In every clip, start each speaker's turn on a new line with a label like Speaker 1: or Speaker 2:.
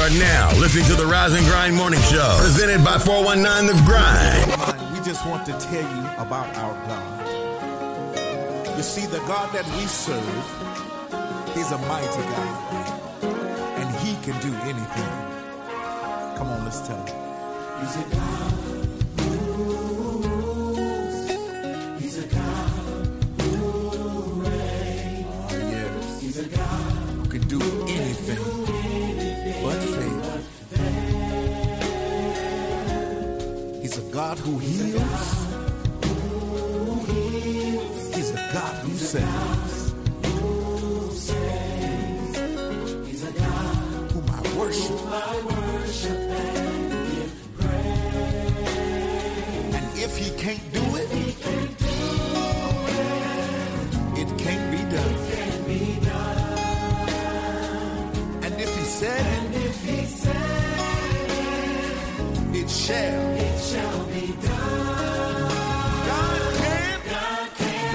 Speaker 1: are now listening to the Rise and Grind Morning Show, presented by 419 The Grind.
Speaker 2: And we just want to tell you about our God. You see, the God that we serve is a mighty God, and He can do anything. Come on, let's tell him. Oh, yes. Who can do anything but fail. He's a God who heals. He's a God who saves. Whom I worship. And if he can't do it, it can't be done. And if he said it, it shall. It shall be done. God can. God can.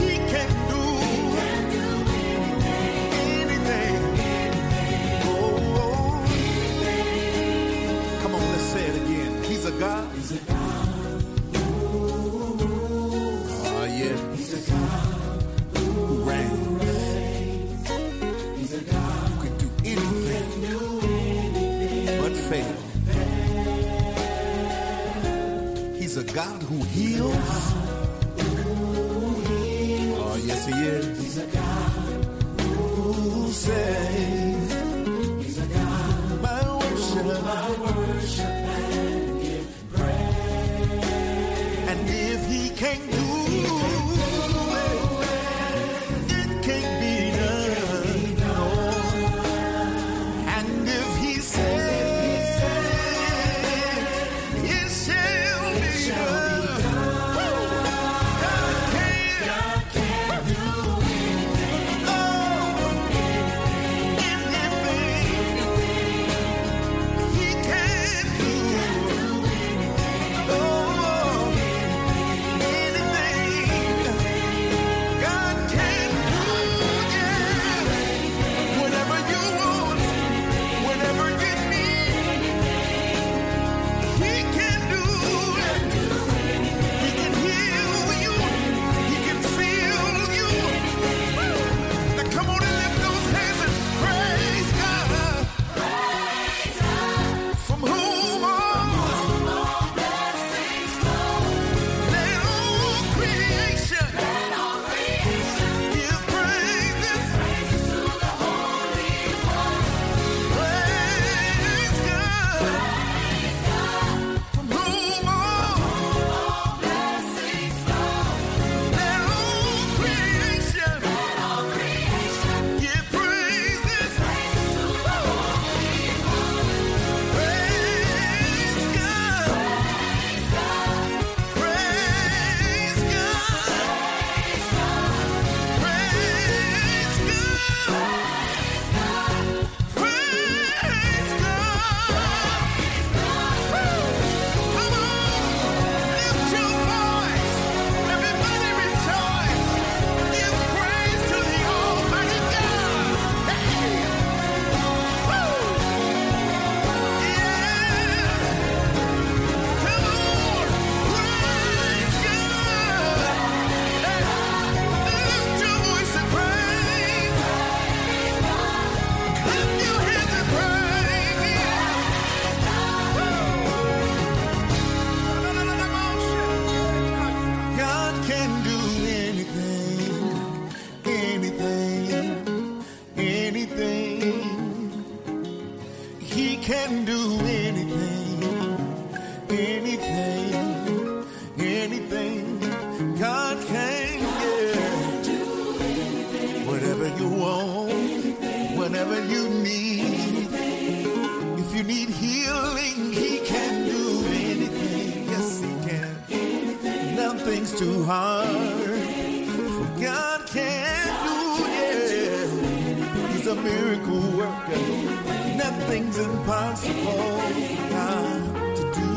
Speaker 2: He can do. anything. Oh, oh. Come on, let's say it again. He's a God. He's a God. Ah, yeah. He's a God who reigns. Who can do anything but fail. He's a God who heals. Oh, yes, He is. He's a God who saves. He's a God my worship, my worship, and give praise. And if He can do it, it can be done. And if he said, it shall be done. God can, God can do anything. Oh, anything. He can do. Oh, anything. God can do. Yeah. Whatever you want. Whatever you need, He can do it. He can heal you. He can feel you. Now come on and lift those hands and praise God. From whom all let all creation give praises. Praise God. God can do anything, anything, anything. He can do anything, anything, anything. God can, yeah. Whatever you want, whatever you need. If you need healing, He can do anything. Yes, He can. Nothing's too hard. for God can do it. He's a miracle worker. Nothing's impossible for God to do.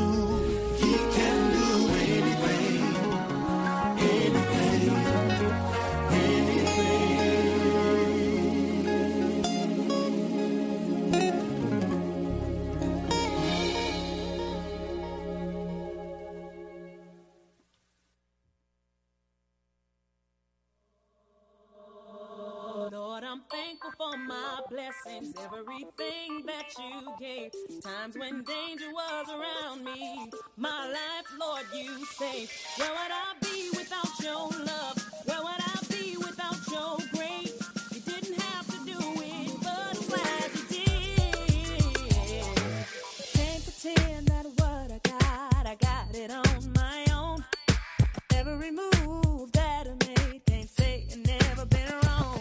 Speaker 2: He can do anything, anything,
Speaker 3: blessings, everything that you gave. Times when danger was around me, my life, Lord, you saved. Where would I be without your love? Where would I be without your grace? You didn't have to do it, but I'm glad you did. Can't pretend that what I got, I got it on my own. Every move that I made, can't say it never been wrong.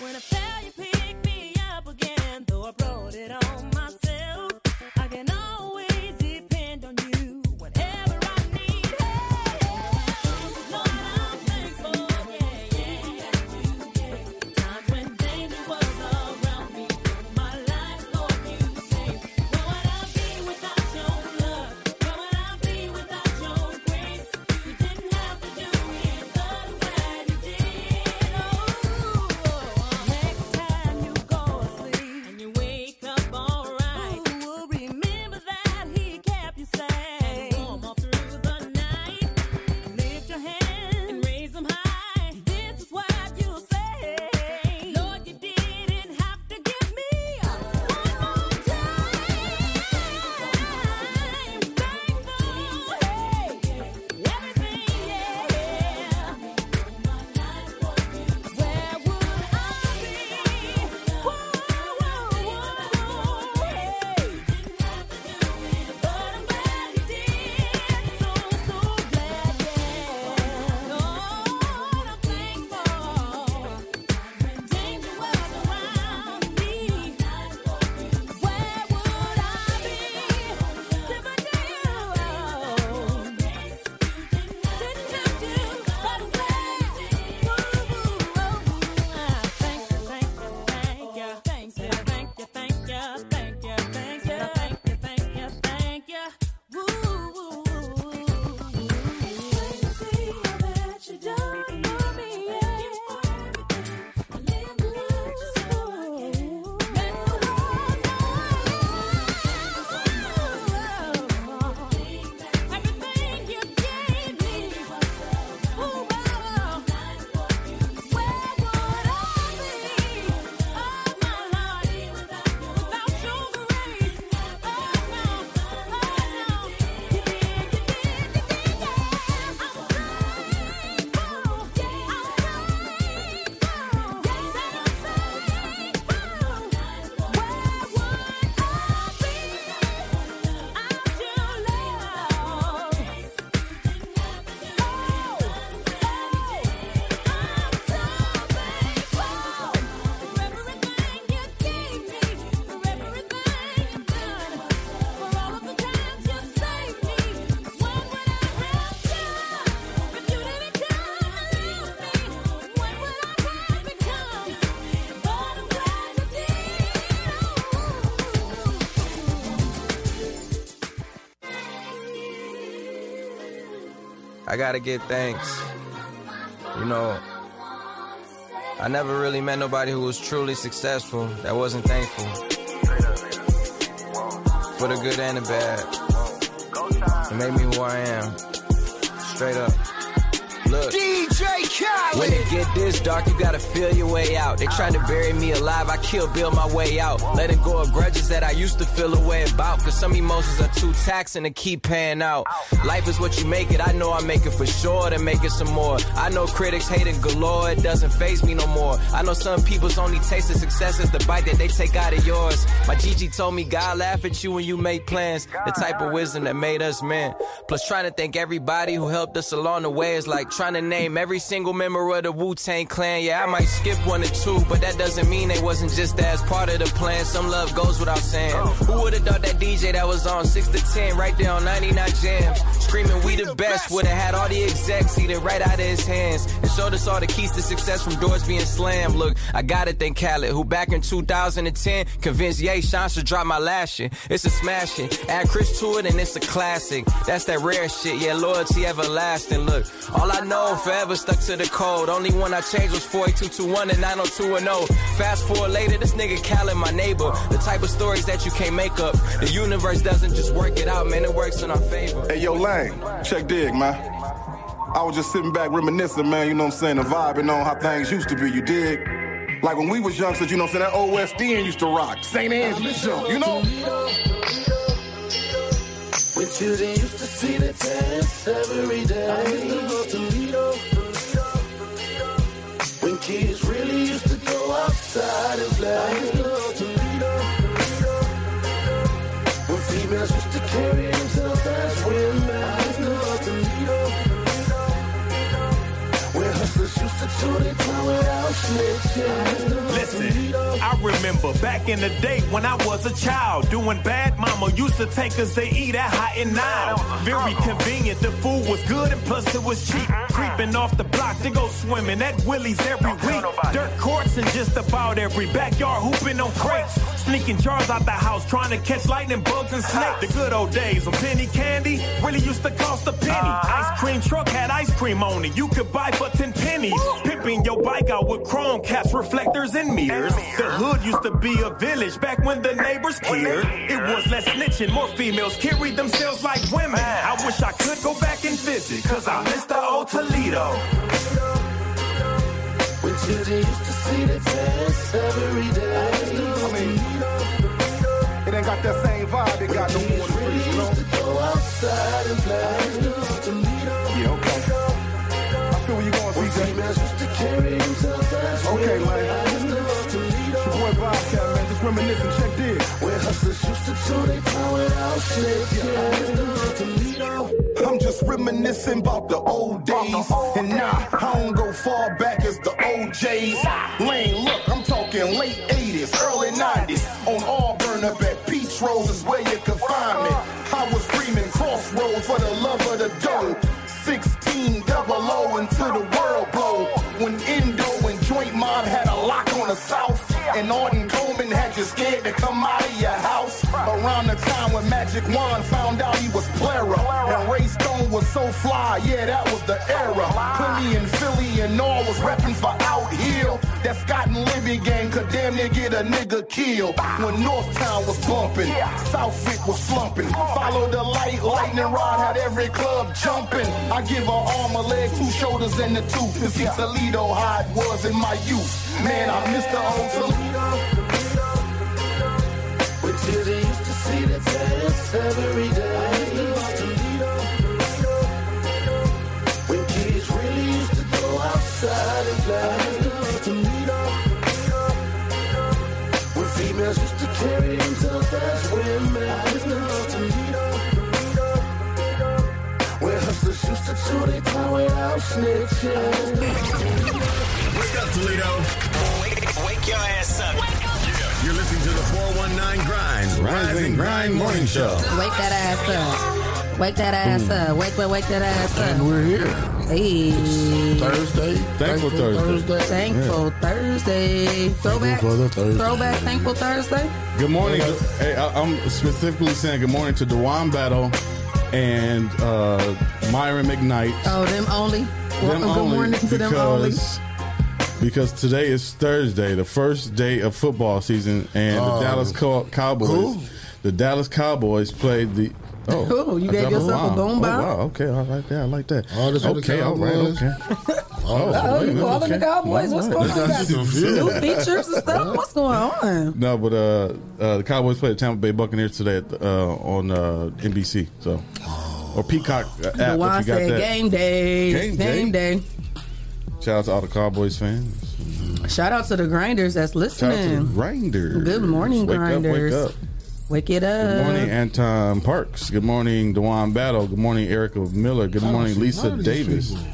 Speaker 3: When I fell, you picked me up again, though I brought it on myself. I can always depend on you whenever I need help. Lord, I'm thankful, yeah, yeah, that you gave. Times when danger was around me, my life, Lord, you saved. Where would I be without your love? Where would I be without your grace? You didn't have to do it, but I'm glad you did. Oh, next time you go to sleep and you wake up alright, ooh, remember that He kept you safe, warm all through the night. Lift your hands and raise them high. This is what you say, Lord. You didn't have to give me up one more time. Thankful, hey, everything, yeah. Where would I be? Whoa, whoa, whoa, hey. But I'm glad you did. So, so glad, yeah. Lord, I'm thankful. When danger was around me, where would I be if I didn't? Didn't have to, but I'm glad. Thank you, thank you, thank you, thank you, thank you, thank you, thank you, thank you, thank you, thank you, thank you. Everything you gave me, ooh, Baba. Where would I be? Oh my Lord, without Your grace. Oh no, oh no, You did, You did, You did, yeah. I'm thankful, yeah. I'm thankful, yes, I'm thankful. Where would I be? I'd Your love.
Speaker 4: I gotta give thanks. You know, I never really met nobody who was truly successful that wasn't thankful for the good and the bad. It made me who I am. Straight up. Look.
Speaker 5: DJ
Speaker 4: When
Speaker 5: Khaled.
Speaker 4: it get this dark, you gotta feel your way out. They trying to bury me alive, I kill Bill my way out. Letting go of grudges that I used to feel a way about. Cause some emotions are too taxing to keep paying out. Life is what you make it, I know I make it for sure to make it some more. I know critics hating galore, it doesn't phase me no more. I know some people's only taste of success is the bite that they take out of yours. My Gigi told me God laugh at you when you make plans. The type of wisdom that made us men. Plus trying to thank everybody who helped us along the way is like trying to name every single member of the Wu Tang Clan. Yeah, I might skip one or two, but that doesn't mean they wasn't just as part of the plan. Some love goes without saying. Who would've thought that DJ that was on six to ten right there on 99 jams, screaming we the best would've had all the execs eating right out of his hands and showed us all the keys to success from doors being slammed. Look, I gotta thank Khaled, who back in 2010 convinced Ye Sean to drop my last shit. It's a smash hit. Add Chris to it and it's a classic. That's that rare shit. Yeah, loyalty everlasting. Look, all I know forever stuck to the code. Only one I changed was 48221 and 90210. Fast forward later, this nigga Khaled, my neighbor. The type of stories that you can't make up. The universe doesn't just work it out, man. It works in our favor.
Speaker 6: Hey, yo, Lang, check dig, man. I was just sitting back reminiscing, man, you know what I'm saying, and vibing on how things used to be, you dig? Like when we was youngsters, you know what I'm saying? That old West End used to rock. St. Anne's, you know?
Speaker 2: With children used to see the dance every day. I used to go to Lido. When kids really used to go outside and play. I used to go to Lido. When females used to carry themselves as women. I used to go to Lido. When hustlers used to tour their town without snitching. I used to go to
Speaker 7: Listen,
Speaker 2: Lido.
Speaker 7: I remember back in the day when I was a child doing bad. Mama used to take us to eat at Hot and Now. Very convenient, the food was good and plus it was cheap. Creeping off the block to go swimming at Willie's every week. Dirt courts in just about every backyard, hooping on crates, sneaking jars out the house, trying to catch lightning bugs and snakes. The good old days when penny candy really used to cost a penny. Ice cream truck had ice cream on it, you could buy for ten pennies. Pimping your bike out with chrome caps, reflectors, and mirrors. The hood used to be a village back when the neighbors cared. It was less snitching, more females carried themselves like women. I wish I could go back and visit, cause I miss the old Toledo.
Speaker 2: When children used to see the dance every day. I used to go to Lido.
Speaker 6: It ain't got that same vibe it got no more than
Speaker 2: Really
Speaker 6: Freeze, you know?
Speaker 2: used to go outside and play. I used to go to Lido.
Speaker 6: Yeah, okay. I feel where you going, CJ.
Speaker 2: Females used to carry themselves as
Speaker 6: Okay,
Speaker 2: women.
Speaker 6: Lane.
Speaker 2: I used to love to lead
Speaker 6: It's your boy Bobcat, man. Just reminiscing. Check this.
Speaker 2: Where hustlers used to do they power out shit. Yeah, I used to love to lead
Speaker 6: I'm just reminiscing about the old days. And nah, I don't go far back as the OJs. Lane, look, I'm talking late 80s, early 90s. On Auburn up at Peach Rose is where you could find me. I was screaming crossroads for the love of the dough. 16 double O until the world blow. When Indo and Joint Mob had a lock on the South. And Arden Coleman had you scared to come out of your house. Around the time when Magic Wand found out he was plera. And Ray Stone was so fly, yeah, that was the era. Philly and Philly and all was repping for Out Hill. That Scott and Libby gang could damn near get a nigga killed. When North Town was bumping, Southwick was slumping. Follow the light, lightning rod had every club jumping. I give her arm, a leg, two shoulders, and a tooth. To see Toledo how it was in my youth. Man, I miss the old Toledo.
Speaker 2: Where children used to see the dance every day. I used to love to lead When kids really used to go outside and play. I used to love to lead When females used to carry themselves as women. I used to love to lead Where hustlers used to do they time without snitching. I used to
Speaker 8: Wake up, Toledo.
Speaker 9: Wake your ass up.
Speaker 8: You're listening to the 419 Grind, Rise and Grind Morning Show.
Speaker 10: Wake that ass up. Wake that ass
Speaker 11: Mm.
Speaker 10: up. Wake, wake, wake that ass
Speaker 12: And
Speaker 10: up.
Speaker 12: we're here.
Speaker 10: Hey.
Speaker 12: Thursday.
Speaker 8: Thankful Thursday.
Speaker 10: Thankful Thursday. Throwback.
Speaker 12: for the Thursday.
Speaker 10: Throwback. Thankful Thursday.
Speaker 11: Good morning. Hey, I, I'm specifically saying good morning to Dewan Battle and uh, Myron McKnight.
Speaker 10: Oh, them only. Welcome.
Speaker 11: Them
Speaker 10: Good
Speaker 11: only
Speaker 10: morning to them only.
Speaker 11: because- Because today is Thursday, the first day of football season, and the
Speaker 12: Oh.
Speaker 11: Dallas Cow- Cowboys,
Speaker 12: Who?
Speaker 11: the Dallas Cowboys played the. Oh,
Speaker 10: Who? You
Speaker 11: I
Speaker 10: gave
Speaker 11: dropped
Speaker 10: yourself a
Speaker 11: bomb.
Speaker 10: boom
Speaker 11: Oh,
Speaker 10: bomb?
Speaker 11: wow. Okay, I like that. I like that.
Speaker 12: Oh, that's what the
Speaker 11: okay, all right,
Speaker 12: Cowboys-
Speaker 11: okay.
Speaker 12: Oh,
Speaker 10: Oh,
Speaker 11: wait a
Speaker 10: you
Speaker 11: minute,
Speaker 10: calling the
Speaker 11: okay.
Speaker 10: Cowboys? What's
Speaker 11: All
Speaker 10: going
Speaker 11: right.
Speaker 10: on? You got new features and stuff? What's going on?
Speaker 11: No, but uh, uh, the Cowboys play the Tampa Bay Buccaneers today at, uh, on uh, NBC. So, or Peacock uh, app. if
Speaker 10: The
Speaker 11: you got
Speaker 10: wine said
Speaker 11: that.
Speaker 10: Oh. game day.
Speaker 11: Game day?
Speaker 10: game day.
Speaker 11: Shout out to all the Cowboys fans.
Speaker 10: Shout out to the grinders that's
Speaker 11: Shout out to the
Speaker 10: listening.
Speaker 11: Grinders.
Speaker 10: Good morning,
Speaker 11: wake
Speaker 10: Grinders. Uh,
Speaker 11: Up, wake up.
Speaker 10: Wake it up.
Speaker 11: Good morning, Anton Parks. Good morning, Dewan Battle. Good morning, Erica Miller. Good morning,
Speaker 12: see
Speaker 11: Lisa
Speaker 12: none of these
Speaker 11: Davis.
Speaker 12: people.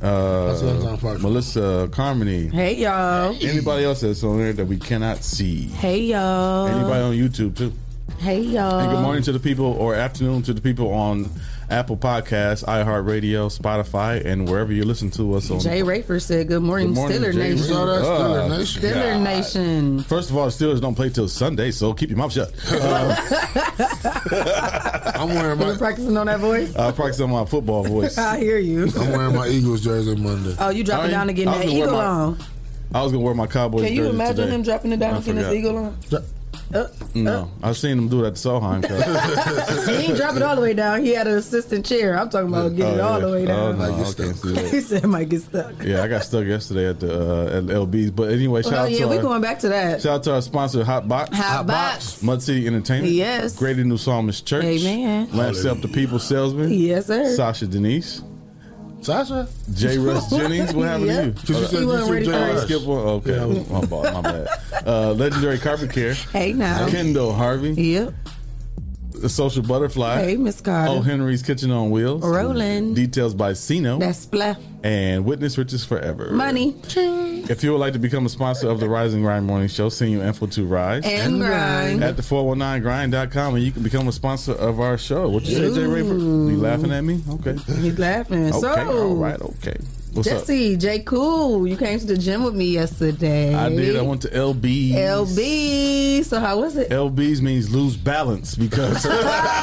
Speaker 12: That's
Speaker 11: Uh,
Speaker 12: Anton Parks.
Speaker 11: Melissa Carmody.
Speaker 10: Hey y'all.
Speaker 11: Anybody else that's on there that we cannot see.
Speaker 10: Hey y'all.
Speaker 11: Anybody on YouTube, too.
Speaker 10: Hey y'all.
Speaker 11: And good morning to the people, or afternoon to the people on Apple Podcasts, iHeartRadio, Spotify, and wherever you listen to us on.
Speaker 10: Jay Rafer said good morning,
Speaker 11: Good morning,
Speaker 10: Stiller
Speaker 11: Jay
Speaker 10: Nation.
Speaker 12: Saw that Steeler
Speaker 11: Uh,
Speaker 12: Nation.
Speaker 10: Stiller
Speaker 11: God.
Speaker 10: Nation.
Speaker 11: First of all, the Steelers don't play till Sunday, so keep your mouth shut. Uh,
Speaker 12: I'm wearing
Speaker 10: You been
Speaker 12: my
Speaker 10: practicing on that voice?
Speaker 11: I practice on my football voice.
Speaker 10: I hear you.
Speaker 12: I'm wearing my Eagles jersey Monday.
Speaker 10: Oh, you dropping
Speaker 11: I-
Speaker 10: down and getting
Speaker 11: I was
Speaker 10: that
Speaker 11: gonna wear
Speaker 10: eagle
Speaker 11: my-
Speaker 10: on.
Speaker 11: I was gonna wear my Cowboys.
Speaker 10: Can you
Speaker 11: jersey
Speaker 10: imagine
Speaker 11: today.
Speaker 10: him dropping it down
Speaker 11: I
Speaker 10: and getting his
Speaker 11: forgot.
Speaker 10: eagle on?
Speaker 11: No,
Speaker 10: Oh.
Speaker 11: I've seen him do it at the Solheim. Cup.
Speaker 10: he ain't drop it all the way down. He had an assistant chair. I'm talking about getting it
Speaker 11: Oh,
Speaker 10: all
Speaker 11: yeah.
Speaker 10: the way
Speaker 11: Oh,
Speaker 10: down.
Speaker 11: no, I can't do that.
Speaker 10: he said, "Might get stuck."
Speaker 11: Yeah, I got stuck yesterday at the uh, at LB's. But anyway, shout
Speaker 10: Oh
Speaker 11: out
Speaker 10: yeah,
Speaker 11: to uh,
Speaker 10: we
Speaker 11: our,
Speaker 10: going back to that.
Speaker 11: shout out to our sponsor, Hot Box.
Speaker 10: Hot Box.
Speaker 11: Mud City Entertainment.
Speaker 10: Yes.
Speaker 11: Greater New Psalmist Church.
Speaker 10: Amen.
Speaker 11: Lance Up the People Salesman.
Speaker 10: Yes, sir.
Speaker 11: Sasha Denise.
Speaker 8: Sasha?
Speaker 11: J. Russ Jennings. What happened
Speaker 10: Yeah.
Speaker 11: to you?
Speaker 10: 'Cause you
Speaker 11: Oh,
Speaker 10: said He you wasn't said ready J. for
Speaker 11: I
Speaker 10: Russ.
Speaker 11: skipped one. Okay,
Speaker 8: Yeah, I was-
Speaker 11: my bad. My bad. Uh, legendary Carpet Care.
Speaker 10: Hey now.
Speaker 11: Kendall Harvey.
Speaker 10: Yep.
Speaker 11: The Social Butterfly.
Speaker 10: Hey, Miss Carter.
Speaker 11: Oh, Henry's Kitchen on Wheels.
Speaker 10: Rolling.
Speaker 11: Details by Sino.
Speaker 10: That's splat
Speaker 11: and Witness Riches Forever.
Speaker 10: money and
Speaker 11: If you would like to become a sponsor of the Rising Grind Morning Show, send your info to Rise
Speaker 10: grind.
Speaker 11: at the 419grind.com and you can become a sponsor of our show. What you say, Jay Rayford? You laughing at me? Okay.
Speaker 10: He's laughing.
Speaker 11: Okay,
Speaker 10: so,
Speaker 11: all right, okay. What's up?
Speaker 10: Jesse, J. Cool, you came to the gym with me yesterday.
Speaker 11: I did. I went to LB.
Speaker 10: LB. So how was it?
Speaker 11: LB's means lose balance because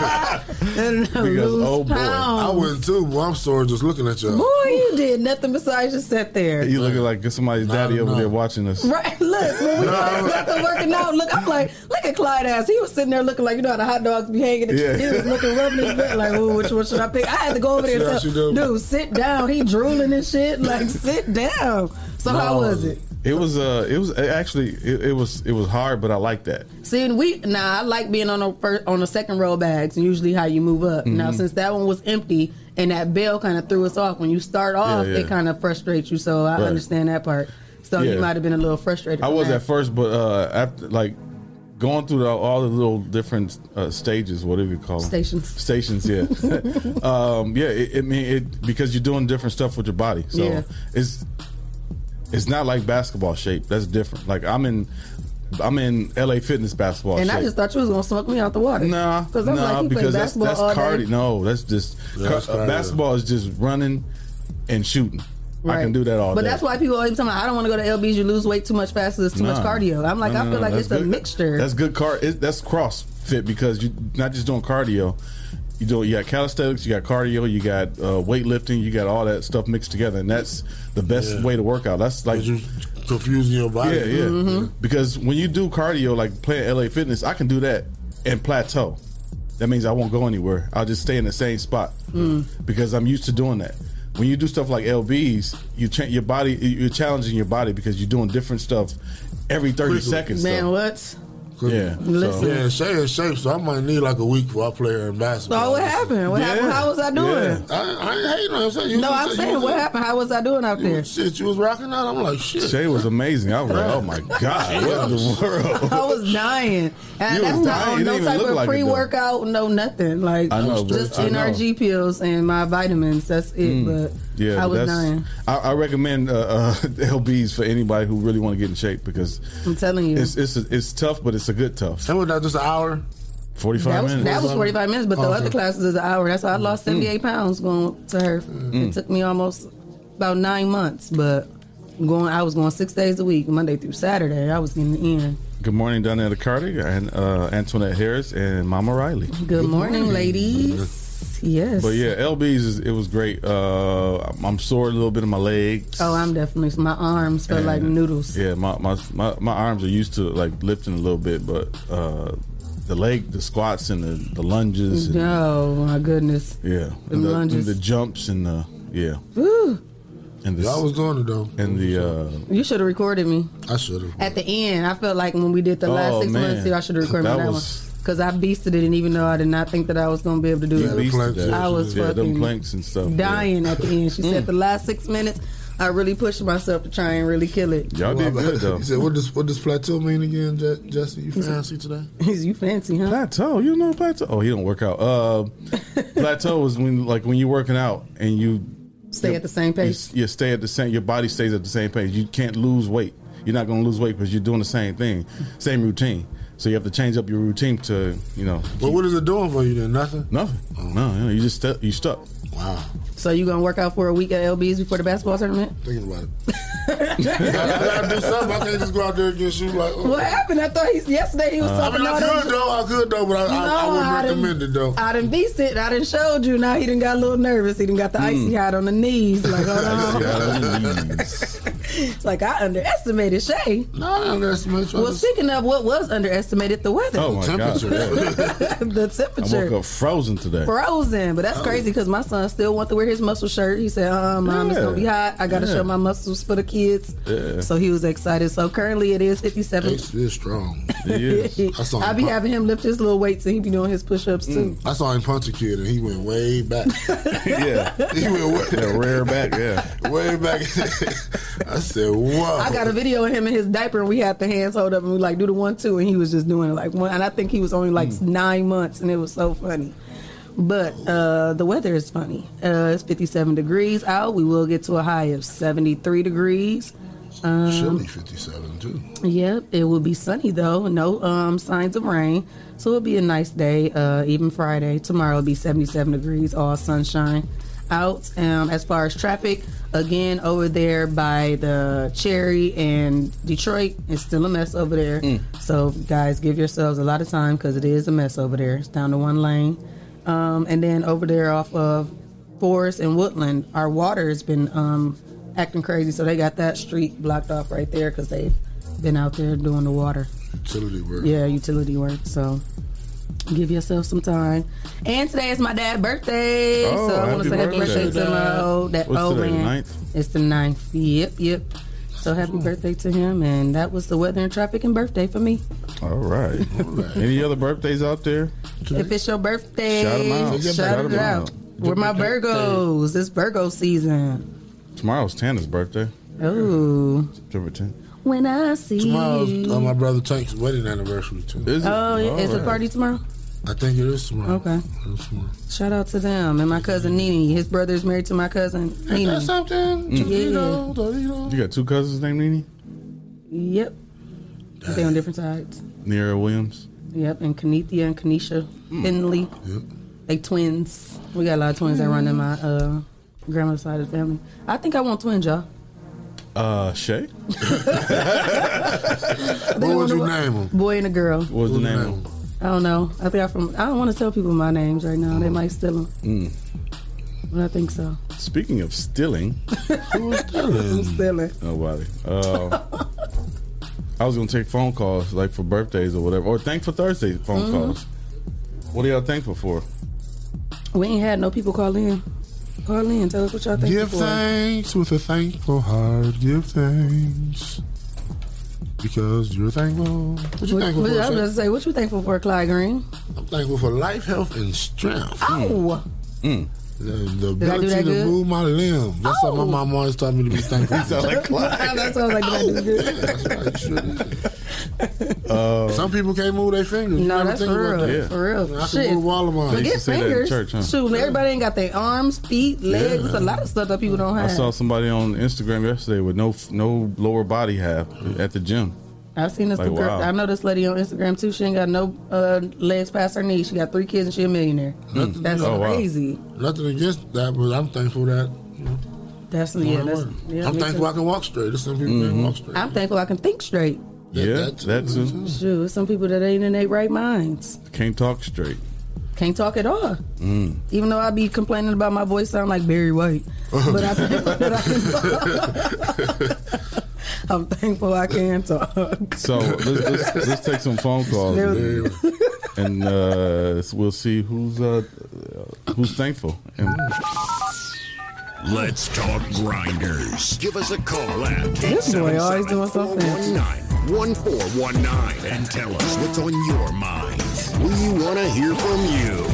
Speaker 10: because
Speaker 11: oh boy, uh,
Speaker 8: I went too. Well, I'm sorry just looking at y'all.
Speaker 10: Boy, you did nothing besides just sat there.
Speaker 11: you looking like somebody's daddy over there watching us.
Speaker 10: Right, look, when we first got to working out, look, I'm like, look at Clyde ass. He was sitting there looking like, you know how the hot dogs be hanging.
Speaker 11: Yeah.
Speaker 10: He was looking rubbing his back like, ooh, which one should I pick? I had to go over there
Speaker 8: Yeah,
Speaker 10: and
Speaker 8: she
Speaker 10: tell,
Speaker 8: do.
Speaker 10: dude, sit down. He drooling and shit. Like, sit down. So how was it?
Speaker 11: It was uh, it was actually it, it was it was hard, but I like that.
Speaker 10: See, and we nah, I like being on a first on a second row of bags, and usually how you move up. Now,
Speaker 11: Mm-hmm.
Speaker 10: since that one was empty, and that bell kind of threw us off. When you start off,
Speaker 11: Yeah, yeah.
Speaker 10: it kind of frustrates you. So I
Speaker 11: Right.
Speaker 10: understand that part. So
Speaker 11: Yeah.
Speaker 10: you might have been a little frustrated.
Speaker 11: I
Speaker 10: from
Speaker 11: was
Speaker 10: that.
Speaker 11: at first, but uh, after like going through the, all the little different uh, stages, whatever you call them.
Speaker 10: Stations.
Speaker 11: Stations, yeah, um, yeah. It, I mean, it because you're doing different stuff with your body, so
Speaker 10: Yeah.
Speaker 11: it's it's not like basketball shape. That's different. Like I'm in. I'm in LA fitness basketball.
Speaker 10: And
Speaker 11: shape.
Speaker 10: I just thought you was gonna smoke me out the water.
Speaker 11: Nah,
Speaker 10: because I'm
Speaker 11: nah,
Speaker 10: like, you play
Speaker 11: because that's
Speaker 10: basketball
Speaker 11: that's
Speaker 10: all
Speaker 11: cardio.
Speaker 10: day.
Speaker 11: No, that's just
Speaker 8: Yeah, that's
Speaker 11: uh,
Speaker 8: cardio.
Speaker 11: basketball is just running and shooting. I can do that all
Speaker 10: But
Speaker 11: day.
Speaker 10: that's why people always tell me, I don't want to go to LBs. You lose weight too much fast. It's too
Speaker 11: Nah.
Speaker 10: much cardio. I'm like,
Speaker 11: No,
Speaker 10: I
Speaker 11: no,
Speaker 10: feel
Speaker 11: no,
Speaker 10: like
Speaker 11: that's
Speaker 10: it's a
Speaker 11: good-
Speaker 10: mixture.
Speaker 11: That's good car. It, that's CrossFit because you not just doing cardio. You do. You got calisthenics. You got cardio. You got uh, weightlifting. You got all that stuff mixed together, and that's the best
Speaker 8: Yeah.
Speaker 11: way to work out. That's like.
Speaker 8: You confusing your
Speaker 11: Yeah,
Speaker 8: body.
Speaker 11: yeah.
Speaker 10: Mm-hmm.
Speaker 11: Because when you do cardio, like playing LA Fitness, I can do that and plateau. That means I won't go anywhere. I'll just stay in the same spot because I'm used to doing that. When you do stuff like LBs, you cha- your body, you're challenging your body because you're doing different stuff every 30
Speaker 8: Quickly.
Speaker 11: seconds.
Speaker 10: Man,
Speaker 11: so-
Speaker 10: what?
Speaker 11: Yeah.
Speaker 10: Listen.
Speaker 11: so-
Speaker 8: Yeah, and Shay in shape, so I might need like a week before I play her in basketball.
Speaker 10: Oh, what happened? What
Speaker 11: Yeah.
Speaker 10: happened? How was I doing?
Speaker 8: I, I ain't hating on him. Saying, you
Speaker 10: No,
Speaker 8: was-
Speaker 10: I'm
Speaker 8: you
Speaker 10: saying,
Speaker 8: was-
Speaker 10: what happened? How was I doing out
Speaker 8: you
Speaker 10: there?
Speaker 8: was- Shit, you was rocking out. I'm like, shit.
Speaker 11: Shay was amazing. I was like, oh my God, what in the world?
Speaker 10: I was dying. And
Speaker 11: You
Speaker 10: that's
Speaker 11: was
Speaker 10: not
Speaker 11: dying. It
Speaker 10: on no
Speaker 11: didn't even
Speaker 10: type
Speaker 11: look
Speaker 10: of
Speaker 11: like it, though.
Speaker 10: pre-workout, no nothing. Like
Speaker 11: I know,
Speaker 10: just
Speaker 11: bro. I know. Mm.
Speaker 10: NRG pills and my vitamins. That's it. But
Speaker 11: Yeah,
Speaker 10: I was
Speaker 11: that's,
Speaker 10: dying.
Speaker 11: I, I recommend uh, uh, LBs for anybody who really want to get in shape because
Speaker 10: I'm telling you.
Speaker 11: it's it's it's tough, but it's a good tough.
Speaker 8: That was not just an hour.
Speaker 11: Forty
Speaker 10: That
Speaker 11: five
Speaker 10: was,
Speaker 11: minutes. Mm.
Speaker 10: that was 45 minutes, but the
Speaker 8: Oh,
Speaker 10: other
Speaker 8: okay.
Speaker 10: classes is an hour. That's how I lost 78 pounds going to her. It took me almost about nine months, but going, I was going six days a week, Monday through Saturday. I was getting in.
Speaker 11: good morning, Donnell Carter and uh, Antoinette Harris and Mama Riley.
Speaker 10: Good morning, ladies. Yes.
Speaker 11: But yeah, LBs is, it was great. Uh, I'm- I'm sore a little bit in my legs.
Speaker 10: Oh, I'm definitely, my arms felt like
Speaker 11: And,
Speaker 10: noodles.
Speaker 11: Yeah, my, my my my arms are used to like lifting a little bit, but uh, the leg, the squats, and the, the lunges, and,
Speaker 10: Oh, my goodness.
Speaker 11: yeah,
Speaker 10: Them
Speaker 11: and the,
Speaker 10: lunges.
Speaker 11: and the jumps, and the yeah,
Speaker 10: Woo.
Speaker 11: and the
Speaker 8: Y'all was doing it though.
Speaker 11: and the uh,
Speaker 10: You should have recorded me.
Speaker 8: I should have.
Speaker 10: At the end, I felt like when we did the last
Speaker 11: Oh,
Speaker 10: six
Speaker 11: man.
Speaker 10: months here, I should have recorded
Speaker 11: That
Speaker 10: that, that
Speaker 11: was-
Speaker 10: one. Because I beasted it, and even though I did not think that I was going to be able to do
Speaker 8: Yeah,
Speaker 10: it.
Speaker 8: the
Speaker 11: beast
Speaker 8: planks,
Speaker 11: of that.
Speaker 8: I
Speaker 10: was
Speaker 11: yeah, them
Speaker 10: fucking
Speaker 11: planks and stuff. yeah.
Speaker 10: dying at the end. She said the last six minutes, I really pushed myself to try and really kill it.
Speaker 11: Y'all did good though.
Speaker 8: He said, "What does what does plateau mean again, Je- Jesse? You fancy today?
Speaker 10: you fancy, huh?
Speaker 11: Plateau, you know plateau. Oh, he don't work out. Uh, plateau is when like when you're working out and you
Speaker 10: Stay at the same
Speaker 11: you,
Speaker 10: pace.
Speaker 11: you stay at the same. Your body stays at the same pace. You can't lose weight. You're not going to lose weight because you're doing the same thing, same routine. So you have to change up your routine to you know
Speaker 8: But what is it doing for you then? Nothing.
Speaker 11: nothing. No, you, know, you just stuck. You stuck.
Speaker 8: Wow.
Speaker 10: So you gonna work out for a week at LB's before the basketball tournament?
Speaker 8: Thinking about it. I, gotta do something. I can't just go out there and get shoot like. oh.
Speaker 10: What happened? I thought he's yesterday he was
Speaker 11: Uh,
Speaker 8: I
Speaker 10: talking
Speaker 8: mean, I
Speaker 10: about
Speaker 8: could though. I could though, but I, I, I wouldn't recommend it though.
Speaker 10: I done beast it. I done showed you. Now
Speaker 11: Mm.
Speaker 10: he done got a little nervous. He done got the icy hot on the knees. Like, hold on.
Speaker 11: Yeah,
Speaker 10: It's like I underestimated Shay.
Speaker 8: No, I underestimated
Speaker 10: Well, speaking of what was underestimated, the weather.
Speaker 11: Oh my god!
Speaker 10: the
Speaker 11: I woke
Speaker 10: temperature.
Speaker 11: up frozen today.
Speaker 10: Frozen, but
Speaker 8: Oh.
Speaker 10: that's crazy because my son still wants to wear his muscle shirt. He said, "Uh, mom, it's
Speaker 11: Yeah.
Speaker 10: gonna be hot. I gotta
Speaker 11: Yeah.
Speaker 10: show my muscles for the kids."
Speaker 8: Yeah.
Speaker 10: So he was excited. So currently it is fifty-seven.
Speaker 8: He's, he's strong. I saw
Speaker 10: I
Speaker 8: him
Speaker 10: be
Speaker 8: punch-
Speaker 10: having him lift his little weights and he be doing his push-ups too.
Speaker 8: I saw him punch a kid and he went way back.
Speaker 11: yeah.
Speaker 8: He went way
Speaker 11: rear back, yeah.
Speaker 8: Way back. I said, whoa.
Speaker 10: I got a video of him in his diaper, and we had the hands hold up, and we like do the one two, and he was just doing it like one, and I think he was only like
Speaker 8: Hmm.
Speaker 10: nine months, and it was so funny. But uh, the weather is funny. Uh, it's 57 degrees out. We will get to a high of 73 degrees.
Speaker 8: Should
Speaker 10: Um,
Speaker 8: be 57 too.
Speaker 10: Yep, it will be sunny though. No um, signs of rain. So it'll be a nice day, uh, even Friday. Tomorrow will be 77 degrees, all sunshine out. Um, as far as traffic, again, over there by the Cherry and Detroit, it's still a mess over there. So, guys, give yourselves a lot of time because it is a mess over there. It's down to one lane. Um, and then over there off of Forest and Woodland, our water has been um, acting crazy. So they got that street blocked off right there because they've been out there doing the water.
Speaker 8: Utility work.
Speaker 10: Yeah, utility work. So give yourself some time. And today is my dad's birthday.
Speaker 11: Oh,
Speaker 10: so I want
Speaker 11: happy
Speaker 10: to say happy
Speaker 11: birthday.
Speaker 10: birthday to my old, that
Speaker 11: What's
Speaker 10: old
Speaker 11: today, the
Speaker 10: man.
Speaker 11: ninth?
Speaker 10: It's the ninth. Yep, yep. So happy birthday to him. And that was the weather and traffic and birthday for me.
Speaker 11: All right. Any other birthdays out there?
Speaker 10: If it's your birthday,
Speaker 11: Shout 'em out.
Speaker 10: shout
Speaker 11: Shout 'em
Speaker 10: it out.
Speaker 11: out.
Speaker 10: We're my Virgos. It's Virgo season.
Speaker 11: Tomorrow's Tana's birthday.
Speaker 10: Oh.
Speaker 11: September 10th.
Speaker 10: When I see
Speaker 8: Tomorrow's
Speaker 10: you.
Speaker 8: uh, my brother Tank's wedding anniversary too.
Speaker 11: Is
Speaker 10: Oh, yeah, it's a party tomorrow.
Speaker 8: I think it is tomorrow.
Speaker 10: Okay. Shout out to them and my cousin Nene. His brother's married to my cousin
Speaker 8: Ain't
Speaker 10: Nene.
Speaker 8: that something?
Speaker 11: Mm.
Speaker 8: Tornado, tornado.
Speaker 11: You got two cousins named Nene?
Speaker 10: Yep. They on different sides.
Speaker 11: Nira Williams.
Speaker 10: Yep, and Kanethia and Kanisha Henley.
Speaker 8: Mm. Yep.
Speaker 10: They twins. We got a lot of twins that run in my uh, grandma's side of the family. I think I want twins, y'all.
Speaker 11: Uh, Shay?
Speaker 8: What would you name him?
Speaker 10: Boy and a girl.
Speaker 11: What was the name of him?
Speaker 10: I don't know. I think I from. I don't want to tell people my names right now. They might steal them,
Speaker 11: Mm.
Speaker 10: but I think so.
Speaker 11: Speaking of stealing,
Speaker 10: I'm stealing.
Speaker 11: nobody. Uh, I was gonna take phone calls like for birthdays or whatever, or thank for Thursday phone
Speaker 10: Mhm.
Speaker 11: calls. What are y'all thankful for?
Speaker 10: We ain't had no people call in. Call in. Tell us what y'all think.
Speaker 8: Give thanks with a thankful heart. Give thanks because you're thankful. What you
Speaker 10: What,
Speaker 8: thankful
Speaker 10: what,
Speaker 8: for?
Speaker 10: I was
Speaker 8: Shay?
Speaker 10: gonna say, what you thankful for, Clyde Green?
Speaker 8: I'm thankful for life, health, and strength.
Speaker 10: Oh,
Speaker 8: The, the
Speaker 10: Did I do
Speaker 8: ability
Speaker 10: that
Speaker 8: to
Speaker 10: good? Oh.
Speaker 8: move my limbs. That's what my mom always taught me to be thankful. for.
Speaker 10: that's what I was like. Did I do good?
Speaker 8: Some people can't move their fingers. You
Speaker 10: No,
Speaker 8: never
Speaker 10: that's
Speaker 8: think
Speaker 10: for
Speaker 8: about
Speaker 10: real.
Speaker 8: that.
Speaker 10: For real.
Speaker 8: I
Speaker 10: Shit.
Speaker 8: can move all of mine.
Speaker 10: Forget fingers. Shoot, everybody ain't got their arms, feet, legs. It's a lot of stuff that people don't
Speaker 11: I
Speaker 10: have.
Speaker 11: saw somebody on Instagram yesterday with no no lower body half at the gym.
Speaker 10: I've seen this.
Speaker 11: Like,
Speaker 10: girl,
Speaker 11: wow.
Speaker 10: I know this lady on Instagram too. She ain't got no uh, legs past her knees. She got three kids and she a millionaire.
Speaker 11: Hmm.
Speaker 8: Nothing-
Speaker 10: That's
Speaker 8: Oh, wow.
Speaker 10: crazy.
Speaker 8: Nothing against that, but I'm thankful that.
Speaker 10: That's
Speaker 8: you know,
Speaker 10: yeah.
Speaker 8: I
Speaker 10: That's,
Speaker 8: work.
Speaker 10: yeah
Speaker 8: I'm
Speaker 10: me
Speaker 8: thankful
Speaker 10: too.
Speaker 8: I can walk straight. There's some people that can't walk straight.
Speaker 10: I'm thankful I can think straight.
Speaker 11: Mm-hmm. yeah, that too.
Speaker 10: Shoot, there's some people that ain't in their right minds.
Speaker 11: Can't talk straight.
Speaker 10: Can't talk at all.
Speaker 11: Mm.
Speaker 10: Even though I be complaining about my voice sound like Barry White, but I, but I can talk. I'm thankful I can talk.
Speaker 11: So let's, let's, let's take some phone calls
Speaker 10: There
Speaker 11: and uh, we'll see who's uh, who's thankful. And
Speaker 13: Let's talk grinders. Give us a call at
Speaker 10: This boy always doing something.
Speaker 13: 1419 and tell us what's on your mind. We want to hear from you.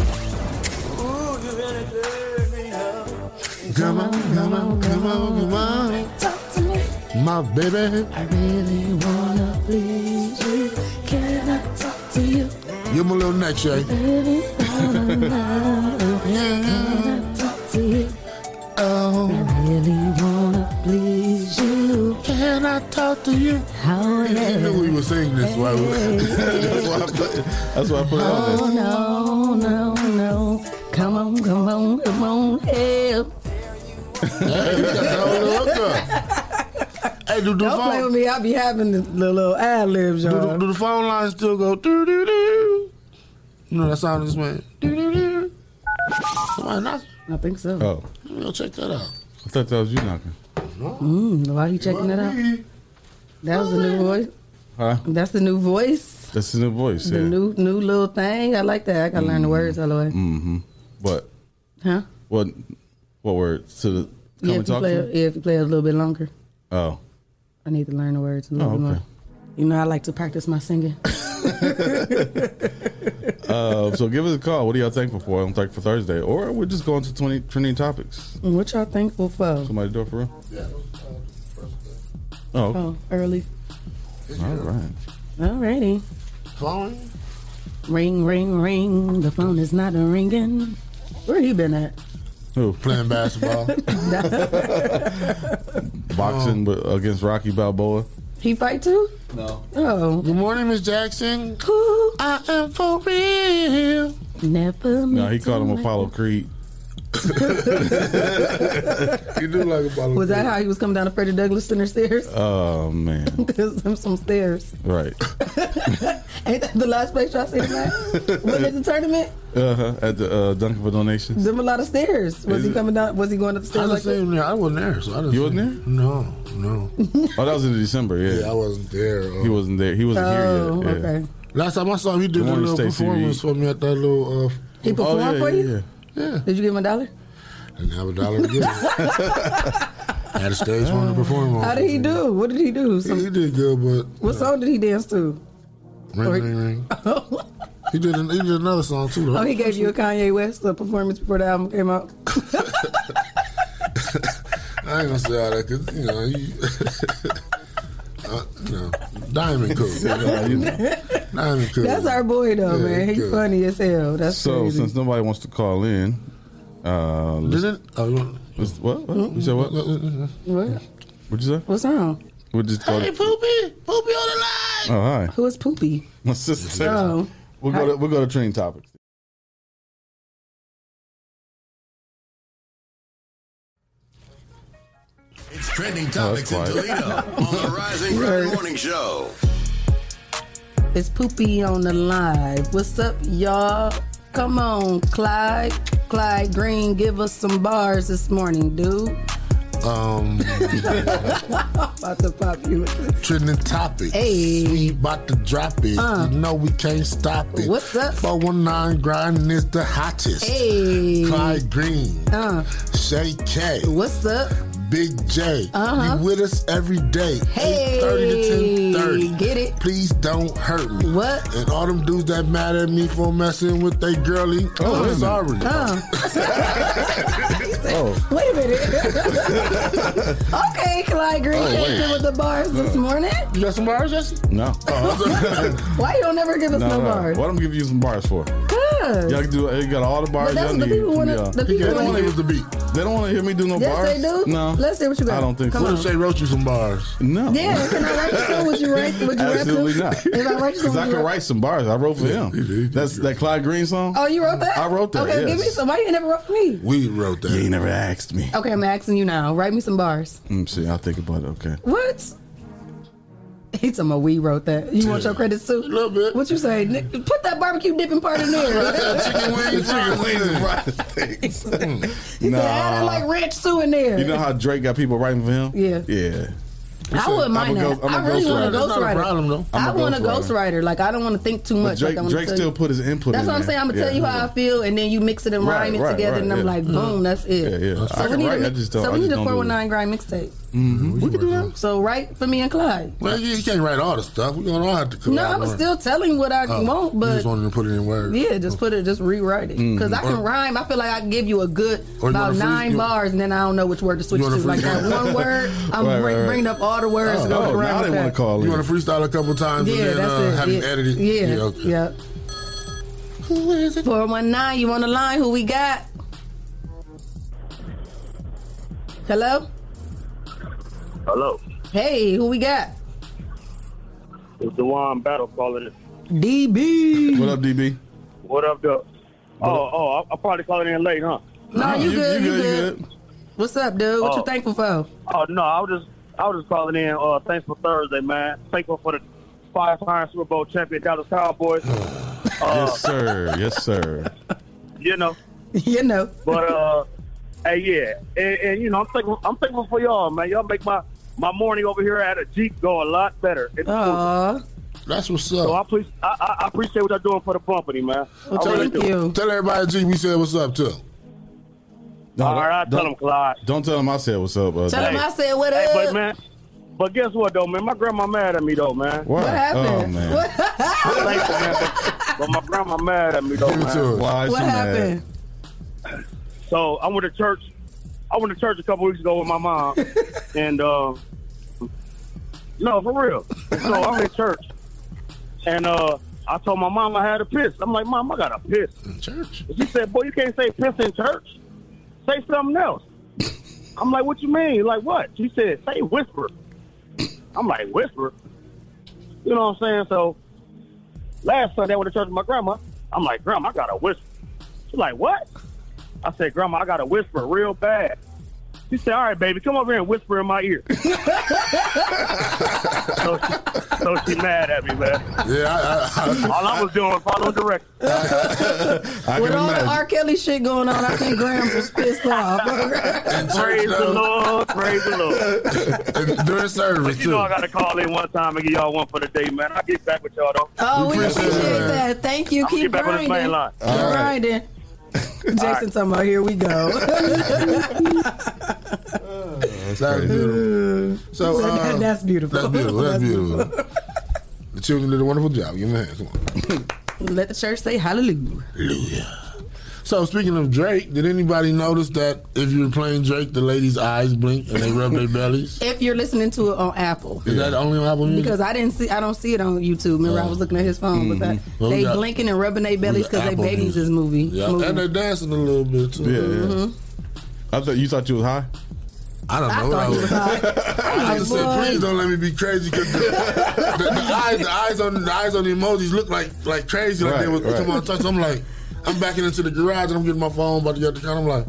Speaker 8: Come on, come on, come on, come on.
Speaker 2: Talk to me.
Speaker 8: My baby.
Speaker 2: I really wanna please you. Can I talk to you?
Speaker 8: Give him a little neck, Shay.
Speaker 2: Baby, all I know. Can I talk to you? Oh, I really wanna please you. Can I talk to you? How
Speaker 8: You knew we were singing this. Why we, that's, why I put,
Speaker 11: that's why I put it on there.
Speaker 10: Oh no, no, no. Come on, come on, come on, help.
Speaker 8: Hey, do the
Speaker 10: Don't
Speaker 8: phone-
Speaker 10: play with me. I'll be having the little, little ad libs,
Speaker 8: Do
Speaker 10: y'all.
Speaker 8: the, do the phone line still go doo doo doo? You know that sound this man. Doo doo doo. Come on, not.
Speaker 10: I think so.
Speaker 11: Oh,
Speaker 8: You know, check that out.
Speaker 11: I thought that was you knocking.
Speaker 10: Mm, why are you checking that out? That was the new voice.
Speaker 11: Huh?
Speaker 10: That's the new voice.
Speaker 11: That's the new voice.
Speaker 10: The
Speaker 11: yeah.
Speaker 10: new new little thing. I like that. I gotta learn the words all the way.
Speaker 11: Mm-hmm. What?
Speaker 10: Huh?
Speaker 11: What? What word? To the come and
Speaker 10: Yeah, if you
Speaker 11: talk
Speaker 10: play,
Speaker 11: to? me?
Speaker 10: yeah, if you play a little bit longer,
Speaker 11: Oh,
Speaker 10: I need to learn the words a little
Speaker 11: Oh,
Speaker 10: bit
Speaker 11: okay.
Speaker 10: more. You know, I like to practice my singing.
Speaker 11: uh, so give us a call. What are y'all thankful for? I'm thankful for Thursday, or we're just going to 20 trending topics.
Speaker 10: what y'all thankful for?
Speaker 11: Somebody do it for real? Oh, okay.
Speaker 10: Oh, early.
Speaker 11: all right.
Speaker 10: Alrighty.
Speaker 8: Flowing.
Speaker 10: Ring, ring, ring. The phone is not a ringing. Where you been at?
Speaker 11: Who
Speaker 8: playing basketball?
Speaker 11: Boxing with, against Rocky Balboa.
Speaker 10: He fight too?
Speaker 11: No.
Speaker 10: Oh.
Speaker 8: Good morning, Miss Jackson.
Speaker 10: I
Speaker 8: am for real.
Speaker 10: Never.
Speaker 11: No, he
Speaker 10: meant
Speaker 11: called
Speaker 10: to
Speaker 11: him
Speaker 10: make-
Speaker 11: Apollo Creed.
Speaker 8: You do like Apollo.
Speaker 10: Was that how he was coming down the Frederick Douglass Center stairs?
Speaker 11: Oh man,
Speaker 10: Some some stairs.
Speaker 11: right.
Speaker 10: Ain't that the last place y'all seen him at? Wasn't it the tournament?
Speaker 11: Uh huh. At the uh, Dunkin' for donations.
Speaker 10: Them a lot of stairs. Was
Speaker 11: Is
Speaker 10: he
Speaker 11: it-
Speaker 10: coming down? Was he going up the
Speaker 8: I
Speaker 10: stairs
Speaker 8: didn't
Speaker 10: like
Speaker 8: see
Speaker 10: that?
Speaker 8: him there. I wasn't there, so I didn't.
Speaker 11: You
Speaker 8: see
Speaker 11: wasn't
Speaker 8: him. No, no.
Speaker 11: Oh, that was in December. Yeah,
Speaker 8: Yeah, I wasn't there.
Speaker 10: uh.
Speaker 11: He wasn't there. He wasn't
Speaker 8: Oh,
Speaker 11: here yet. Yeah.
Speaker 8: okay. Last time I saw him, he
Speaker 11: Good
Speaker 8: did a
Speaker 11: morning,
Speaker 8: little
Speaker 11: Stacey
Speaker 8: performance for me at that little. Uh,
Speaker 10: He performed
Speaker 8: yeah,
Speaker 10: for
Speaker 8: yeah,
Speaker 10: you.
Speaker 8: Yeah.
Speaker 10: Did you give him a dollar?
Speaker 8: I didn't have a dollar to give. him. I had a stage for him to perform on.
Speaker 10: How did he do? What did he do? Some-
Speaker 8: He did good, but
Speaker 10: what song did he dance to?
Speaker 8: ring, ring, ring. he did. An, he did another song too. Though.
Speaker 10: Oh, he gave you a Kanye West uh, performance before the album came out.
Speaker 8: I ain't gonna say all that because you know you. Uh, you know, diamond cool. You know, you know, diamond cool.
Speaker 10: That's our boy though,
Speaker 8: Yeah,
Speaker 10: man. He's
Speaker 8: good.
Speaker 10: funny as hell. That's
Speaker 11: So
Speaker 10: crazy.
Speaker 11: since nobody wants to call in, uh, let's-
Speaker 8: Didn't
Speaker 11: let's- what? what? You said what?
Speaker 10: Oh, what?
Speaker 11: What'd you say?
Speaker 10: What's wrong?
Speaker 11: We just go. To,
Speaker 8: Poopy, poopy on the line.
Speaker 11: oh, hi.
Speaker 10: Who is Poopy?
Speaker 11: My sister. said-
Speaker 10: Oh.
Speaker 11: We'll go. To, we'll go to trending topics.
Speaker 1: It's trending
Speaker 11: Oh, that's
Speaker 1: topics in
Speaker 11: quiet.
Speaker 1: Toledo on the Rising Grind Morning Show.
Speaker 10: It's Poopy on the live. What's up, y'all? Come on, Clyde. Clyde Green, give us some bars this morning, dude.
Speaker 8: Um,
Speaker 10: about to pop you.
Speaker 8: trending topic.
Speaker 10: Hey.
Speaker 8: We about to drop it.
Speaker 10: Uh.
Speaker 8: You know we can't stop it.
Speaker 10: What's up?
Speaker 8: 419 grinding is the hottest.
Speaker 10: Hey.
Speaker 8: Clyde Green.
Speaker 10: Uh.
Speaker 8: Shay K.
Speaker 10: What's up?
Speaker 8: Big J.
Speaker 10: Uh-huh.
Speaker 8: You with us every day.
Speaker 10: Hey.
Speaker 8: 8.30 to 10.30.
Speaker 10: Get it?
Speaker 8: Please don't hurt me.
Speaker 10: What?
Speaker 8: And all them dudes that mad at me for messing with they
Speaker 10: Oh,
Speaker 8: girly,
Speaker 11: wait a
Speaker 8: I'm
Speaker 11: minute.
Speaker 8: sorry.
Speaker 10: Uh.
Speaker 11: Oh,
Speaker 10: Wait a minute. okay, Clyde Green
Speaker 11: Oh,
Speaker 10: came
Speaker 11: wait.
Speaker 10: in with the bars this morning.
Speaker 8: You got some bars, Jesse?
Speaker 11: no.
Speaker 10: Why you don't ever give us no, bars?
Speaker 11: What I'm giving you some bars for?
Speaker 10: Cause
Speaker 11: Y'all can do. You got all the bars
Speaker 10: But that's
Speaker 11: y'all
Speaker 10: what the
Speaker 11: need.
Speaker 10: people wanna-
Speaker 11: Yeah.
Speaker 10: the
Speaker 8: Yeah,
Speaker 10: He people You
Speaker 8: they
Speaker 10: wanna
Speaker 8: want to
Speaker 10: hear-
Speaker 8: give us the beat.
Speaker 11: They don't want to hear me do no
Speaker 10: yes,
Speaker 11: bars.
Speaker 10: they do.
Speaker 11: No.
Speaker 10: Let's hear what you got.
Speaker 11: I don't think
Speaker 10: Come
Speaker 11: so.
Speaker 8: What
Speaker 10: on.
Speaker 8: if Shay wrote you some bars?
Speaker 11: No.
Speaker 10: Yeah, can I write you some? Would you write? Would you
Speaker 11: Absolutely
Speaker 10: write
Speaker 11: not.
Speaker 10: some? If I write you some,
Speaker 11: Because I
Speaker 10: would
Speaker 11: can
Speaker 10: you
Speaker 11: write some bars. I wrote for
Speaker 8: he did, he
Speaker 11: him.
Speaker 8: did.
Speaker 11: That's that Clyde Green song.
Speaker 10: Oh, you wrote that?
Speaker 11: I wrote that,
Speaker 10: Okay, give
Speaker 11: yes.
Speaker 10: me some. Why you never wrote for me?
Speaker 8: We wrote that.
Speaker 11: You ain't never asked me.
Speaker 10: Okay, I'm asking you now. Write me some bars.
Speaker 11: Mm, see, I'll think about it. Okay.
Speaker 10: What? He told me we wrote that. You want your credits too? A
Speaker 8: little bit.
Speaker 10: What you say? Nick, Put that barbecue dipping part in there.
Speaker 8: Chicken wings,
Speaker 11: Chicken wings and fries.
Speaker 10: He said, add it
Speaker 11: Nah.
Speaker 10: like ranch too in there.
Speaker 11: You know how Drake got people writing for him?
Speaker 10: Yeah.
Speaker 11: Yeah.
Speaker 10: I wouldn't
Speaker 11: I'm
Speaker 10: mind
Speaker 11: a
Speaker 10: that.
Speaker 11: ghost- I'm a
Speaker 10: I really want a
Speaker 11: ghostwriter.
Speaker 8: That's not a problem,
Speaker 10: ghostwriter.
Speaker 8: though.
Speaker 10: I
Speaker 11: I'm a
Speaker 10: want a
Speaker 11: ghostwriter.
Speaker 10: ghostwriter. Like I don't want to think too
Speaker 11: But
Speaker 10: much.
Speaker 11: Drake,
Speaker 10: like, I
Speaker 11: Drake still put his input
Speaker 10: That's
Speaker 11: in
Speaker 10: what I'm
Speaker 11: there.
Speaker 10: saying. I'm gonna
Speaker 11: Yeah.
Speaker 10: tell you how I feel, and then you mix it and
Speaker 11: Right,
Speaker 10: rhyme it
Speaker 11: right,
Speaker 10: together,
Speaker 11: right,
Speaker 10: and I'm
Speaker 11: yeah.
Speaker 10: like, boom, that's it.
Speaker 11: Yeah, yeah. I
Speaker 10: So we
Speaker 11: can
Speaker 10: need
Speaker 11: write, I
Speaker 10: a
Speaker 11: just don't-
Speaker 10: so
Speaker 11: I
Speaker 10: we need
Speaker 11: just
Speaker 10: a
Speaker 11: don't do it.
Speaker 10: 419 grind mixtape.
Speaker 8: We can do that.
Speaker 10: So write for me and Clyde.
Speaker 8: Mm-hmm. Well, you you can't write all the stuff. We're gonna all have to cook.
Speaker 10: No, I'm still telling what I want,
Speaker 8: you
Speaker 10: but
Speaker 8: just wanted to put it in words.
Speaker 10: yeah, just put it, just rewrite it, because I can
Speaker 8: Or-
Speaker 10: rhyme. I feel like I can give you a good
Speaker 8: Or you wanna
Speaker 10: about
Speaker 8: freeze-
Speaker 10: nine
Speaker 8: you-
Speaker 10: bars, and then I don't know which word to switch to.
Speaker 8: wanna
Speaker 10: Like
Speaker 8: freeze-
Speaker 10: that one word, I'm
Speaker 11: Right, right,
Speaker 10: bring,
Speaker 11: right.
Speaker 10: bringing up all the words.
Speaker 11: Oh,
Speaker 10: and going
Speaker 11: oh,
Speaker 10: around
Speaker 11: now
Speaker 10: with
Speaker 11: they want
Speaker 10: that.
Speaker 11: to call in.
Speaker 8: You want to freestyle a couple times
Speaker 10: Yeah,
Speaker 8: and then uh,
Speaker 10: that's
Speaker 8: have
Speaker 10: it.
Speaker 8: it edited?
Speaker 10: Yeah, yeah.
Speaker 8: okay.
Speaker 10: Who is it? Four one nine. You on the line? Who we got? Hello.
Speaker 14: Hello.
Speaker 10: Hey, who we got?
Speaker 14: It's Dewan Battle calling it.
Speaker 10: DB.
Speaker 11: What up, DB?
Speaker 14: What up, though? Oh, oh, I'll, I'll probably call it in late, huh?
Speaker 10: No, you, good? You, good? What's up, dude? What you
Speaker 14: Oh.
Speaker 10: thankful for?
Speaker 14: Oh, no, I was just I was just calling in. Uh, thanks for Thursday, man. Thankful for the five-time Super Bowl champion Dallas Cowboys. uh,
Speaker 8: Oh.
Speaker 11: Yes, sir. Yes, sir.
Speaker 14: you know,
Speaker 10: you know.
Speaker 14: but uh, Hey, yeah, and, and you know, I'm thankful. I'm thankful for y'all, man. Y'all make my my morning over here at a Jeep go a lot better. It's
Speaker 10: Aw.
Speaker 8: That's what's up.
Speaker 14: So I, please, I, I- I appreciate what y'all doing for the company, man. I really do.
Speaker 8: Tell everybody, G, we said what's up, too.
Speaker 14: All right, tell him, Clyde.
Speaker 11: Don't tell him I said what's up. Uh,
Speaker 10: Tell him
Speaker 11: Dave.
Speaker 10: I said what
Speaker 14: Hey,
Speaker 10: up.
Speaker 14: but man, but guess what though, man? My grandma mad at me though, man.
Speaker 11: Why? What happened? Oh, man.
Speaker 10: What-
Speaker 14: I'm thankful, man, but- but my grandma mad at me though, man.
Speaker 11: Why is she mad?
Speaker 14: So I went to church. I went to church a couple weeks ago with my mom, and uh, no, for real. So I'm in church, and uh, I told my mom I had a piss. I'm like, Mom, I got a piss. In
Speaker 8: church?
Speaker 14: She said, Boy, you can't say piss in church. Say something else. I'm like, What you mean? Like what? She said, Say whisper. I'm like, Whisper. You know what I'm saying? So last Sunday I went to church with my grandma. I'm like, Grandma, I got a whisper. She's like, What? I said, Grandma, I got to whisper real bad. She said, All right, baby, come over here and whisper in my ear. so, she, so she mad at me, man.
Speaker 8: Yeah,
Speaker 14: all I was doing was following directions.
Speaker 10: With all
Speaker 8: Uh,
Speaker 10: the R. Kelly shit going on, I think Grams was pissed off.
Speaker 14: Praise the Lord, praise the Lord.
Speaker 8: And during service,
Speaker 14: you know I got to call in one time and give y'all one for the day, man. I'll get back with y'all, though.
Speaker 10: Oh, we appreciate that. Thank you.
Speaker 14: I'ma
Speaker 10: Keep
Speaker 14: get back on this main
Speaker 10: grinding.
Speaker 14: line.
Speaker 10: Keep
Speaker 14: All right.
Speaker 10: grinding. Jason, talking about here we go.
Speaker 8: That's beautiful. So,
Speaker 10: That-
Speaker 8: uh,
Speaker 10: that's beautiful.
Speaker 8: That's beautiful. That's beautiful. the children did a wonderful job. Give them a hand. Come on.
Speaker 10: Let the church say hallelujah.
Speaker 8: So speaking of Drake, did anybody notice that if you're playing Drake, the ladies' eyes blink and they rub their bellies?
Speaker 10: If you're listening to it on Apple,
Speaker 8: Is that only on Apple Music?
Speaker 10: because I didn't see, I don't see it on YouTube. Remember, I was looking at his phone, but that,
Speaker 8: Uh, mm-hmm. Well, we
Speaker 10: they
Speaker 8: got-
Speaker 10: blinking and rubbing their bellies because they
Speaker 8: Apple
Speaker 10: babies
Speaker 8: Music.
Speaker 10: is movie.
Speaker 8: Yeah,
Speaker 10: moving.
Speaker 8: and they're dancing a little bit too.
Speaker 11: Yeah, yeah.
Speaker 10: Mhm.
Speaker 11: I thought you thought you was high.
Speaker 8: I don't know. I, was, I just said, please don't let me be crazy because the, the, the eyes, the eyes on the eyes on the emojis look like like crazy, like they
Speaker 11: Right,
Speaker 8: was
Speaker 11: right.
Speaker 8: come on touch. I'm like, I'm backing into the garage and I'm getting my phone, about to get the car. I'm like,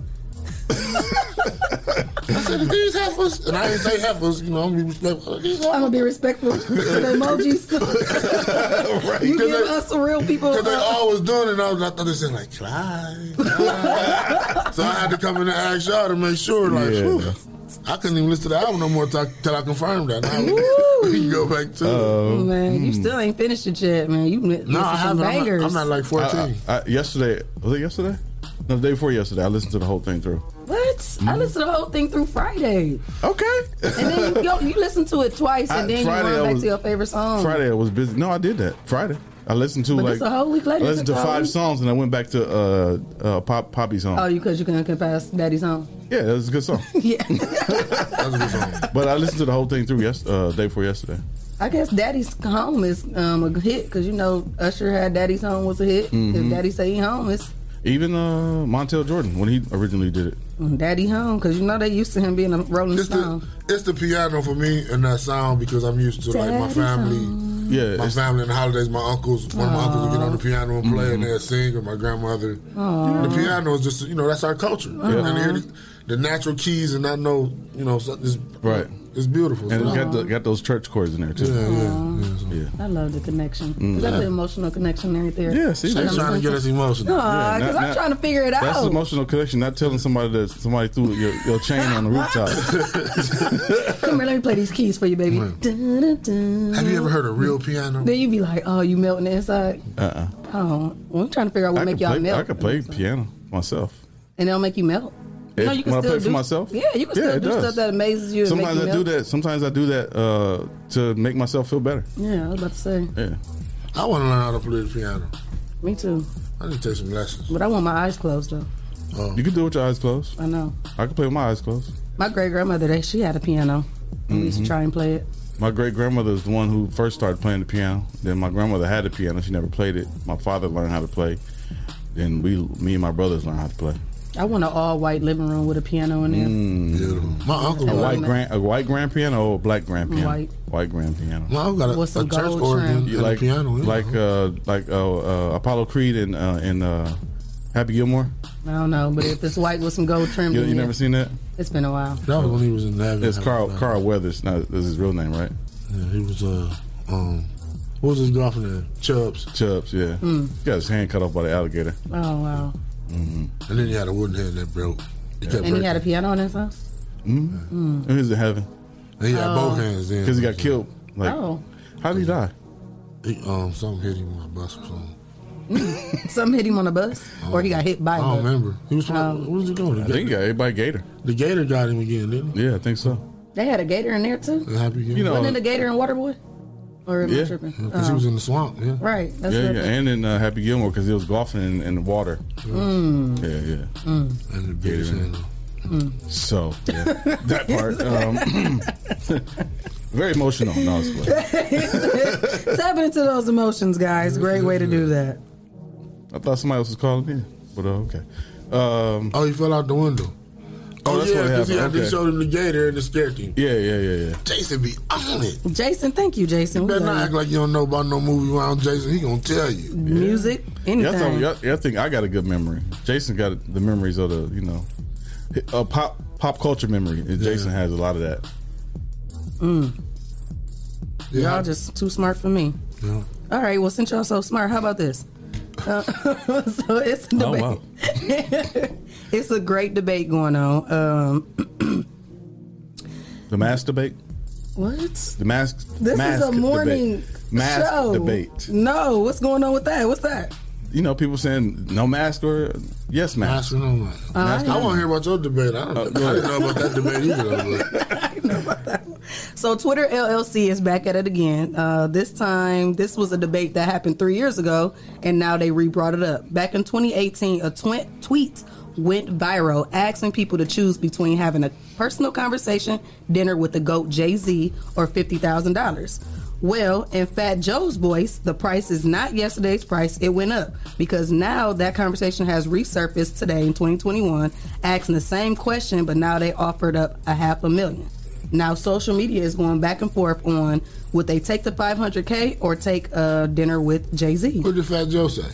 Speaker 8: I said, "Are these heifers, and I didn't say heifers. You know, I'm gonna be respectful.
Speaker 10: I'm gonna be respectful to the emojis.
Speaker 8: Right?
Speaker 10: You
Speaker 8: 'Cause
Speaker 10: give
Speaker 8: they-
Speaker 10: us real people.
Speaker 8: Because they always doing it, and I, was, I thought they said like Clyde. Clyde. so I had to come in and ask y'all to make sure. Like,
Speaker 11: Yeah.
Speaker 8: whew, I couldn't even listen to the album no more till I, till I confirmed that. Now we can go back to.
Speaker 11: Uh-oh.
Speaker 10: Oh, man, you
Speaker 11: Mm.
Speaker 10: still ain't finished it yet, man. You no,
Speaker 8: Oh. Hmm. No, I
Speaker 10: some
Speaker 8: haven't. I'm not-
Speaker 10: bangers.
Speaker 8: I'm not like 14.
Speaker 11: I, I, yesterday was it yesterday? No, the day before yesterday. I listened to the whole thing through.
Speaker 10: What? I listened to the whole thing through Friday.
Speaker 11: Mm-hmm. Okay.
Speaker 10: And then you go, you listen to it twice, and
Speaker 11: I-
Speaker 10: then
Speaker 11: Friday
Speaker 10: you
Speaker 11: I
Speaker 10: run back
Speaker 11: was-
Speaker 10: to your favorite song.
Speaker 11: Friday I was busy. No, I did that Friday. I listened to
Speaker 10: Um, But
Speaker 11: like
Speaker 10: it's a whole week later.
Speaker 11: I listened to
Speaker 10: It's a whole
Speaker 11: five
Speaker 10: week.
Speaker 11: songs and I went back to uh, uh Pop Poppy's song.
Speaker 10: Oh, you because you couldn't get past Daddy's song.
Speaker 11: yeah, that was a good song.
Speaker 10: yeah,
Speaker 11: but I listened to the whole thing through yes uh, day before yesterday.
Speaker 10: I guess Daddy's home is um, a hit because you know Usher had Daddy's home was a hit.
Speaker 11: Mhm.
Speaker 10: If Daddy say he home, it's
Speaker 11: Even uh Montel Jordan when he originally did it.
Speaker 10: Daddy home because you know they used to him being a Rolling
Speaker 8: It's
Speaker 10: Stone.
Speaker 8: the, it's the piano for me and that sound because I'm used to like my
Speaker 10: Daddy
Speaker 8: family.
Speaker 11: Yeah,
Speaker 8: my family in the holidays. My uncles, one of my uncles would get on the piano and play, and
Speaker 11: Mm-hmm.
Speaker 8: they'd sing. And my grandmother,
Speaker 10: Aw.
Speaker 8: the piano is just you know that's our culture.
Speaker 11: Yeah.
Speaker 8: And to hear
Speaker 10: Uh-huh.
Speaker 8: the, the natural keys, and I know you know so- it's
Speaker 11: Right.
Speaker 8: It's beautiful.
Speaker 11: And
Speaker 8: So
Speaker 11: it got
Speaker 8: that-
Speaker 11: the, got those church chords in there too.
Speaker 8: Yeah,
Speaker 11: yeah.
Speaker 10: I love the connection.
Speaker 11: Mm.
Speaker 10: Is that the
Speaker 11: Yeah.
Speaker 10: emotional connection right there?
Speaker 11: Yeah, see,
Speaker 10: Trying
Speaker 11: that's
Speaker 10: to
Speaker 11: trying to
Speaker 10: listen
Speaker 11: get us emotional.
Speaker 10: Aw,
Speaker 11: Yeah, not-
Speaker 10: 'cause I'm
Speaker 11: not-
Speaker 10: trying to figure it
Speaker 11: That's
Speaker 10: out.
Speaker 11: emotional connection. Not telling somebody that somebody threw your, your chain on the rooftop.
Speaker 10: Come here, let me play these keys for you, baby. Have
Speaker 8: Have you ever heard a real piano?
Speaker 10: Then you be like, oh, you melting inside.
Speaker 11: Uh. uh
Speaker 10: Oh, well, I'm trying to figure out what
Speaker 11: I
Speaker 10: make
Speaker 11: could
Speaker 10: y'all
Speaker 11: play,
Speaker 10: melt,
Speaker 11: I could play piano myself.
Speaker 10: and it'll make you melt.
Speaker 11: If-
Speaker 10: no, you can
Speaker 11: when I
Speaker 10: still
Speaker 11: play
Speaker 10: do
Speaker 11: for myself?
Speaker 10: Yeah, you
Speaker 11: Yeah,
Speaker 10: can still
Speaker 11: it
Speaker 10: do
Speaker 11: does.
Speaker 10: stuff that amazes you. And
Speaker 11: Sometimes
Speaker 10: make
Speaker 11: I do
Speaker 10: you melt.
Speaker 11: that. Sometimes I do that uh, to make myself feel better.
Speaker 10: Yeah, I was about to say.
Speaker 11: Yeah.
Speaker 8: I want to learn how to play the piano.
Speaker 10: Me too.
Speaker 8: I need to take some lessons. Oh.
Speaker 10: But I want my eyes closed though.
Speaker 11: You can do it with your eyes closed.
Speaker 10: I know.
Speaker 11: I can play with my eyes closed.
Speaker 10: My great grandmother, they she had a piano. We used to
Speaker 11: Mhm.
Speaker 10: try and play it.
Speaker 11: My great grandmother is the one who first started playing the piano. Then my grandmother had the piano. She never played it. My father learned how to play. Then we, me and my brothers, learned how to play.
Speaker 10: I want an all white living room with a piano in there.
Speaker 11: Mm.
Speaker 8: My uncle
Speaker 11: a
Speaker 8: was-
Speaker 11: white grand, a white grand piano or a black grand piano.
Speaker 10: White.
Speaker 11: white grand piano.
Speaker 8: Well, I've got a,
Speaker 10: With some
Speaker 8: a church
Speaker 10: gold
Speaker 8: organ
Speaker 10: trim.
Speaker 8: and
Speaker 11: You like
Speaker 8: a piano. yeah.
Speaker 11: like uh, like uh, uh, Apollo Creed and uh, and uh, Happy Gilmore.
Speaker 10: I don't know, but if it's white with some gold trim,
Speaker 11: You,
Speaker 10: in
Speaker 11: you
Speaker 10: it,
Speaker 11: never seen that?
Speaker 10: It's been a while.
Speaker 8: That was when he was in Navy.
Speaker 11: It's Carl Carl Weathers. Now that's his real name, right?
Speaker 8: Yeah, he was uh um what was his girlfriend name? Chubbs.
Speaker 11: Chubbs, yeah.
Speaker 10: Mm.
Speaker 11: He got his hand cut off by the alligator.
Speaker 10: Oh wow.
Speaker 11: Mm-hmm.
Speaker 8: And then he had a wooden head that broke.
Speaker 10: And he had a piano in his house.
Speaker 11: Mm. He was in heaven.
Speaker 8: He had
Speaker 10: Oh.
Speaker 8: both hands in.
Speaker 11: Because he got killed. Like,
Speaker 10: oh,
Speaker 11: how did he die?
Speaker 8: He, um, something hit him on a bus or something.
Speaker 10: something hit him on a bus, or he got hit by.
Speaker 8: I
Speaker 10: a
Speaker 8: don't
Speaker 10: bus.
Speaker 8: remember. He was.
Speaker 10: Um,
Speaker 8: What was he going?
Speaker 11: I think he got hit by a gator.
Speaker 8: The gator got him again, didn't
Speaker 11: he? Yeah, I think so.
Speaker 10: They had a gator in there too.
Speaker 8: Happy
Speaker 11: You know-
Speaker 10: Wasn't it a gator and Waterboy? Or am I tripping?
Speaker 8: Because he
Speaker 10: Oh.
Speaker 8: was in the swamp. Yeah.
Speaker 10: Right. That's
Speaker 11: yeah,
Speaker 10: what
Speaker 11: yeah,
Speaker 10: I think.
Speaker 11: and in uh, Happy Gilmore because he was golfing in, in the water.
Speaker 10: Mm.
Speaker 11: Yeah, yeah.
Speaker 10: Mm.
Speaker 8: And the
Speaker 11: Gator in there. So yeah, that part, um, very emotional. No, it's fine.
Speaker 10: Tap into those emotions, guys. Great way to do that.
Speaker 11: I thought somebody else was calling in, but uh, okay. Um,
Speaker 8: oh, he fell out the window.
Speaker 11: Oh,
Speaker 8: Oh,
Speaker 11: that's
Speaker 8: yeah,
Speaker 11: what happened.
Speaker 8: he, had-
Speaker 11: okay.
Speaker 8: he showed him the gator and it scared him.
Speaker 11: Yeah, yeah, yeah, yeah.
Speaker 8: Jason be on it.
Speaker 10: Jason, thank you, Jason.
Speaker 8: You
Speaker 10: We
Speaker 8: better
Speaker 10: love
Speaker 8: not act like you don't know about no movie around Jason. He gonna tell you.
Speaker 10: Music,
Speaker 11: Y'all, talking- y'all, y'all think I got a good memory. Jason got the memories of the, you know, a pop pop culture memory. And Jason has a lot of that.
Speaker 10: Mm. Y'all just too smart for me. All right, well, since y'all so smart, how about this? Uh, so it's a
Speaker 11: Oh,
Speaker 10: debate.
Speaker 11: wow.
Speaker 10: it's a great debate going on. Um,
Speaker 11: The mask debate.
Speaker 10: what?
Speaker 11: The mask.
Speaker 10: This
Speaker 11: mask
Speaker 10: is a morning
Speaker 11: debate. mask
Speaker 10: show.
Speaker 11: debate.
Speaker 10: No, what's going on with that? What's that?
Speaker 11: You know, people saying no mask or yes mask.
Speaker 8: Mask or no mask.
Speaker 10: Oh,
Speaker 8: I want to hear about your debate. I, don't,
Speaker 11: Oh, go
Speaker 8: I
Speaker 11: ahead.
Speaker 8: didn't know about that debate either. but-
Speaker 10: So Twitter LLC is back at it again. Uh, this time, this was a debate that happened three years ago, and now they re-brought it up. Back in 2018, a twi- tweet went viral asking people to choose between having a personal conversation dinner with the goat Jay Z or fifty thousand dollars. Well, in Fat Joe's voice, the price is not yesterday's price. It went up because now that conversation has resurfaced today in 2021, asking the same question, but now they offered up a half a million. Now social media is going back and forth on would they take the 500k or take a dinner with Jay Z? What
Speaker 8: did Fat Joe say?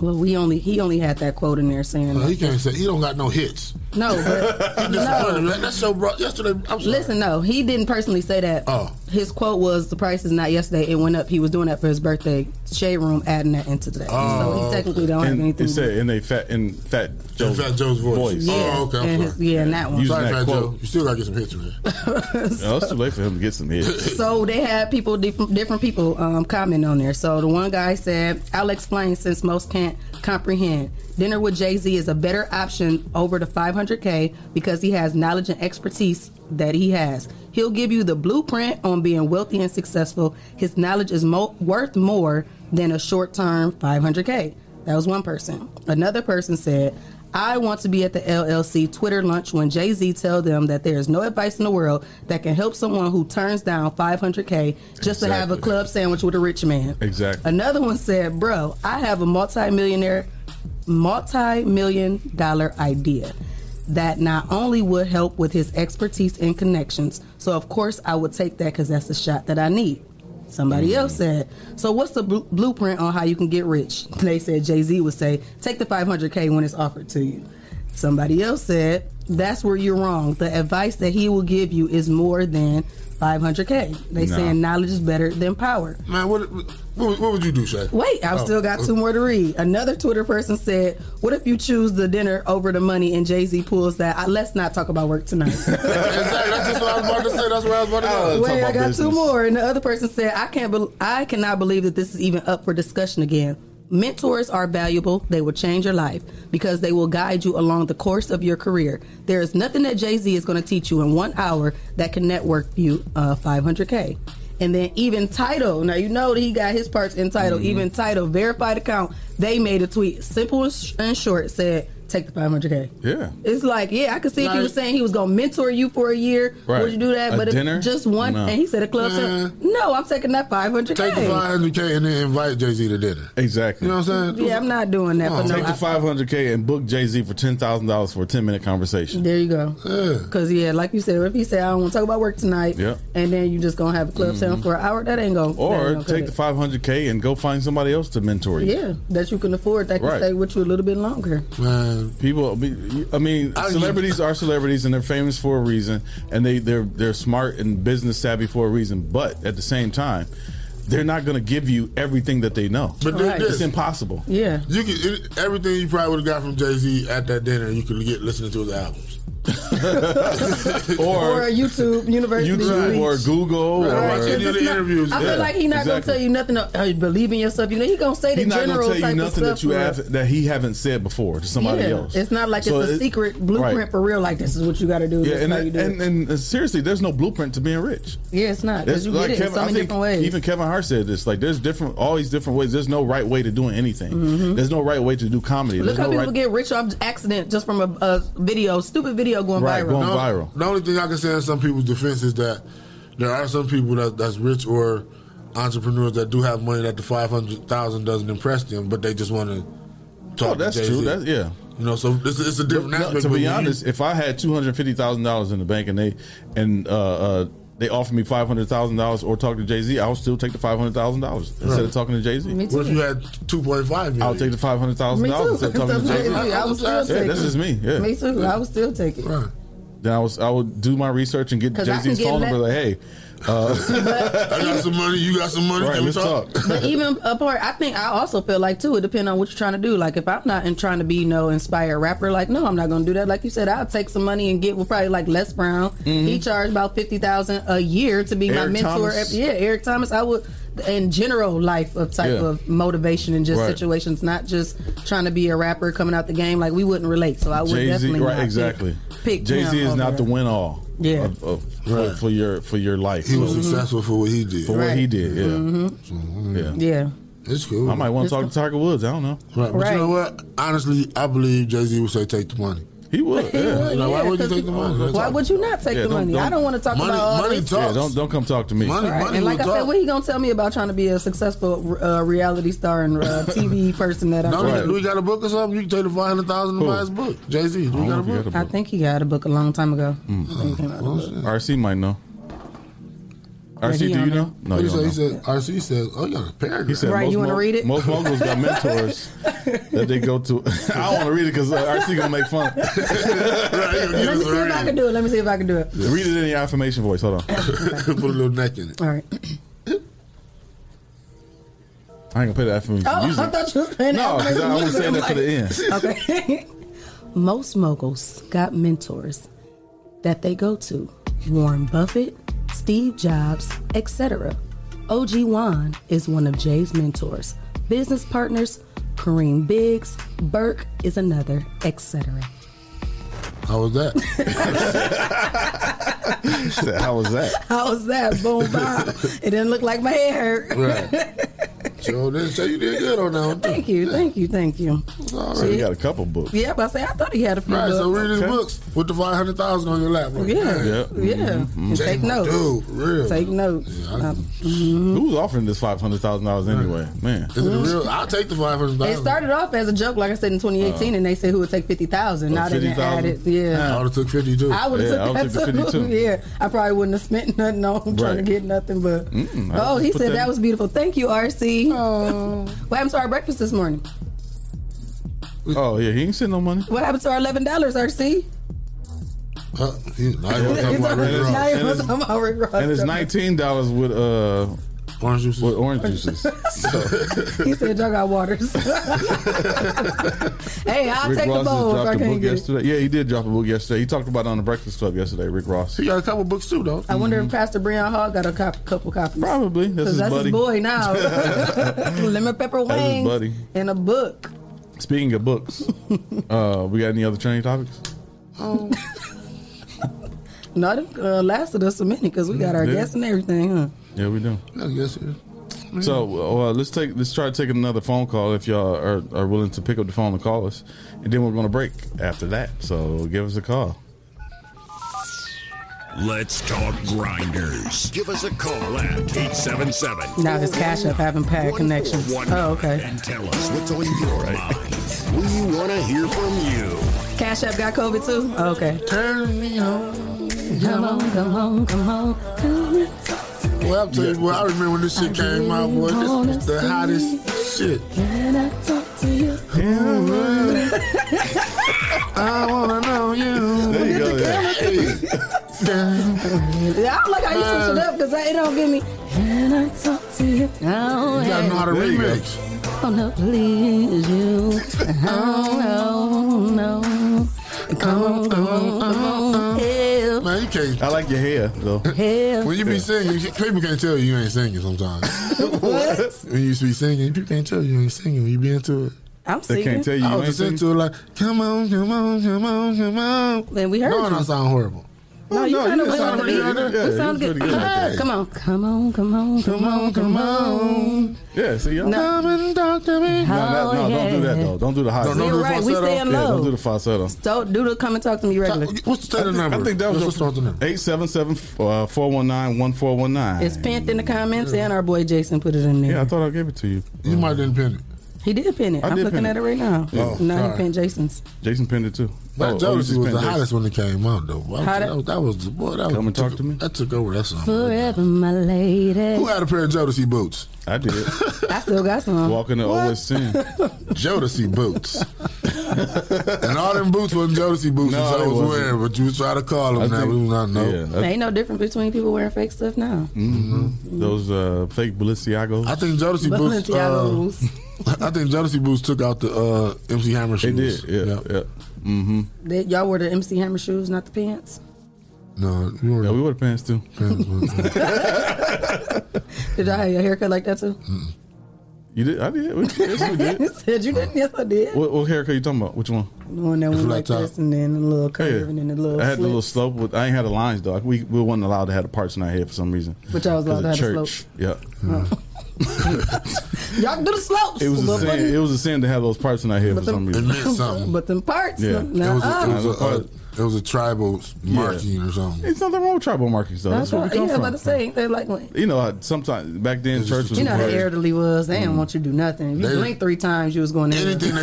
Speaker 10: Well, we only he only had that quote in there saying
Speaker 8: No,
Speaker 10: that-
Speaker 8: uh, he can't say he don't got no hits.
Speaker 10: No, but
Speaker 8: I'm disappointed. That- That's your bro. Yesterday, I'm sorry.
Speaker 10: Listen, no, he didn't personally say that.
Speaker 8: Oh.
Speaker 10: His quote was, "The price is not yesterday; it went up." He was doing that for his birthday. Shade room adding that into today, so
Speaker 8: Oh,
Speaker 10: he technically don't
Speaker 11: and
Speaker 10: have anything.
Speaker 11: It said in they fat in fat Joe's,
Speaker 8: Fat Joe's voice.
Speaker 10: Yeah,
Speaker 8: Oh, okay. I'm
Speaker 10: and
Speaker 8: sorry.
Speaker 10: his- yeah, and that one.
Speaker 11: Using
Speaker 8: Sorry,
Speaker 11: that
Speaker 8: Fat
Speaker 11: quote.
Speaker 8: Joe. You still gotta get some hits with it.
Speaker 11: No, it's too late for him to get some hits.
Speaker 10: so they had people different different people um, comment on there. So the one guy said, "I'll explain since most can't comprehend. Dinner with Jay Z is a better option over the 500k because he has knowledge and expertise that he has. He'll give you the blueprint on being wealthy and successful. His knowledge is mo- worth more than a short term 500k." That was one person. Another person said, I want to be at the LLC Twitter lunch when Jay Z tell them that there is no advice in the world that can help someone who turns down 500k just to have a
Speaker 11: Exactly.
Speaker 10: club sandwich with a rich man.
Speaker 11: Exactly.
Speaker 10: Another one said, "Bro, I have a multi-millionaire, multi-million dollar idea that not only would help with his expertise and connections. So of course I would take that because that's the shot that I need." Somebody else said, "So what's the blu- blueprint on how you can get rich?" They said Jay Z would say, "Take the 500k when it's offered to you." Somebody else said, "That's where you're wrong. The advice that he will give you is more than 500k." They
Speaker 8: No.
Speaker 10: saying knowledge is better than power.
Speaker 8: Man, what, what what would you do, Shay?
Speaker 10: Wait, I've
Speaker 8: Oh.
Speaker 10: still got two more to read. Another Twitter person said, "What if you choose the dinner over the money?" And Jay Z pulls that. I, let's not talk about work tonight.
Speaker 8: Exactly. That's just what I was about to say. That's what I was about to
Speaker 10: Wait,
Speaker 8: go.
Speaker 10: I got two more. And the other person said, "I can't, bel I cannot believe that this is even up for discussion again." Mentors are valuable. They will change your life because they will guide you along the course of your career. There is nothing that Jay Z is going to teach you in one hour that can network you uh, 500k. And then even title. Now you know that he got his parts in title. Even title verified account. They made a tweet, simple and, sh- and short, said take the 500k.
Speaker 11: Yeah.
Speaker 10: It's like, yeah, I could see if he
Speaker 8: Like-
Speaker 10: was saying he was gonna mentor you for a year.
Speaker 11: Right.
Speaker 10: Would you do that?
Speaker 11: A
Speaker 10: but if
Speaker 11: dinner?
Speaker 10: just one,
Speaker 11: No.
Speaker 10: and he said a club.
Speaker 8: Man.
Speaker 10: sandwich. no, I'm taking that 500k.
Speaker 8: Take the 500K and then invite Jay Z to dinner.
Speaker 11: Exactly.
Speaker 8: You know what I'm saying?
Speaker 10: Yeah, I'm not doing that for no.
Speaker 11: Take the five hundred k and book Jay Z for ten thousand dollars for a ten minute conversation.
Speaker 10: there you go. Because yeah, like you said, if he said I don't want to talk about work tonight,
Speaker 11: Yeah. Mm-hmm.
Speaker 10: and then you just gonna have a club sandwich for an hour, that ain't gonna. that ain't
Speaker 11: Or
Speaker 10: gonna cut
Speaker 11: take the
Speaker 10: it.
Speaker 11: five hundred k and go find somebody else to mentor you.
Speaker 10: yeah that you can afford that can
Speaker 11: Right.
Speaker 10: stay with you a little bit longer.
Speaker 8: Man,
Speaker 11: people. be- I mean, celebrities are celebrities, and they're famous for a reason, and they they're they're smart and business savvy for a reason. But at the same time, they're not going to give you everything that they know.
Speaker 8: But do this.
Speaker 11: it's impossible.
Speaker 10: Yeah.
Speaker 8: You could it, everything you probably would have got from Jay Z at that dinner. You could get listening to his albums.
Speaker 10: or, YouTube University.
Speaker 11: YouTube
Speaker 10: speech.
Speaker 11: or Google
Speaker 8: Right.
Speaker 11: or
Speaker 8: Watch any of the interviews.
Speaker 10: I feel like he not gonna tell you nothing. Of, uh, believe in yourself. You know he gonna say the
Speaker 11: He's not
Speaker 10: general
Speaker 11: gonna tell
Speaker 10: type
Speaker 11: you
Speaker 10: of
Speaker 11: nothing
Speaker 10: stuff.
Speaker 11: that you
Speaker 10: for-
Speaker 11: have that he haven't said before to somebody
Speaker 10: Yeah.
Speaker 11: else.
Speaker 10: It's not like
Speaker 11: So
Speaker 10: it's a
Speaker 11: it-
Speaker 10: secret blueprint
Speaker 11: right.
Speaker 10: for real. Like this is what you got to do.
Speaker 11: Yeah,
Speaker 10: this
Speaker 11: and,
Speaker 10: how you do it.
Speaker 11: and, and, seriously, there's no blueprint to being rich.
Speaker 10: yeah, it's not because
Speaker 11: That's
Speaker 10: you
Speaker 11: like
Speaker 10: get it in
Speaker 11: Kevin-
Speaker 10: so
Speaker 11: I
Speaker 10: many
Speaker 11: think
Speaker 10: different ways.
Speaker 11: Even Kevin Hart said this. Like, there's different, all these different ways. There's no right way to doing anything.
Speaker 10: Mhm.
Speaker 11: There's no right way to do comedy.
Speaker 10: Look
Speaker 11: There's
Speaker 10: how
Speaker 11: no
Speaker 10: people
Speaker 11: right.
Speaker 10: get rich off accident just from a, a video, stupid video going viral.
Speaker 8: The only- The only thing I can say in some people's defense is that there are some people that that's rich or entrepreneurs that do have money that the five hundred thousand doesn't impress them, but they just want to talk.
Speaker 11: Oh, that's
Speaker 8: to Jay-Z.
Speaker 11: true. That's, yeah.
Speaker 8: You know, so this, it's a different
Speaker 11: No,
Speaker 8: aspect.
Speaker 11: to
Speaker 8: but
Speaker 11: be
Speaker 8: when you-
Speaker 11: honest, if I had two hundred fifty thousand dollars in the bank and they and uh, uh, they offered me five hundred thousand dollars or talk to Jay Z, I would still take the five hundred thousand dollars instead of
Speaker 8: Right.
Speaker 11: talking to Jay Z.
Speaker 8: Me What if too. you had two point five?
Speaker 11: I'll take the five hundred thousand dollars instead of talking to Jay Z.
Speaker 10: I would still take
Speaker 11: Yeah,
Speaker 10: it.
Speaker 11: that's just me. Yeah.
Speaker 10: Me too. I would still take it.
Speaker 11: Then I was I would do my research and get
Speaker 10: 'Cause I
Speaker 11: Jay
Speaker 10: can
Speaker 11: Z's
Speaker 10: get
Speaker 11: phone
Speaker 10: let-
Speaker 11: number. Like, hey, uh,
Speaker 8: I got some money. You got some money.
Speaker 11: Right,
Speaker 8: can we
Speaker 11: let's
Speaker 8: talk?
Speaker 10: but even apart, I think I also feel like too. It depends on what you're trying to do. Like if I'm not in trying to be no inspired rapper, like no, I'm not going to do that. Like you said, I'll take some money and get well, probably like Les Brown.
Speaker 11: Mhm.
Speaker 10: He charged about fifty thousand a year to be
Speaker 11: Eric
Speaker 10: my mentor.
Speaker 11: Thomas.
Speaker 10: Yeah, Eric Thomas. I would in general life of type
Speaker 11: Yeah.
Speaker 10: of motivation and just
Speaker 11: Right.
Speaker 10: situations, not just trying to be a rapper coming out the game. Like we wouldn't relate, so I would
Speaker 11: Jay Z,
Speaker 10: definitely not
Speaker 11: right?
Speaker 10: pick-
Speaker 11: Exactly.
Speaker 10: Pick
Speaker 11: Jay Z is
Speaker 10: him over
Speaker 11: not
Speaker 10: that.
Speaker 11: the win all.
Speaker 10: Yeah.
Speaker 11: Of, of, for-
Speaker 8: Right.
Speaker 11: for, your for your life.
Speaker 8: He was
Speaker 11: So-
Speaker 8: successful for what he did. Mm-hmm.
Speaker 11: For what he did. Yeah.
Speaker 10: Mhm.
Speaker 11: Yeah.
Speaker 10: Yeah.
Speaker 8: It's cool.
Speaker 11: I might want to talk to Tiger Woods. I don't know.
Speaker 8: Right, but you know what? Honestly, I believe Jay Z would say, "Take the money."
Speaker 11: He would.
Speaker 10: He would,
Speaker 8: You know, why
Speaker 10: yeah,
Speaker 8: would you
Speaker 10: 'cause
Speaker 8: take the
Speaker 10: he-
Speaker 8: money?
Speaker 10: Why would you not take
Speaker 11: Yeah,
Speaker 10: the
Speaker 11: don't-
Speaker 10: money? I
Speaker 11: don't-
Speaker 10: don't want to talk
Speaker 11: Money-
Speaker 10: about all
Speaker 11: money
Speaker 10: this.
Speaker 11: talks. Yeah, don't- don't come talk to me. Money-
Speaker 10: All
Speaker 11: money
Speaker 10: and like I
Speaker 11: will
Speaker 10: said,
Speaker 11: talk.
Speaker 10: what he gonna tell me about trying to be a successful uh, reality star and uh, TV person that I'm.
Speaker 8: No, do we got a book or something? You can take the five hundred thousand to
Speaker 10: Who?
Speaker 8: buy his book. Jay Z, do
Speaker 11: I
Speaker 8: we got
Speaker 11: don't
Speaker 8: a
Speaker 11: know if he
Speaker 8: book? Hmm.
Speaker 11: got
Speaker 10: I think he got a book a long time ago.
Speaker 11: RC Mm. might know.
Speaker 8: Yeah,
Speaker 11: RC,
Speaker 8: he
Speaker 11: do you
Speaker 8: on
Speaker 11: know?
Speaker 8: it.
Speaker 11: No,
Speaker 8: he
Speaker 11: you
Speaker 8: said,
Speaker 11: don't
Speaker 8: he
Speaker 11: know.
Speaker 8: said, RC says, "Oh, you got a paragraph."
Speaker 11: He said most mog- Most moguls got mentors that they go to. I don't want to read it because uh, RC gonna make fun.
Speaker 10: Let me see if I can do it. Let me see if I can do it.
Speaker 11: Read it in your affirmation voice. Hold on.
Speaker 8: Put a little neck in it.
Speaker 10: All right.
Speaker 11: I ain't gonna play the affirmation
Speaker 10: Oh,
Speaker 11: music.
Speaker 10: I thought you was playing
Speaker 11: No, 'cause I was
Speaker 10: was
Speaker 11: saying that for the end.
Speaker 10: Okay. Most moguls got mentors that they go to Warren Buffett, Steve Jobs, etc. OG Wan is one of Jay's mentors. Business partners, Kareem Biggs, Burke is another, etc.
Speaker 8: How was that?
Speaker 11: She said, How was that?
Speaker 10: How's that? Boom, bop. It didn't look like my head hurt.
Speaker 8: Right. So then, so you did good on that one. Too.
Speaker 10: Thank you, thank you, thank you.
Speaker 11: So you got a couple books.
Speaker 10: Yeah, but I say I thought he had a few
Speaker 8: Right, so
Speaker 10: books.
Speaker 8: read his books with the five hundred thousand on your lap. Bro.
Speaker 10: Yeah,
Speaker 11: Yeah.
Speaker 10: yeah.
Speaker 11: Mhm.
Speaker 10: And take
Speaker 8: my
Speaker 10: notes.
Speaker 8: dude, for real.
Speaker 10: Take notes. Uh, mhm.
Speaker 11: Who's offering this five hundred thousand dollars anyway? Man,
Speaker 8: Is it
Speaker 10: Mm-hmm.
Speaker 8: real? I'll take the five hundred
Speaker 10: It
Speaker 8: thousand.
Speaker 10: started off as a joke, like I said in
Speaker 8: Uh,
Speaker 10: 2018,
Speaker 8: Oh,
Speaker 10: and they said who would take fifty thousand. Now
Speaker 11: Oh,
Speaker 10: they didn't add it. Yeah,
Speaker 8: I would have took fifty too.
Speaker 10: I would have took that too. Yeah, I probably wouldn't have spent nothing on trying to
Speaker 8: Right.
Speaker 10: get nothing. But
Speaker 11: Mm.
Speaker 8: Mm-mm, Mm, I
Speaker 10: oh, he
Speaker 8: put
Speaker 10: said
Speaker 8: that-
Speaker 10: that, was beautiful. Thank you, RC.
Speaker 8: Oh.
Speaker 10: what happened to our breakfast this morning?
Speaker 11: Oh yeah, he ain't sent no money.
Speaker 10: What happened to our eleven dollars, RC?
Speaker 8: Uh, he, now he wanna talk
Speaker 10: It's
Speaker 8: about
Speaker 10: already-
Speaker 8: Rick Ross.
Speaker 10: now he
Speaker 11: And
Speaker 10: wanna
Speaker 11: it's-
Speaker 10: talk about Rick Ross.
Speaker 11: and it's nineteen dollars with uh
Speaker 8: orange juices.
Speaker 11: With orange juices.
Speaker 10: He said, "Y'all got waters." hey, I'll
Speaker 11: Rick
Speaker 10: take
Speaker 11: Ross
Speaker 10: the bowl if
Speaker 11: just
Speaker 10: I
Speaker 11: dropped a book
Speaker 10: can't get it.
Speaker 11: yesterday. Yeah, he did drop a book yesterday. He talked about it on the Breakfast Club yesterday. Rick Ross.
Speaker 8: He got a couple books too, though.
Speaker 10: I wonder if Pastor Breon Hall got a cop- couple copies.
Speaker 11: Mm-hmm. Probably. That's his
Speaker 10: that's
Speaker 11: buddy.
Speaker 10: his boy now. Lemon pepper
Speaker 11: That's his
Speaker 10: wings
Speaker 11: buddy.
Speaker 10: and a book.
Speaker 11: Speaking of books, uh, we got any other training topics?
Speaker 10: Oh. no, that uh, lasted us a minute because we got our
Speaker 11: Yeah.
Speaker 10: guests and everything, huh?
Speaker 11: Yeah, we do.
Speaker 8: No, yes, sir.
Speaker 10: Mm.
Speaker 11: So uh, let's take let's try taking another phone call if y'all are, are willing to pick up the phone and call us, and then we're gonna break after that. So give us a call.
Speaker 13: Let's talk grinders. Give us a call at 877
Speaker 10: Now his cash up having bad connections. Oh, okay.
Speaker 13: and tell us what's on your mind. We want to hear from you.
Speaker 10: Cash App got COVID too? Okay.
Speaker 8: Turn me on.
Speaker 10: Come on, come on, come on. Come and talk to me.
Speaker 8: Well, I'm telling you, boy, I remember when this shit came out, boy. This was the hottest shit.
Speaker 10: Can I talk to you?
Speaker 8: I wanna know you.
Speaker 11: There you go. Yeah.
Speaker 10: Yeah, I don't like how you switch it up because it don't give me. Can I talk see you now.
Speaker 8: You gotta know how to
Speaker 10: and-
Speaker 8: remix.
Speaker 10: Oh no, please you. Oh no, no. Come on, come on, come on. Help.
Speaker 8: Man, you can't.
Speaker 11: I like your hair though.
Speaker 8: When you be singing, you can't- people can't tell you you ain't singing sometimes. what? When you be singing, people can't tell you you ain't singing. When you be into it.
Speaker 10: I'm They can't singing. tell you
Speaker 8: I
Speaker 10: you
Speaker 8: was
Speaker 10: ain't
Speaker 8: just into it like, come on, come on, come on, come on.
Speaker 10: Then we heard
Speaker 8: No,
Speaker 10: you.
Speaker 8: no, I sound horrible.
Speaker 10: No, you
Speaker 8: No,
Speaker 10: kind of
Speaker 8: you
Speaker 10: went
Speaker 8: sound
Speaker 10: with
Speaker 8: pretty
Speaker 10: the
Speaker 8: good.
Speaker 10: beat.
Speaker 8: Yeah,
Speaker 10: You
Speaker 8: you
Speaker 10: sound good.
Speaker 8: pretty good like that.
Speaker 10: Come on, come on, come on, come on, come on. oh,
Speaker 11: Yeah, see y'all.
Speaker 10: Come
Speaker 8: and talk to me.
Speaker 11: No, no, no, don't do that though. Don't do the high.
Speaker 10: No, don't do the You're right, we falsetto. staying
Speaker 11: Yeah,
Speaker 10: low.
Speaker 11: don't do the falsetto.
Speaker 10: Don't do the come and talk to me regular.
Speaker 8: What's
Speaker 11: I think- I think that was number. uh, 877-419-1419.
Speaker 10: It's pinned in the comments, and our boy Jason put it in there.
Speaker 11: Yeah, I thought I gave it to you.
Speaker 8: You might have didn't pin it.
Speaker 10: He did pin it.
Speaker 11: I
Speaker 10: I'm
Speaker 11: did
Speaker 10: looking
Speaker 11: pin
Speaker 10: at
Speaker 11: it.
Speaker 10: it right now.
Speaker 11: Oh,
Speaker 10: no,
Speaker 11: sorry.
Speaker 10: he pinned Jason's.
Speaker 11: Jason pinned it too.
Speaker 8: That
Speaker 11: Oh,
Speaker 8: Jodeci
Speaker 11: oh, just
Speaker 8: was the
Speaker 11: pinned Jason.
Speaker 8: hottest when it came out, though. That was, oh,
Speaker 10: Hot-
Speaker 8: that was, that was the boy. That
Speaker 11: Come
Speaker 8: was,
Speaker 11: and talk
Speaker 8: took-
Speaker 11: to me.
Speaker 8: That took over that song.
Speaker 10: Forever, my lady.
Speaker 8: Who had a pair of Jodeci boots?
Speaker 11: I did.
Speaker 10: I still got some.
Speaker 11: Walking to
Speaker 8: What?
Speaker 11: OSN.
Speaker 8: Jodeci boots. and all them boots wasn't Jodeci boots
Speaker 11: No,
Speaker 8: that
Speaker 11: they
Speaker 8: I was
Speaker 11: wasn't.
Speaker 8: wearing, but you was trying to call
Speaker 11: I
Speaker 8: them now.
Speaker 11: think-
Speaker 8: We was not know.
Speaker 11: Yeah,
Speaker 10: Ain't no difference between people wearing fake stuff now.
Speaker 11: Mm-hmm. Those uh, fake Balenciagos.
Speaker 8: I think Jodeci boots.
Speaker 10: Balenciagos.
Speaker 8: Uh, I think Jodeci boots took out the uh, MC Hammer
Speaker 11: They
Speaker 8: shoes.
Speaker 11: did. Yeah. Yeah. Mm-hmm.
Speaker 10: They, y'all wear the MC Hammer shoes, not the pants.
Speaker 8: No, we were,
Speaker 11: yeah, we wore the pants too.
Speaker 10: Did I have your haircut like that too?
Speaker 11: you did. I did. Yes, we did.
Speaker 10: Said you didn't. Yes, I did.
Speaker 11: What, what haircut you talking about? Which one?
Speaker 10: The one that
Speaker 11: The
Speaker 10: went
Speaker 11: flat
Speaker 10: like
Speaker 11: top.
Speaker 10: this, and then a little curve,
Speaker 11: Yeah.
Speaker 10: and then a little.
Speaker 11: I had the
Speaker 10: slit.
Speaker 11: little slope. With, I ain't had the lines though. We we weren't allowed to have the parts in our head for some reason.
Speaker 10: But y'all was allowed
Speaker 11: 'Cause of
Speaker 10: to have the
Speaker 11: church. Yeah.
Speaker 10: Y'all can do the slopes.
Speaker 11: It was a
Speaker 10: but
Speaker 11: sin.
Speaker 10: putting-
Speaker 11: It was a sin to have those parts in our head for some reason.
Speaker 10: But them parts.
Speaker 11: Yeah.
Speaker 10: nah,
Speaker 11: It was
Speaker 10: uh,
Speaker 8: It was, a, uh, it was a tribal marking or something.
Speaker 11: Oh. It's nothing wrong with tribal markings though. That's,
Speaker 10: that's
Speaker 11: where
Speaker 10: why.
Speaker 11: we come
Speaker 10: Yeah, I'm about
Speaker 11: from.
Speaker 10: to say ain't they like when
Speaker 11: You know, sometimes back then church was
Speaker 10: you know how the
Speaker 11: very-
Speaker 10: elderly was. They didn't want you to do nothing. If you
Speaker 11: Mm. They-
Speaker 10: blinked three times, you was going to anything
Speaker 8: they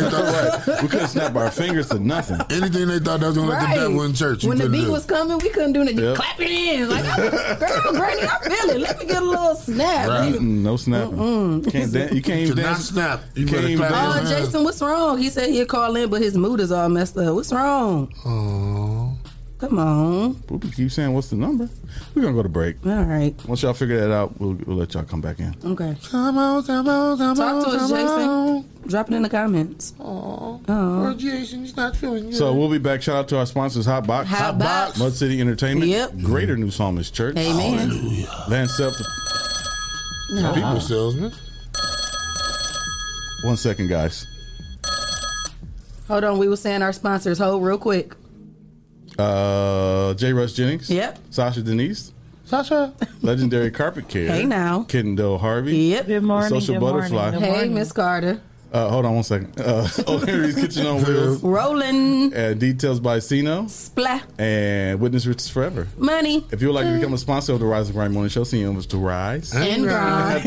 Speaker 8: thought.
Speaker 11: we couldn't snap our fingers to nothing.
Speaker 8: Anything they thought that was gonna let the devil in church. You
Speaker 10: when the
Speaker 8: couldn't
Speaker 10: beat
Speaker 8: do it.
Speaker 10: was coming, we couldn't do nothing. You
Speaker 8: Yep.
Speaker 10: clap your hands like, oh, girl, granny, I feel it. Let me get a little snap.
Speaker 11: Right.
Speaker 10: You-
Speaker 11: No snapping.
Speaker 10: Mm-mm.
Speaker 11: Can't dan- you can't even
Speaker 8: Cannot
Speaker 11: dance.
Speaker 8: snap.
Speaker 11: You,
Speaker 8: better
Speaker 11: can't even
Speaker 8: clap
Speaker 10: Oh,
Speaker 11: dance.
Speaker 10: Jason, what's wrong? He said he'd call in, but his mood is all messed up. What's wrong?
Speaker 8: Oh.
Speaker 10: Come on.
Speaker 11: Poopy keep saying, "What's the number?" We're gonna go to break.
Speaker 10: All right.
Speaker 11: Once y'all figure that out, we'll, we'll let y'all come back in.
Speaker 10: Okay.
Speaker 8: Come on, come on, come
Speaker 10: Talk
Speaker 8: on,
Speaker 10: to
Speaker 8: come
Speaker 10: us, Jason. Drop it in the comments.
Speaker 8: Oh.
Speaker 10: Oh.
Speaker 8: Jason, he's not feeling
Speaker 11: So we'll be back. Shout out to our sponsors, Hot Box,
Speaker 10: Hot Hot Box. Box.
Speaker 11: Mud City Entertainment,
Speaker 10: Yep.
Speaker 11: Greater New Psalmist Church,
Speaker 10: Amen.
Speaker 11: Land Self.
Speaker 10: No.
Speaker 8: People salesman.
Speaker 11: One second, guys.
Speaker 10: Hold on. We were saying our sponsors. Hold real quick.
Speaker 11: Uh, J. Russ Jennings.
Speaker 10: Yep.
Speaker 11: Sasha Denise.
Speaker 10: Sasha.
Speaker 11: Legendary Carpet Care.
Speaker 10: Hey, now.
Speaker 11: Kitten Doe Harvey.
Speaker 10: Yep. Good
Speaker 11: morning, Social good morning, Butterfly. good
Speaker 10: Hey,
Speaker 11: morning.
Speaker 10: Miss Carter.
Speaker 11: Uh, hold on one second. Uh, oh, Henry's Kitchen on Wheels.
Speaker 10: Rolling.
Speaker 11: And Details by Sino.
Speaker 10: Blah.
Speaker 11: And Witness Riches Forever.
Speaker 10: Money.
Speaker 11: If you would like to become a sponsor of the Rise and Grind Morning Show, send your invoice to Rise
Speaker 10: And grind.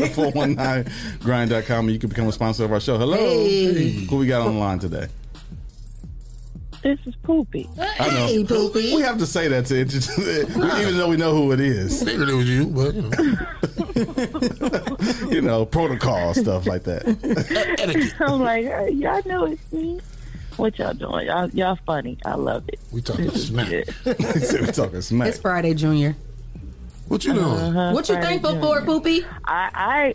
Speaker 11: at the 419grind.com and you can become a sponsor of our show. Hello.
Speaker 10: Hey.
Speaker 11: Who we got on the line today?
Speaker 15: This is Poopy.
Speaker 11: I know.
Speaker 10: Hey, Poopy.
Speaker 11: We have to say that to introduce it, even though we know who it is.
Speaker 8: Figured it was you, but you know,
Speaker 11: you know protocol stuff like that.
Speaker 15: I'm like, hey, y'all know it's me. What y'all doing? Y'all, y'all funny. I love it.
Speaker 8: We talking smack.
Speaker 11: He said we talking smack.
Speaker 10: It's Friday, Junior.
Speaker 8: What you doing?
Speaker 10: what you
Speaker 15: Uh, Friday,
Speaker 10: thankful
Speaker 15: Junior.
Speaker 10: for, Poopy?
Speaker 15: I, I,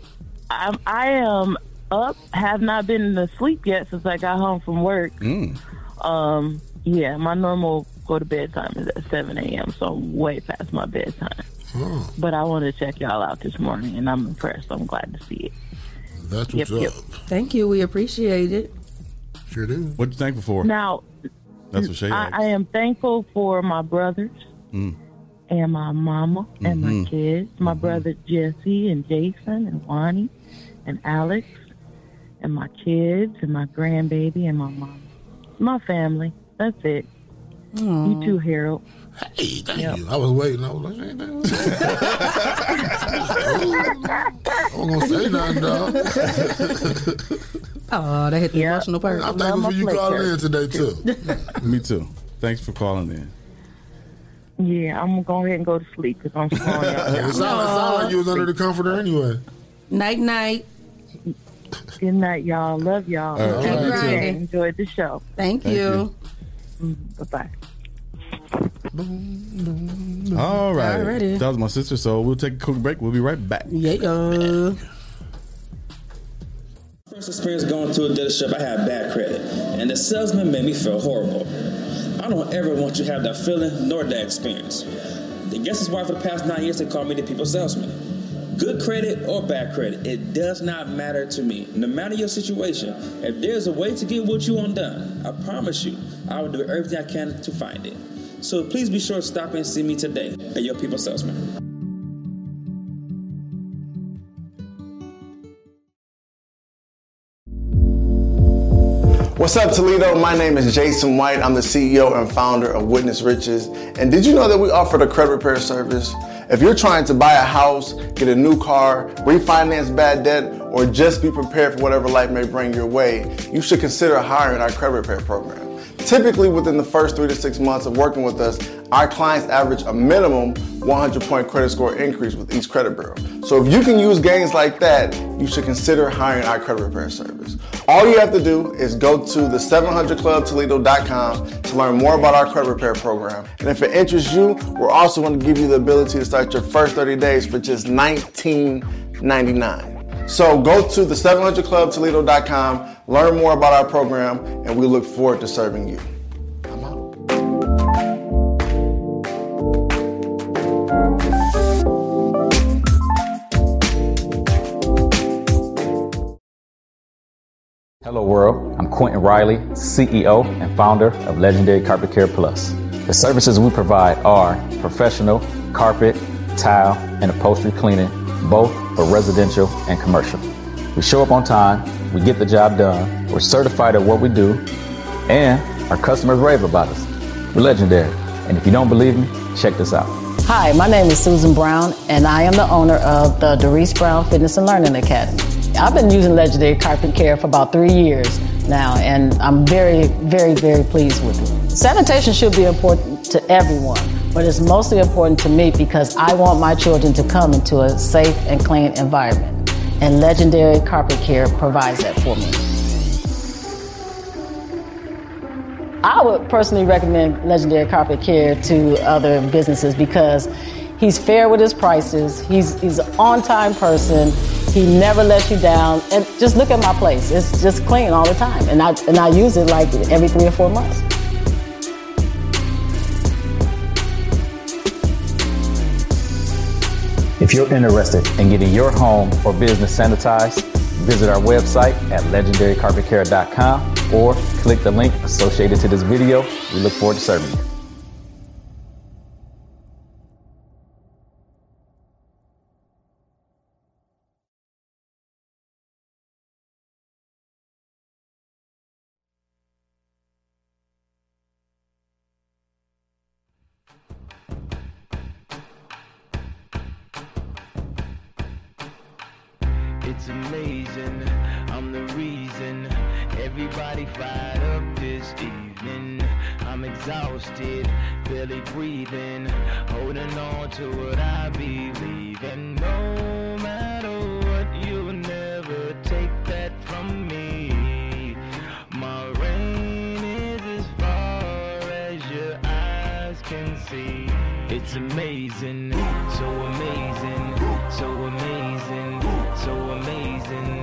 Speaker 15: I'm, I am up. Have not been asleep yet since I got home from work. Um, yeah, my normal go to bed time is at 7 a.m., so I'm way past my bedtime.
Speaker 10: Uh-huh.
Speaker 11: Oh,
Speaker 15: But I want to check y'all out this morning, and I'm impressed. I'm glad to see it.
Speaker 8: That's
Speaker 15: Yep,
Speaker 8: what's
Speaker 15: yep.
Speaker 8: up.
Speaker 10: Thank you. We appreciate it.
Speaker 8: Sure do.
Speaker 11: What you thankful for?
Speaker 15: Now,
Speaker 11: That's what Shay
Speaker 15: I,
Speaker 11: asked.
Speaker 15: I am thankful for my brothers
Speaker 11: Mm.
Speaker 15: and my mama and
Speaker 8: Mm-hmm.
Speaker 15: my kids, my brother Jesse and Jason and Wani and Alex and my kids and my grandbaby and my mom, my family. That's it. You too, Harold.
Speaker 8: Hey, thank you. I was waiting. I was like, hey, man, what's up? I wasn't gonna say nothing, dog.
Speaker 10: Oh, that hit the emotional part.
Speaker 8: I'm thankful for you calling in today too.
Speaker 11: Me too. Thanks for calling in.
Speaker 15: Yeah, I'm gonna go ahead and go to sleep because I'm slowing y'all down.
Speaker 8: It sounded sound like you was under the comforter anyway.
Speaker 10: Night, night.
Speaker 15: Good night, y'all. Love y'all.
Speaker 8: All right.
Speaker 15: Have a
Speaker 8: All
Speaker 15: good
Speaker 8: right.
Speaker 15: day. Enjoyed the show. Mm,
Speaker 10: Thank, you.
Speaker 15: Bye bye.
Speaker 11: All right.
Speaker 10: Alrighty. Mm-hmm.
Speaker 11: That was my sister, so we'll take a quick break. We'll be right back.
Speaker 10: Yeah.
Speaker 16: first experience going to a dealership, I had bad credit, and the salesman made me feel horrible. I don't ever want you to have that feeling nor that experience. I guess it's why for the past nine years they call me the people salesman. Good credit or bad credit, it does not matter to me. No matter your situation, if there's a way to get what you want done, I promise you, I will do everything I can to find it. So please be sure to stop and see me today at your people salesman.
Speaker 17: What's up, Toledo? My name is Jason White. I'm the CEO and founder of Witness Riches. And did you know that we offer a credit repair service? If you're trying to buy a house, get a new car, refinance bad debt, or just be prepared for whatever life may bring your way, you should consider hiring our credit repair program. Typically, within the first three to six months of working with us, our clients average a minimum 100 point credit score increase with each credit bureau. So, if you can use gains like that, you should consider hiring our credit repair service. All you have to do is go to the 700clubtoledo.com to learn more about our credit repair program. And if it interests you, we're also going to give you the ability to start your first 30 days for just $19.99. So, go to the 700clubtoledo.com, learn more about our program, and we look forward to serving you.
Speaker 18: Hello, world. I'm Quentin Riley, CEO and founder of Legendary Carpet Care Plus. The services we provide are professional carpet, tile, and upholstery cleaning, both for residential and commercial. We show up on time, we get the job done, we're certified at what we do, and our customers rave about us. We're legendary. And if you don't believe me, check this out.
Speaker 19: Hi, my name is Susan Brown, and I am the owner of the Doris Brown Fitness and Learning Academy. I've been using Legendary Carpet Care for about three years now, and I'm very, very, very pleased with it. Sanitation should be important to everyone, but it's mostly important to me because I want my children to come into a safe and clean environment, and Legendary Carpet Care provides that for me. I would personally recommend Legendary Carpet Care to other businesses because he's fair with his prices, he's, he's an on time person, he never lets you down. And just look at my place, it's just clean all the time. And I, and I use it like every three or four months.
Speaker 18: If you're interested in getting your home or business sanitized, visit our website at legendarycarpetcare.com or click the link associated to this video. We look forward to serving you.
Speaker 20: It's amazing, I'm the reason everybody fired up this evening. I'm exhausted, barely breathing, holding on to what I believe. And no matter what, you'll never take that from me. My reign is as far as your eyes can see. It's amazing, so amazing, so amazing, so amazing.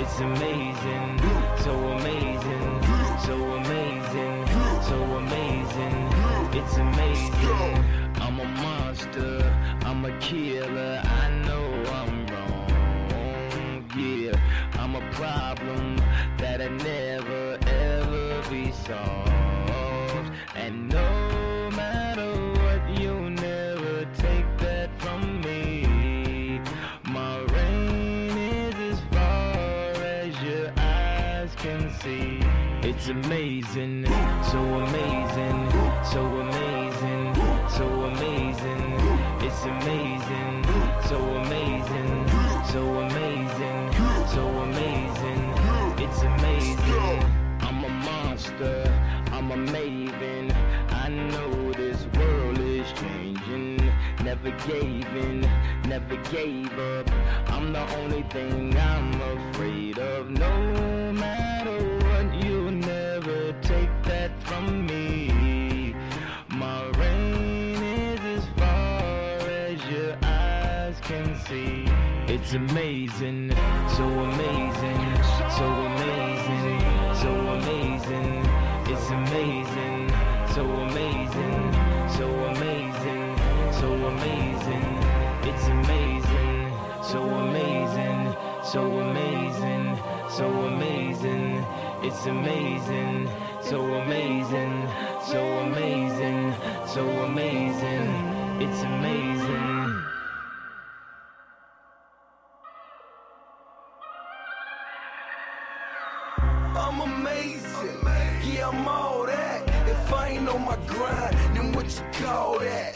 Speaker 20: It's amazing, so amazing, so amazing, so amazing. It's amazing. I'm a monster, I'm a killer. I know I'm wrong. Yeah, I'm a problem that I never ever be solved. And no matter what, you'll never take that from me. My reign is as far as your eyes can see. It's amazing, so amazing, so amazing, so amazing. It's amazing, so amazing, so amazing, so amazing. It's amazing. I'm a monster, I'm a maven. I know this world is changing. Never gave in, never gave up. I'm the only thing I'm afraid of. No matter what, you'll never take that from me. My reign is as far as your eyes can see. It's amazing, so amazing, so so amazing, so amazing, it's amazing, so amazing, so amazing, so amazing, it's amazing, so amazing, so amazing, so amazing, it's amazing, so amazing, so amazing, so amazing, it's amazing.
Speaker 5: I'm amazing. Yeah, I'm all that. If I ain't on my grind, then what you call that?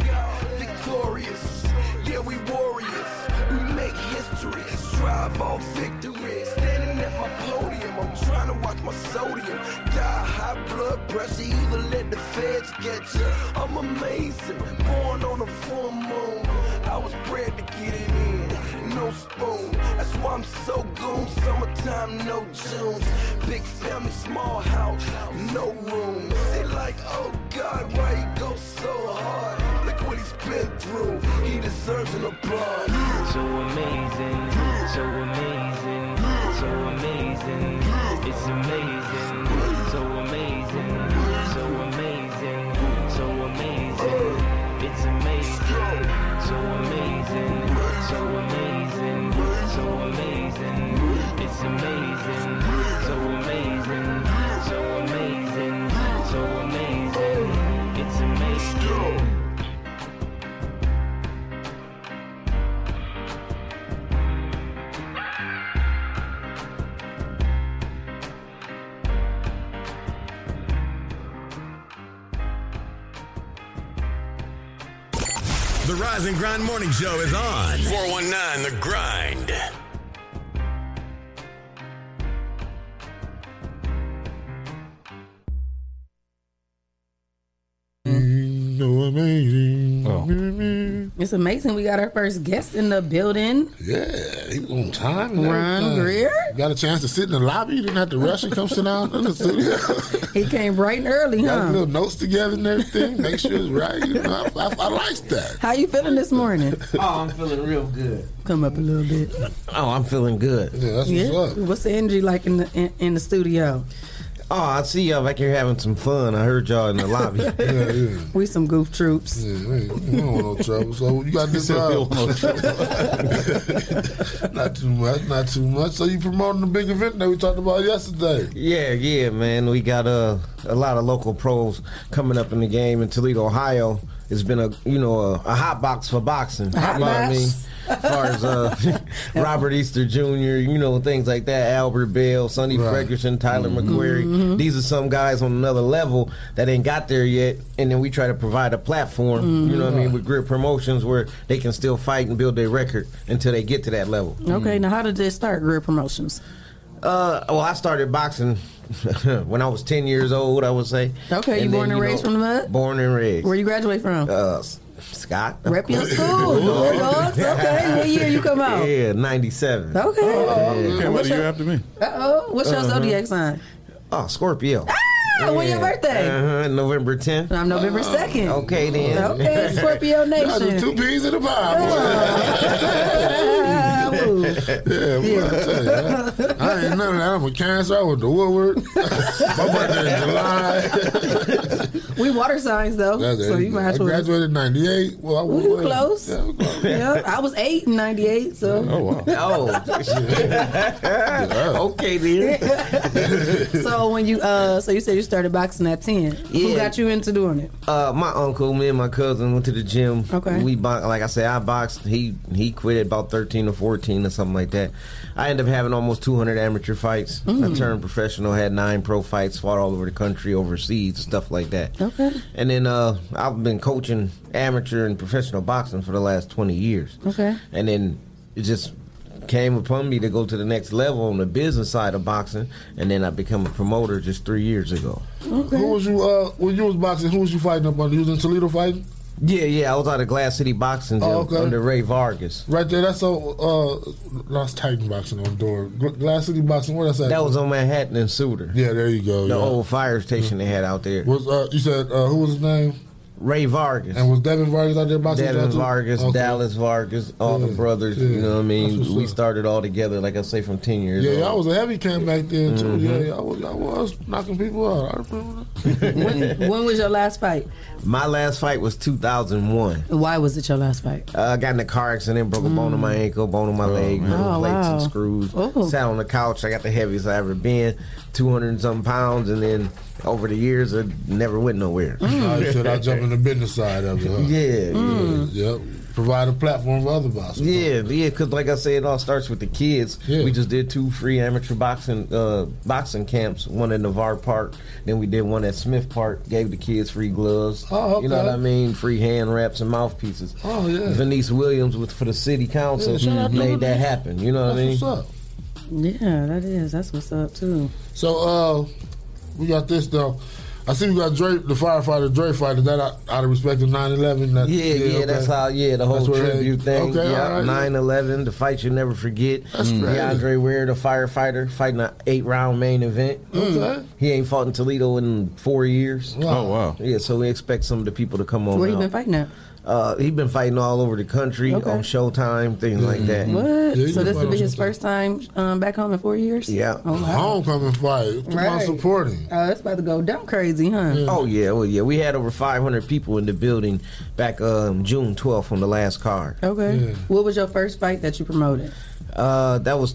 Speaker 5: Victorious. Yeah, we warriors. We make history. Strive all victory. Standing at my podium, I'm trying to watch my sodium. Die high blood pressure, even let the feds get you. I'm amazing. Born on a full moon. I was bred to get it in. No spoon. That's why I'm so goon. Summertime, no Junes. Big family, small house, no room. They like, oh God, why he go so hard? Look what he's been through. He deserves an applause.
Speaker 20: So amazing, so amazing, so amazing, it's amazing, so amazing, so amazing, so amazing, it's amazing, so amazing, so amazing, so amazing, it's amazing, so amazing, so amazing, so amazing, it's amazing.
Speaker 1: The Rise and Grind Morning Show is on. 419 The Grind.
Speaker 8: No amazing.
Speaker 10: Oh. It's amazing. We got our first guest in the building.
Speaker 8: Yeah, he was on time. and
Speaker 10: Ron
Speaker 8: everything.
Speaker 10: Greer?
Speaker 8: Got a chance to sit in the lobby. You didn't have to rush and come sit down in the studio.
Speaker 10: He came bright and early,
Speaker 8: Got his
Speaker 10: huh?
Speaker 8: little notes together and everything. Make sure it's right. You know, I, I, I like that.
Speaker 10: How you feeling this morning?
Speaker 21: Oh, I'm feeling real good.
Speaker 10: Come up a little bit.
Speaker 21: Oh, I'm feeling good. Yeah, that's
Speaker 10: What's the energy like in the in, in the studio?
Speaker 21: Oh, I see y'all back here having some fun. I heard y'all in the lobby.
Speaker 10: We some goof troops.
Speaker 8: Yeah, we, we don't want no trouble. So you got to
Speaker 21: said we don't want
Speaker 8: decide. not too much, not too much. So you promoting the big event that we talked about yesterday?
Speaker 21: yeah, yeah, man. We got uh, a lot of local pros coming up in the game in Toledo, Ohio. It's been a you know a, a hot box for boxing.
Speaker 10: Hot
Speaker 21: you know
Speaker 10: box.
Speaker 21: what I mean? As far as uh, Robert Easter Jr., you know things like that. Albert Bell, Sonny Ferguson, Tyler McQuarrie.
Speaker 10: Mm-hmm.
Speaker 21: These are some guys on another level that ain't got there yet, and then we try to provide a platform. You know what I
Speaker 10: Mm-hmm.
Speaker 21: mean with grid promotions where they can still fight and build their record until they get to that level.
Speaker 10: Okay, now how did this start? Career promotions.
Speaker 21: Uh, well, I started boxing when I was ten years old. I would say.
Speaker 10: Okay, you
Speaker 21: then,
Speaker 10: born and raised from the mud?
Speaker 21: Born and raised.
Speaker 10: Where you graduate from?
Speaker 21: Uh, S- Scott.
Speaker 10: Rep your school. Go Dogs. Okay, what year you come out?
Speaker 21: Yeah, ninety seven.
Speaker 10: Okay.
Speaker 21: Oh, Okay,
Speaker 10: What's your-
Speaker 21: after me.
Speaker 10: Uh oh. What's your
Speaker 21: Uh-huh.
Speaker 10: zodiac sign?
Speaker 21: Oh, Scorpio.
Speaker 10: Ah, when your birthday?
Speaker 21: Uh-huh, November 10th.
Speaker 10: I'm November 2nd.
Speaker 21: Okay, then.
Speaker 10: Okay, Scorpio Nation.
Speaker 8: Two peas in a pod.
Speaker 10: boy.
Speaker 8: yeah, boy, I tell you, I, I ain't none of that. I'm a cancer. I was the Woodward. My birthday in July.
Speaker 10: We water signs though,
Speaker 8: That's
Speaker 10: so
Speaker 8: it.
Speaker 10: you might
Speaker 8: I
Speaker 10: as well.
Speaker 8: graduated in '98. Well, I
Speaker 10: We were close.
Speaker 8: Yeah, we close.
Speaker 10: Yeah, I was eight in '98, so.
Speaker 8: Oh, wow.
Speaker 21: Oh. okay, then. Oh.
Speaker 10: so when you uh, so you said you started boxing at ten. Who
Speaker 21: Yeah.
Speaker 10: got you into doing it?
Speaker 21: Uh, my uncle, me and my cousin went to the gym.
Speaker 10: Okay.
Speaker 21: We box, like I said, I boxed. He he quit at about thirteen or fourteen or something like that. I ended up having almost two hundred amateur fights.
Speaker 22: Mm.
Speaker 21: I turned professional, had nine pro fights, fought all over the country, overseas, stuff like that.
Speaker 22: Okay.
Speaker 21: And then uh, I've been coaching amateur and professional boxing for the last twenty years.
Speaker 22: Okay.
Speaker 21: and then it just came upon me to go to the next level on the business side of boxing, and then I became a promoter just three years ago.
Speaker 8: Who was you? Uh, when you was boxing, who was you fighting up under? You was in Toledo fighting.
Speaker 21: Yeah, yeah, I was out of Glass City Boxing Gym
Speaker 8: Oh, okay.
Speaker 21: under Ray Vargas.
Speaker 8: Right there, that's so uh, that's Titan boxing on door. Gl- Glass City boxing. Where that's at?
Speaker 21: That was on Manhattan and Souter.
Speaker 8: Yeah, there you go.
Speaker 21: The
Speaker 8: yeah.
Speaker 21: old fire station they had out there.
Speaker 8: Was uh, you said uh, who was his name?
Speaker 21: Ray Vargas.
Speaker 8: And was Devin Vargas out there boxing? as well,
Speaker 21: Devin
Speaker 8: too?
Speaker 21: Vargas,
Speaker 8: Okay.
Speaker 21: Dallas Vargas, all the
Speaker 8: Yeah,
Speaker 21: brothers.
Speaker 8: yeah.
Speaker 21: You know what I
Speaker 8: That's what's
Speaker 21: mean? We
Speaker 8: up.
Speaker 21: started all together, like I say, from ten years.
Speaker 8: Yeah,
Speaker 21: old.
Speaker 8: y'all was a heavy camp back then too.
Speaker 21: Mhm.
Speaker 8: Yeah, y'all was, y'all was knocking people out. I remember
Speaker 10: when was your last fight?
Speaker 21: My last fight was 2001.
Speaker 10: Why was it your last fight?
Speaker 21: Uh, I got in a car accident, broke a bone in my ankle, bone in my leg,
Speaker 10: man.
Speaker 21: metal
Speaker 10: Mm. Oh,
Speaker 21: plates
Speaker 10: wow. Oh.
Speaker 21: and screws. Sat on the couch. I got the heaviest I ever been, 200 and some pounds, and then over the years, I never went nowhere.
Speaker 10: Mm.
Speaker 8: that. I said I jump in the business side of it. Huh?
Speaker 21: Yeah,
Speaker 10: Mm.
Speaker 8: yeah, yep. Provide a platform for other boxers.
Speaker 21: Yeah, yeah, because like I said, it all starts with the kids. We just did two free amateur boxing uh, boxing camps, one at Navarre Park, then we did one at Smith Park. Gave the kids free gloves.
Speaker 8: Oh,
Speaker 21: You know
Speaker 8: okay.
Speaker 21: what I mean? Free hand wraps and mouthpieces.
Speaker 8: Oh, yeah.
Speaker 21: Venice Williams with for the city council
Speaker 10: Yeah, shout out to
Speaker 21: made that
Speaker 10: Venice.
Speaker 21: happen. You know what I mean?
Speaker 8: That's what's up.
Speaker 10: Yeah, that is. That's what's up too.
Speaker 8: So uh, we got this though. I see we got Dre, the firefighter Dre fighter. That out, out of respect of 9/11. That,
Speaker 21: Yeah, yeah, that's
Speaker 8: okay.
Speaker 21: how. Yeah, the whole
Speaker 8: That's where they-
Speaker 21: tribute thing.
Speaker 8: Okay, all
Speaker 21: yeah,
Speaker 8: right.
Speaker 21: nine eleven, the fight you never forget.
Speaker 8: That's
Speaker 21: Mm.
Speaker 8: crazy.
Speaker 21: DeAndre Ware, the firefighter, fighting an eight round main event.
Speaker 8: Okay.
Speaker 21: He ain't fought in Toledo in four years.
Speaker 8: Mm. Wow. Oh,
Speaker 21: wow. Yeah, so we expect some of the people to come on.
Speaker 10: Where you
Speaker 21: out.
Speaker 10: been fighting at?
Speaker 21: Uh, he been fighting all over the country
Speaker 10: Okay.
Speaker 21: on Showtime, things
Speaker 8: Mm-hmm.
Speaker 21: like that.
Speaker 10: What? so this will be his first time um, back home in four years.
Speaker 21: Yeah.
Speaker 10: Oh wow.
Speaker 8: Homecoming fight. Come on,
Speaker 10: Right.
Speaker 8: supporting.
Speaker 10: Oh, that's about to go down crazy, huh?
Speaker 21: Oh yeah, well yeah, we had over 500 people in the building back um, June 12th on the last card.
Speaker 10: Okay. What was your first fight that you promoted?
Speaker 21: Uh, that was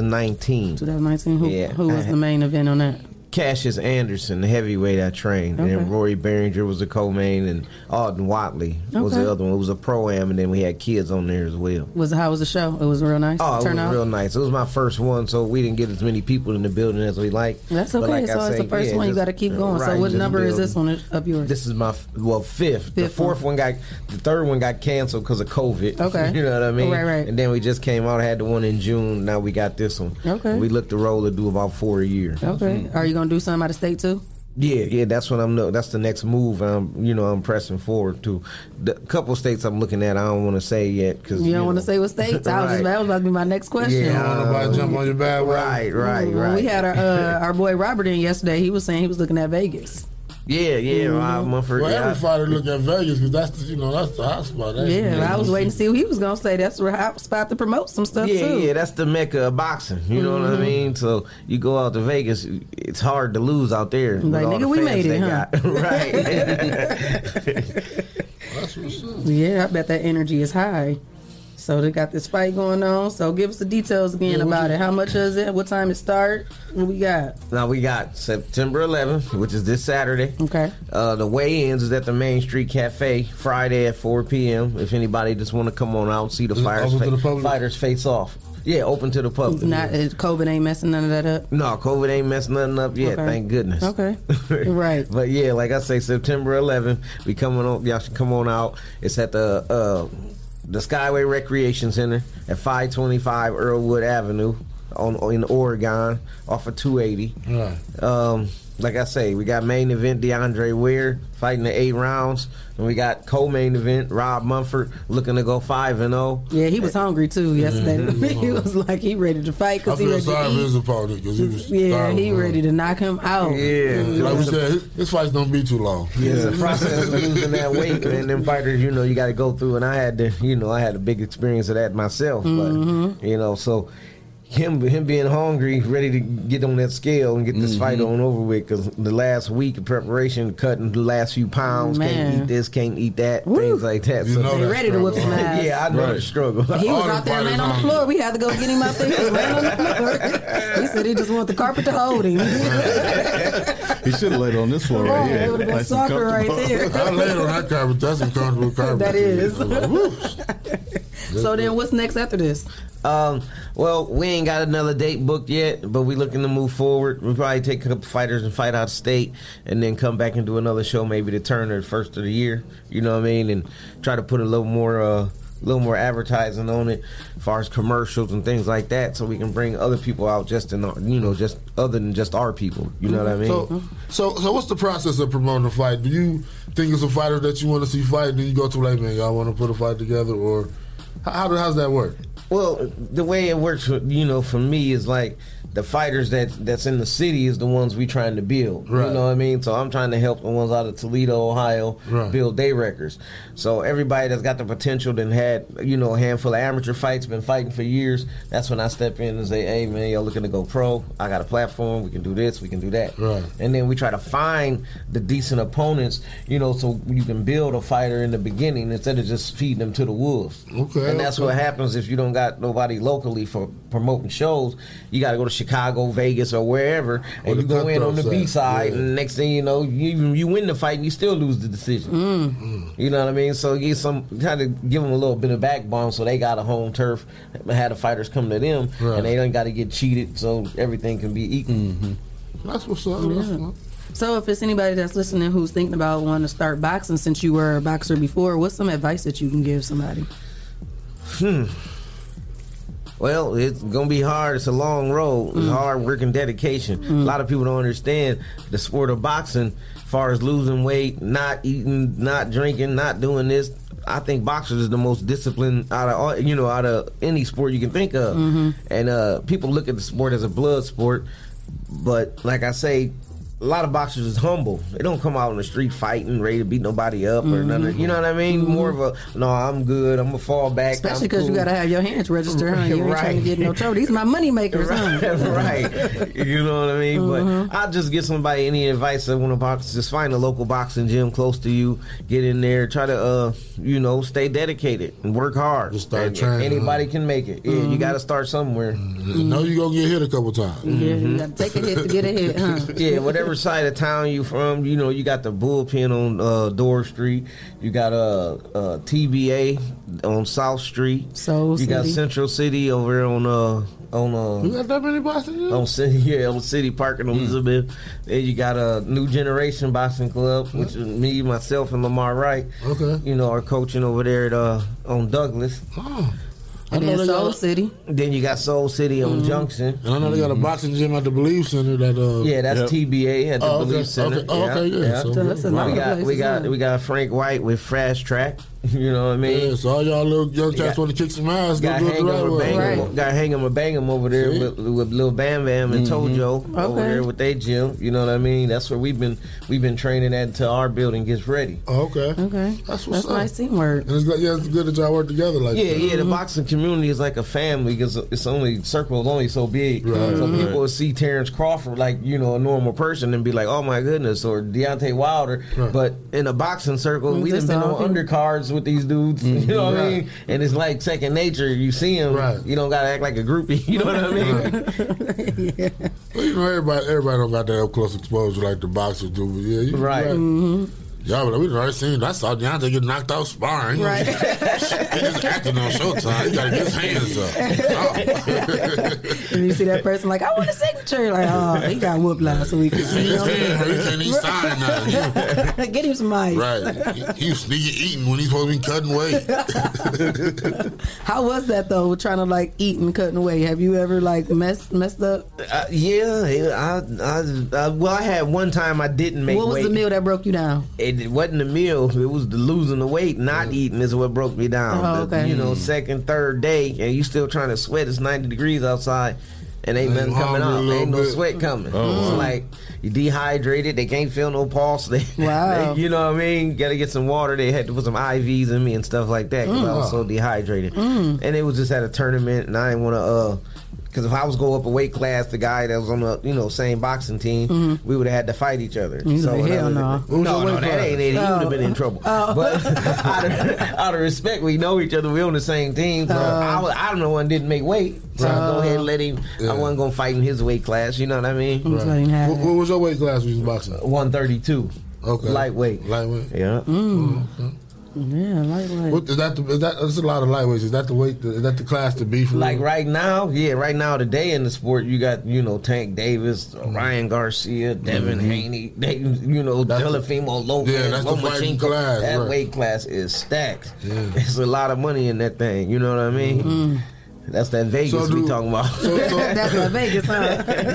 Speaker 21: 2019.
Speaker 10: 2019. Who,
Speaker 21: Yeah.
Speaker 10: who was the main event on that?
Speaker 21: Cassius Anderson, the heavyweight I trained, and
Speaker 10: Okay.
Speaker 21: then Rory Behringer was the co-main, and Alden Watley was
Speaker 10: Okay.
Speaker 21: the other one. It was a pro-am, and then we had kids on there as well.
Speaker 10: Was how was the show? It was real nice.
Speaker 21: Oh, it was
Speaker 10: Turnout.
Speaker 21: real nice. It was my first one, so we didn't get as many people in the building as we like.
Speaker 10: That's
Speaker 21: But
Speaker 10: okay.
Speaker 21: like I
Speaker 10: so it's the
Speaker 21: say,
Speaker 10: first
Speaker 21: yeah,
Speaker 10: one. You
Speaker 21: just-
Speaker 10: got to keep going.
Speaker 21: right,
Speaker 10: so what
Speaker 21: just
Speaker 10: number is
Speaker 21: build.
Speaker 10: this one of yours?
Speaker 21: This is my f- well fifth. the
Speaker 10: Fifth
Speaker 21: fourth one. got the third one got canceled because of COVID.
Speaker 10: Okay.
Speaker 21: you know what I mean.
Speaker 10: Right, right.
Speaker 21: And then we just came out. had the one in June. Now we got this one.
Speaker 10: Okay.
Speaker 21: We look to roll to do about four a year. Mm-hmm.
Speaker 10: Okay. Are you gonna do something out of state too?
Speaker 21: Yeah, yeah, that's what I'm. That's the next move. I'm, you know, I'm pressing forward to. The couple states I'm looking at, I don't want to say yet because
Speaker 10: You don't want to say what states. I was just,
Speaker 21: Right.
Speaker 10: that was about to be my next question.
Speaker 21: Yeah, I don't want nobody jump
Speaker 8: on your bad.
Speaker 21: Right, right,
Speaker 10: When
Speaker 21: right.
Speaker 10: we had our uh, our boy Robert in yesterday, he was saying he was looking at Vegas.
Speaker 21: yeah, yeah, mm
Speaker 10: Mm-hmm.
Speaker 21: Mumford.
Speaker 8: Well,
Speaker 21: yeah,
Speaker 8: every fighter look at Vegas because that's the, you know that's the hot spot. That's-
Speaker 10: yeah, I was waiting to see what he was gonna say. That's where hot spot to promote some stuff
Speaker 21: yeah,
Speaker 10: too. Mm-hmm.
Speaker 21: yeah, that's the mecca of boxing. You know what I mean? So you go out to Vegas, it's hard to lose out there. with
Speaker 10: Like,
Speaker 21: all
Speaker 10: nigga,
Speaker 21: the
Speaker 10: we
Speaker 21: fans
Speaker 10: made it,
Speaker 21: they
Speaker 10: huh?
Speaker 21: got. right.
Speaker 10: Yeah, I bet that energy is high. So they got this fight going on. So give us the details again
Speaker 21: Yeah, what
Speaker 10: about
Speaker 21: you-
Speaker 10: it. How much is it? What time it start? What we got?
Speaker 21: now we got September 11th, which is this Saturday.
Speaker 10: Okay.
Speaker 21: Uh, the weigh-ins is at the Main Street Cafe Friday at 4 p.m. If anybody just want to come on out and see the fighters,
Speaker 8: open to the
Speaker 21: fa- fighters face off. Yeah, open to the public.
Speaker 10: Not uh, COVID ain't messing none of that up.
Speaker 21: no, COVID ain't messed nothing up yet.
Speaker 10: Okay.
Speaker 21: Thank goodness.
Speaker 10: Okay. right.
Speaker 21: But yeah, like I say, September 11th, we coming on. Y'all should come on out. It's at the uh, the Skyway Recreation Center at 525 Earlwood Avenue on in Oregon, off of 280.
Speaker 8: Right.
Speaker 21: Um, like I say, we got main event DeAndre Ware fighting the eight rounds, and we got co-main event Rob Mumford looking to go five and zero.
Speaker 10: Yeah, he was hungry too yesterday. he was like he ready to fight
Speaker 8: Mm-hmm. I
Speaker 10: because he
Speaker 8: feel
Speaker 10: ready
Speaker 8: sorry for
Speaker 10: to
Speaker 8: his opponent because he was.
Speaker 10: eat. Yeah,
Speaker 8: tired
Speaker 10: he
Speaker 8: of him.
Speaker 10: ready to knock him out.
Speaker 8: like we said, his, his fights don't be too long.
Speaker 21: Yeah, it's a process of losing that weight, man. Them fighters, you know, you got to go through, and I had to, you know, I had a big experience of that myself.
Speaker 8: Mm-hmm.
Speaker 10: Mhm.
Speaker 21: But you know, so him him being hungry, ready to get on that scale and get this fight
Speaker 10: Mm-hmm.
Speaker 21: on over with, because the last week of preparation, cutting the last few pounds,
Speaker 10: Man.
Speaker 21: can't eat this, can't eat that, things like that.
Speaker 10: You know They that ready to whip struggle. some ass.
Speaker 21: yeah, I know
Speaker 10: Right.
Speaker 21: the struggle.
Speaker 10: He was out there laying on the floor. We had to go get him out there. He was laying on the floor. He said he just wanted the carpet to hold him.
Speaker 11: He should have laid on this floor
Speaker 10: Right,
Speaker 11: right
Speaker 10: it
Speaker 11: here.
Speaker 10: wouulda been
Speaker 11: Nice and
Speaker 10: soccer right
Speaker 11: comfortable.
Speaker 10: there.
Speaker 8: I laid on that carpet. That's some comfortable carpet.
Speaker 10: that is. so
Speaker 21: That's
Speaker 10: then, what's next after this?
Speaker 21: Um, well, we ain't got another date booked yet, but we looking to move forward. We'll probably take a couple fighters and fight out of state and then come back and do another show maybe the turn or the first of the year. You know what I mean? And try to put a little more uh little more advertising on it as far as commercials and things like that so we can bring other people out just in our, you know, just other than just our people. You know what I mean?
Speaker 8: So, so, so what's the process of promoting a fight? Do you think it's a fighter that you want to see fight, and then you go to like, man, y'all want to put a fight together, or how, how does that work?
Speaker 21: Well, the way it works, you know, for me is like the fighters that that's in the city is the ones we trying to build.
Speaker 8: Right.
Speaker 21: You know what I mean? So I'm trying to help the ones out of Toledo, Ohio,
Speaker 8: Right.
Speaker 21: build day records. So everybody that's got the potential then had you know a handful of amateur fights, been fighting for years. That's when I step in and say, "Hey man, y'all looking to go pro? I got a platform. We can do this. We can do that."
Speaker 8: Right.
Speaker 21: And then we try to find the decent opponents, you know, so you can build a fighter in the beginning instead of just feeding them to the wolves.
Speaker 8: Okay,
Speaker 21: And that's
Speaker 8: okay.
Speaker 21: what happens if you don't got nobody locally for promoting shows. You got to go to Chicago, Vegas, or wherever, and
Speaker 8: the
Speaker 21: you go in on the
Speaker 8: cutthroat
Speaker 21: B
Speaker 8: side,
Speaker 21: side,
Speaker 8: yeah.
Speaker 21: and next thing you know, you even you win the fight, and you still lose the decision. You know what I mean? So get some kind of give them a little bit of backbone, so they got a home turf, had the fighters come to them,
Speaker 8: Right.
Speaker 21: and they don't got to get cheated, so everything can be equal.
Speaker 8: Mm-hmm. That's what's up. That's
Speaker 10: Yeah. So, if it's anybody that's listening who's thinking about wanting to start boxing since you were a boxer before, what's some advice that you can give somebody?
Speaker 21: Hmm. Well, it's gonna be hard. It's a long road.
Speaker 10: Mm.
Speaker 21: It's hard work and dedication. A lot of people don't understand the sport of boxing. As far as losing weight, not eating, not drinking, not doing this, I think boxers is the most disciplined out of all, you know out of any sport you can think of.
Speaker 10: Mm-hmm.
Speaker 3: Mhm.
Speaker 21: And uh, people look at the sport as a blood sport, but like I say. A lot of boxers is humble. They don't come out on the street fighting, ready to beat nobody up
Speaker 10: Mm-hmm.
Speaker 21: or none of, You know what I mean? More of a no. I'm good. I'm gonna fall back.
Speaker 10: Especially
Speaker 21: I'm
Speaker 10: because
Speaker 21: cool."
Speaker 10: you got to have your hands registered, huh? You ain't trying to
Speaker 21: Right.
Speaker 10: get in no trouble. These my money makers, huh?
Speaker 21: right. You know what I mean?
Speaker 10: Mhm.
Speaker 21: But I'll just give somebody any advice that want to box. Just find a local boxing gym close to you. Get in there. Try to, uh, you know, stay dedicated and work hard. Just
Speaker 8: start training,
Speaker 21: Anybody
Speaker 8: huh?
Speaker 21: can make it. Yeah, you got to start somewhere.
Speaker 8: You know you gonna get hit a couple times.
Speaker 21: Yeah, you
Speaker 10: gotta take a hit to get a hit, huh?
Speaker 21: yeah, whatever side of town you from, you know, you got the bullpen on uh, Door Street. You got uh, uh, TBA on South Street.
Speaker 10: So
Speaker 21: you got
Speaker 8: City.
Speaker 21: Central City over on uh on
Speaker 8: You
Speaker 21: uh
Speaker 8: got that many
Speaker 10: Mm-hmm.
Speaker 8: boxes?
Speaker 21: on City yeah on City Park
Speaker 8: Mm.
Speaker 21: in Elizabeth. Then you got a New Generation Boxing Club, which is me, myself, and Lamar Wright.
Speaker 8: Mm-hmm. Okay.
Speaker 21: you know, are coaching over there at uh on Douglas.
Speaker 8: Oh.
Speaker 10: And then Soul City.
Speaker 21: Then you got Soul City on
Speaker 8: Mhm.
Speaker 21: Junction. Mm-hmm.
Speaker 8: And I know they got a boxing gym at the Belief Center that. Uh,
Speaker 21: Yeah, that's
Speaker 8: Yep.
Speaker 21: TBA at the
Speaker 8: Oh, okay.
Speaker 21: Belief Center.
Speaker 8: Okay, oh, okay, yeah. So, So that's a lot
Speaker 21: we
Speaker 8: of
Speaker 21: got we
Speaker 8: places,
Speaker 21: got
Speaker 8: yeah.
Speaker 21: we got Frank White with Fast Track. You know what I mean?
Speaker 8: Yeah, so all y'all little young cats want to kick some ass, go
Speaker 21: Got
Speaker 8: do it the
Speaker 21: hang 'em
Speaker 8: right
Speaker 21: or
Speaker 8: way.
Speaker 21: bang 'em. Got hang 'em or bang 'em over there
Speaker 8: See? Mm-hmm.
Speaker 21: with, with little Bam Bam and Tojo over
Speaker 8: Okay.
Speaker 21: there with their gym. You know what I mean? That's where we've been we've been training at until our building gets ready.
Speaker 8: Okay.
Speaker 10: Okay.
Speaker 8: That's
Speaker 21: what's
Speaker 8: what's
Speaker 21: That's
Speaker 8: up.
Speaker 21: nice
Speaker 10: teamwork.
Speaker 8: And it's good, yeah, it's good that y'all work together like
Speaker 21: yeah,
Speaker 8: that. Mm-hmm.
Speaker 21: yeah. The boxing community is like a family because it's only circles only so big.
Speaker 8: Right,
Speaker 21: so
Speaker 8: right.
Speaker 21: people will see Terrence Crawford like you know a normal person and be like, oh my goodness, or Deontay Wilder.
Speaker 8: Right.
Speaker 21: But in a boxing circle,
Speaker 8: It's
Speaker 21: we done
Speaker 8: just
Speaker 21: been
Speaker 8: all
Speaker 21: on undercards with these dudes. You know what
Speaker 23: Mm-hmm.
Speaker 21: I
Speaker 8: Right.
Speaker 21: mean? And it's like second nature. You see him, you don't gotta act like a groupie. You know what I mean?
Speaker 8: Well, you know, everybody, everybody don't got that up close exposure like the boxers do. But yeah, you,
Speaker 21: Right.
Speaker 10: Mm-hmm.
Speaker 8: Y'all, be like, we already seen. I saw Deontay get knocked out sparring. Right. He's just acting on Showtime. He got to get his hands up.
Speaker 10: and you see that person like, I want a signature. Like, oh, he got whooped last week.
Speaker 8: His hand hurt. He can't even sign nothing.
Speaker 10: Get him some ice.
Speaker 8: Right. He, he was sneaking eating when he's supposed to be cutting weight.
Speaker 10: How was that though? Trying to like eat and cutting away. Have you ever like messed messed up?
Speaker 21: uh, yeah. it- I, I, I, well, I had one time I didn't make.
Speaker 10: what was
Speaker 21: weight.
Speaker 10: the meal that broke you down?
Speaker 21: it, it wasn't the meal. It was the losing the weight, not eating is what broke me down.
Speaker 10: Oh,
Speaker 21: The,
Speaker 10: okay.
Speaker 21: you
Speaker 8: Hmm.
Speaker 21: know, second, third day, and you still trying to sweat. It's ninety degrees outside, and ain't nothing coming
Speaker 8: hungry a
Speaker 21: off.
Speaker 8: little
Speaker 21: Ain't no
Speaker 8: bit.
Speaker 21: sweat coming.
Speaker 8: Oh,
Speaker 21: It's
Speaker 8: wow.
Speaker 21: like you dehydrated. They can't feel no pulse. They,
Speaker 10: Wow.
Speaker 21: they- you know what I mean? got to get some water. They had to put some IVs in me and stuff like that because I was
Speaker 8: Mm.
Speaker 21: so dehydrated.
Speaker 8: Mm.
Speaker 21: And it was just at a tournament, and I didn't want to. uh because if I was go up a weight class, the guy that was on the you know same boxing team,
Speaker 10: Mhm.
Speaker 8: Mm-hmm.
Speaker 21: we would have had to fight each other.
Speaker 10: You
Speaker 21: So
Speaker 10: like,
Speaker 21: when I
Speaker 10: hell
Speaker 21: was-
Speaker 10: no.
Speaker 21: no,
Speaker 10: Who's your
Speaker 21: no,
Speaker 10: weight
Speaker 21: that
Speaker 10: class?
Speaker 21: ain't it. He would
Speaker 10: Oh.
Speaker 21: have been in trouble.
Speaker 10: Oh.
Speaker 21: But out of, out of respect, we know each other. We on the same team. So I, was, I'm the one didn't make weight, so I go ahead and let him. I wasn't gonna fight in his weight class. You know what I mean?
Speaker 8: Wh- What, was your weight class when you was boxing?
Speaker 21: One thirty two.
Speaker 8: Okay.
Speaker 21: Lightweight.
Speaker 8: Lightweight.
Speaker 21: Yeah.
Speaker 10: Mm. Yeah, lightweight.
Speaker 8: What, is that? The, is that? That's a lot of lightweights. Is that the weight? Is that the class to be for?
Speaker 21: Like right now, yeah, right now today in the sport, you got you know Tank Davis,
Speaker 8: Mm.
Speaker 21: Ryan Garcia, Devin
Speaker 8: Mhm.
Speaker 21: Haney, they, you know Delafimo Lopez,
Speaker 8: yeah, that's the fighting
Speaker 21: Lomachenko.
Speaker 8: class,
Speaker 21: that
Speaker 8: right.
Speaker 21: weight class is stacked.
Speaker 8: Yeah.
Speaker 21: It's a lot of money in that thing. You know what I mean? That's that Vegas we
Speaker 8: do-
Speaker 21: talking about.
Speaker 10: That's my Vegas, huh?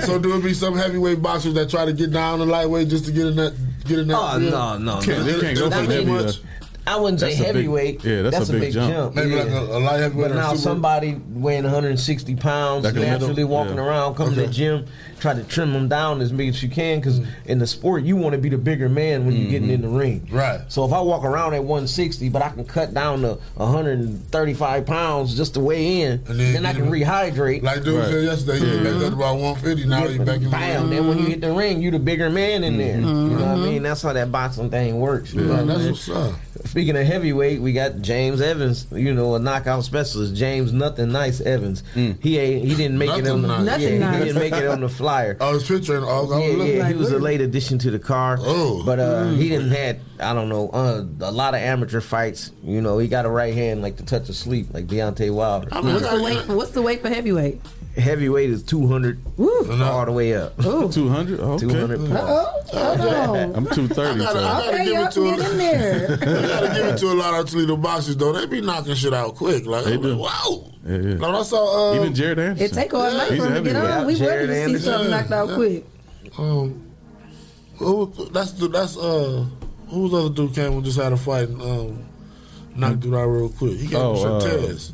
Speaker 8: so do it be some heavyweight boxers that try to get down to lightweight just to get in that? Get in that?
Speaker 21: Oh
Speaker 8: field?
Speaker 21: no, no, no.
Speaker 8: It'll- it'll be too much.
Speaker 21: I wouldn't
Speaker 11: That's
Speaker 21: say
Speaker 11: a big-
Speaker 21: heavyweight.
Speaker 11: yeah, that's a big jump.
Speaker 8: Maybe like a- a light heavyweight
Speaker 21: But
Speaker 8: or a
Speaker 21: now
Speaker 8: super-
Speaker 21: somebody weighing 160 pounds,
Speaker 8: Like a middle-
Speaker 21: naturally walking
Speaker 8: yeah.
Speaker 21: around, coming to
Speaker 8: Okay.
Speaker 21: the
Speaker 8: Mm.
Speaker 21: gym, try to trim them down as big as you can. Because in the sport, you want to be the bigger man when you're
Speaker 11: Mm-hmm.
Speaker 21: getting in the ring. Right. So if I walk around at 160, but I can cut down to 135 pounds just to weigh in, then, I can rehydrate.
Speaker 8: Like dude said yesterday, he was back up about 150. Now he back in the
Speaker 21: Bam! Then when you hit the ring, you the bigger man in there. You know what I mean? That's how that boxing thing works. you
Speaker 8: Mm-hmm. Yeah,
Speaker 21: know what I
Speaker 8: that's
Speaker 21: mean?
Speaker 8: what's up.
Speaker 21: Speaking of heavyweight, we got James Evans. You know, a knockout specialist. James Nothing Nice Evans. He ain't. He didn't make it on. The,
Speaker 8: Nothing Nice. Nothing
Speaker 21: yeah,
Speaker 8: nice.
Speaker 21: He didn't make it on the flyer.
Speaker 8: Oh, his picture. and all. I was
Speaker 21: yeah,
Speaker 8: looking
Speaker 21: yeah,
Speaker 8: like, Oh. Mm.
Speaker 21: he was a
Speaker 8: look.
Speaker 21: late addition to the car. but uh, he didn't had I don't know uh, a lot of amateur fights. You know, he got a right hand like the touch of sleep, like Deontay Wilder.
Speaker 10: What's the weight? What's the weight for heavyweight?
Speaker 21: Heavyweight is two hundred all the way up.
Speaker 11: Two hundred.
Speaker 21: Two hundred
Speaker 10: Oh, hold
Speaker 11: I'm two thirty.
Speaker 8: I gotta, I gotta give it to
Speaker 10: get in
Speaker 8: I gotta give it to a lot of Toledo boxers though. They be knocking shit out quick. Like,
Speaker 11: They
Speaker 8: I'm
Speaker 11: do.
Speaker 8: like, wow.
Speaker 11: Yeah, yeah.
Speaker 8: Like, when I saw, um,
Speaker 11: Even Jared Anderson.
Speaker 10: It take all night
Speaker 11: He's
Speaker 10: for him to get
Speaker 11: heavyweight.
Speaker 10: on. We
Speaker 8: Jared
Speaker 10: ready to see
Speaker 8: Anderson.
Speaker 10: something knocked out
Speaker 8: Yeah.
Speaker 10: quick.
Speaker 8: Um, who, that's the that's uh who's the other dude came and just had a fight and um knocked dude out real quick. He got
Speaker 21: Oh,
Speaker 8: oh,
Speaker 21: uh,
Speaker 8: Montez.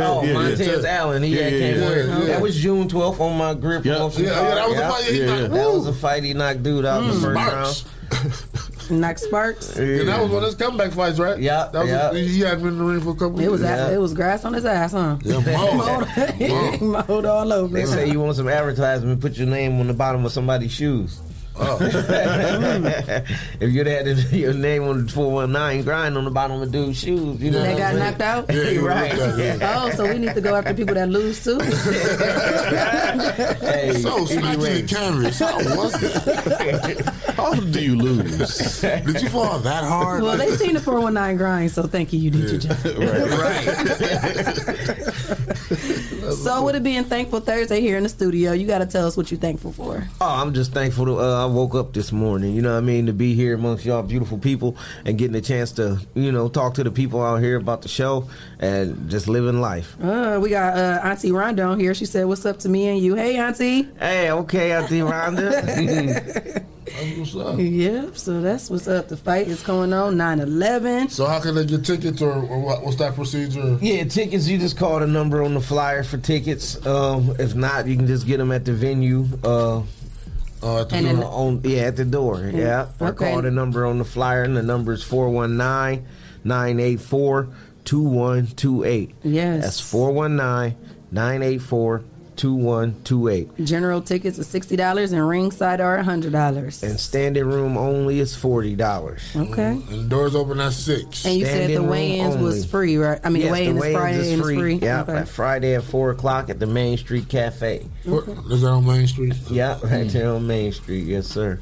Speaker 21: Oh, Montez Allen. He had came with. That was June 12th on my grip.
Speaker 8: Yeah.
Speaker 21: promotion
Speaker 8: Yeah, yeah, that was a
Speaker 21: card.
Speaker 8: fight he knocked-
Speaker 21: That was a fight he knocked dude out in the
Speaker 8: Mm.
Speaker 21: first
Speaker 8: Sparks.
Speaker 21: round.
Speaker 10: knocked Sparks.
Speaker 8: And that was one of his comeback fights, right?
Speaker 21: Yeah,
Speaker 8: That was
Speaker 21: yeah.
Speaker 8: he had been in the ring for a couple.
Speaker 10: It was
Speaker 8: years.
Speaker 10: after, it was grass on his ass, huh?
Speaker 8: Yeah, Mo.
Speaker 10: He mowed all over.
Speaker 21: They
Speaker 10: him.
Speaker 21: say you want some advertisement, put your name on the bottom of somebody's shoes. Oh. if you'd had your name on the 419 grind on the bottom of dude's shoes, you know.
Speaker 10: That
Speaker 21: what
Speaker 10: got
Speaker 21: I'm
Speaker 10: knocked out.
Speaker 21: saying? right.
Speaker 10: Oh, so we need to go after people that lose too.
Speaker 21: Hey,
Speaker 8: so smacky and canvas. How was it? How do you lose? Did you fall that hard?
Speaker 10: Well, they seen the 419 grind, so thank you. You did your job. So, with it being Thankful Thursday here in the studio, you got to tell us what you're thankful for.
Speaker 21: Oh, I'm just thankful to, uh, I woke up this morning, you know what I mean, to be here amongst y'all beautiful people and getting a chance to, you know, talk to the people out here about the show and just living life.
Speaker 10: Uh, we got uh, Auntie Rhonda on here. She said, "What's up to me and you?" Hey, Auntie.
Speaker 21: Hey, okay, Auntie Rhonda.
Speaker 10: Yep. So that's what's up. The fight is going on 9/11.
Speaker 8: So how can they get tickets or, or what, what's that procedure?
Speaker 21: Yeah, tickets. You just call the number on the flyer for tickets. Um, if not, you can just get them at the venue. Uh,
Speaker 8: Oh, at
Speaker 10: the And door. then-
Speaker 21: On, yeah, at the door. Yeah. Or
Speaker 10: Okay.
Speaker 21: call the number on the flyer, and the number is 419 984 2128.
Speaker 10: Yes.
Speaker 21: That's 419 984 2128.
Speaker 10: General tickets are sixty dollars and ringside are hundred dollars.
Speaker 21: And standing room only is $40.
Speaker 10: Okay.
Speaker 8: Mm, And the doors open at six.
Speaker 10: And you said the weigh-ins was free, right? I mean, the weigh-in is Friday and it's free.
Speaker 21: Yeah,
Speaker 10: Okay.
Speaker 21: at Friday at four o'clock at the Main Street Cafe.
Speaker 8: Is that on Main Street?
Speaker 21: Yeah, right there on Main Street. Yes, sir.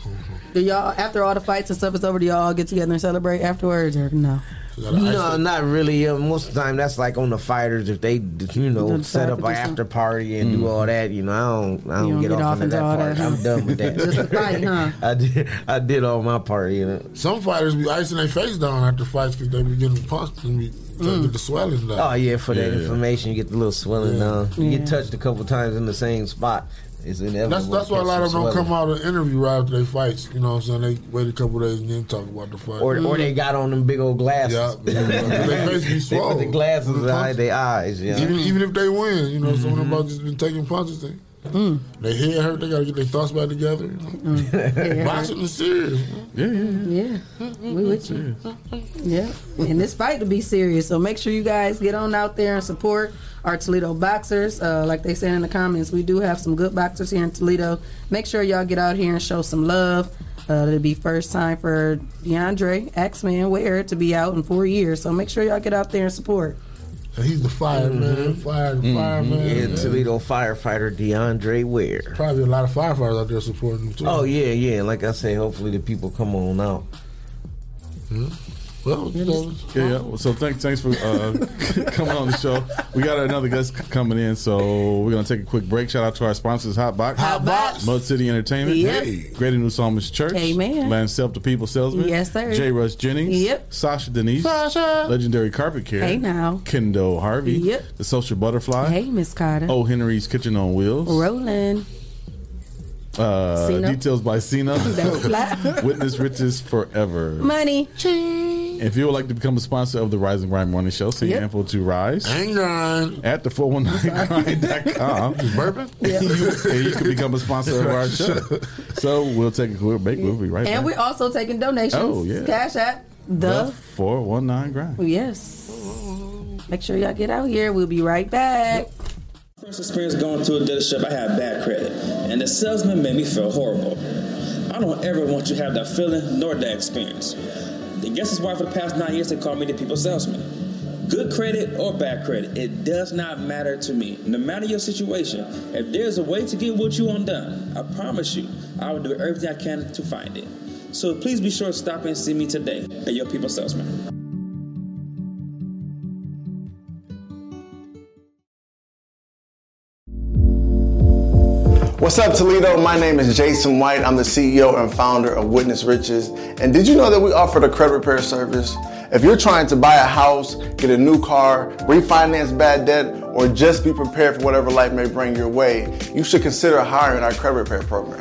Speaker 10: Do y'all after all the fights and stuff is over? Do y'all all get together and celebrate afterwards, or no?
Speaker 21: No, not really. Uh, most of the time, that's like on the fighters if they, d- you know,
Speaker 10: Decide
Speaker 21: set up
Speaker 10: to
Speaker 21: an
Speaker 10: do some-
Speaker 21: after party and
Speaker 8: Mm.
Speaker 21: do all that. You know, I don't, I
Speaker 10: You
Speaker 21: don't,
Speaker 10: don't
Speaker 21: get,
Speaker 10: get
Speaker 21: off
Speaker 10: off
Speaker 21: into
Speaker 10: into all
Speaker 21: that part.
Speaker 10: that,
Speaker 21: I'm
Speaker 10: huh?
Speaker 21: done with that.
Speaker 10: Just the fight, huh?
Speaker 21: I did, I did all my part. You know.
Speaker 8: Some fighters be icing their face down after fights because they be getting punched and be
Speaker 10: Mm.
Speaker 8: trying to get the swelling down.
Speaker 21: Oh yeah, for that
Speaker 8: Yeah.
Speaker 21: information, you get the little swelling.
Speaker 8: Yeah.
Speaker 21: Uh, you
Speaker 8: Yeah.
Speaker 21: get touched a couple times in the same spot. It's inevitable.
Speaker 8: That's that's why a
Speaker 21: catch
Speaker 8: lot
Speaker 21: some
Speaker 8: of them don't
Speaker 21: swelling.
Speaker 8: come out and interview right after they fights. You know what I'm saying? They wait a couple days and then talk about the fight. Mm.
Speaker 21: Or, or
Speaker 8: Mm-hmm.
Speaker 21: they got on them big old glasses.
Speaker 8: Their face be
Speaker 21: they put
Speaker 8: swollen.
Speaker 21: the glasses behind their eyes. Yeah.
Speaker 8: Even even if they win, you know, some
Speaker 21: Mm-hmm.
Speaker 8: of them about just been taking punches. They,
Speaker 21: Mm.
Speaker 8: they head hurt. They gotta get their thoughts back together. you know?
Speaker 21: Mm.
Speaker 8: Boxing is serious.
Speaker 11: Yeah, yeah,
Speaker 10: Yeah, we with you. Yeah, and this fight to be serious, so make sure you guys get on out there and support our Toledo boxers. Uh, like they said in the comments, we do have some good boxers here in Toledo. Make sure y'all get out here and show some love. Uh, it'll be first time for DeAndre Axman Ware to be out in four years, so make sure y'all get out there and support.
Speaker 8: And he's the
Speaker 21: Mm-hmm.
Speaker 8: fireman, fire, fireman.
Speaker 21: Yeah, Toledo firefighter DeAndre Ware.
Speaker 8: Probably a lot of firefighters out there supporting him too.
Speaker 21: Oh yeah, yeah. Like I say, hopefully the people come on out.
Speaker 8: Well,
Speaker 11: Yeah, yeah. Well, So thanks, thanks for uh, coming on the show. We got another guest coming in, so we're gonna take a quick break. Shout out to our sponsors, Hot Box, Hot Box, Mud City Entertainment,
Speaker 10: Yep.
Speaker 11: Greater New Psalmist Church,
Speaker 10: Amen.
Speaker 11: Land Self the People Salesman,
Speaker 10: Yes, sir.
Speaker 11: J. Russ Jennings,
Speaker 10: Yep.
Speaker 11: Sasha Denise,
Speaker 10: Sasha.
Speaker 11: Legendary Carpet Care,
Speaker 10: Hey, now.
Speaker 11: Kendo Harvey,
Speaker 10: Yep.
Speaker 11: The Social Butterfly,
Speaker 10: Hey, Miss Carter.
Speaker 11: O. Henry's Kitchen on Wheels,
Speaker 10: Roland.
Speaker 11: uh,
Speaker 10: Cena.
Speaker 11: details by Cena,
Speaker 10: That's fly.
Speaker 11: Witness Riches Forever.
Speaker 10: Money. Ching.
Speaker 11: If you would like to become a sponsor of the Rise and Grind Morning Show, send your
Speaker 8: Yep.
Speaker 11: info to Rise
Speaker 8: and Grind
Speaker 11: at the 419grind.com.
Speaker 8: Bourbon?
Speaker 11: Yeah. you, and you can become a sponsor of our show. So we'll take a quick break. We'll be right
Speaker 10: and
Speaker 11: back.
Speaker 10: we're also taking donations.
Speaker 11: Oh, yeah.
Speaker 10: Cash App. The
Speaker 11: 419 Grind.
Speaker 10: yes. Make sure y'all get out here. We'll be right back.
Speaker 16: First experience going to a dealership, I had bad credit, and the salesman made me feel horrible. I don't ever want you to have that feeling nor that experience. The guess is why for the past nine years they call me the people salesman. Good credit or bad credit, it does not matter to me. No matter your situation, if there's a way to get what you want done, I promise you, I will do everything I can to find it. So please be sure to stop and see me today at your people salesman.
Speaker 17: What's up, Toledo? My name is Jason White. I'm the CEO and founder of Witness Riches. And did you know that we offer the credit repair service? If you're trying to buy a house, get a new car, refinance bad debt, or just be prepared for whatever life may bring your way, you should consider hiring our credit repair program.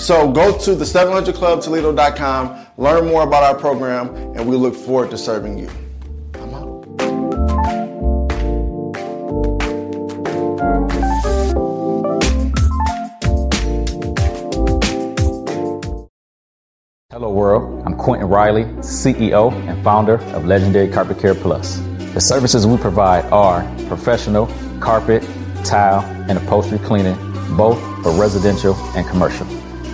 Speaker 17: So go to the 700clubtoledo.com, learn more about our program, and we look forward to serving you.
Speaker 18: Hello, world. I'm Quentin Riley, CEO and founder of Legendary Carpet Care Plus. The services we provide are professional carpet, tile, and upholstery cleaning, both for residential and commercial.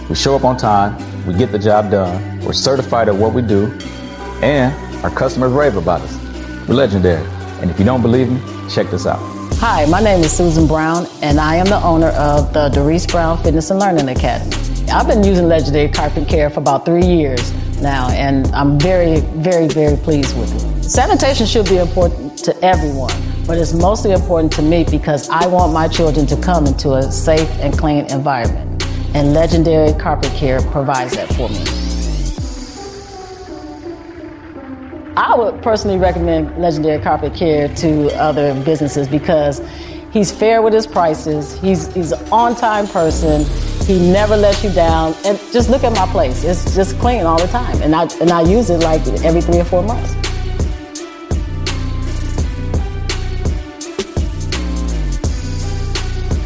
Speaker 18: We show up on time, we get the job done, we're certified at what we do, and our customers rave about us. We're legendary. And if you don't believe me, check this out.
Speaker 19: Hi, my name is Susan Brown, and I am the owner of the Doris Brown Fitness and Learning Academy. I've been using Legendary Carpet Care for about three years now, and I'm very, very, very pleased with it. Sanitation should be important to everyone, but it's mostly important to me because I want my children to come into a safe and clean environment, and Legendary Carpet Care provides that for me. I would personally recommend Legendary Carpet Care to other businesses because he's fair with his prices. He's he's an on-time person. He never lets you down. And just look at my place; it's just clean all the time. And I and I use it like every three or four months.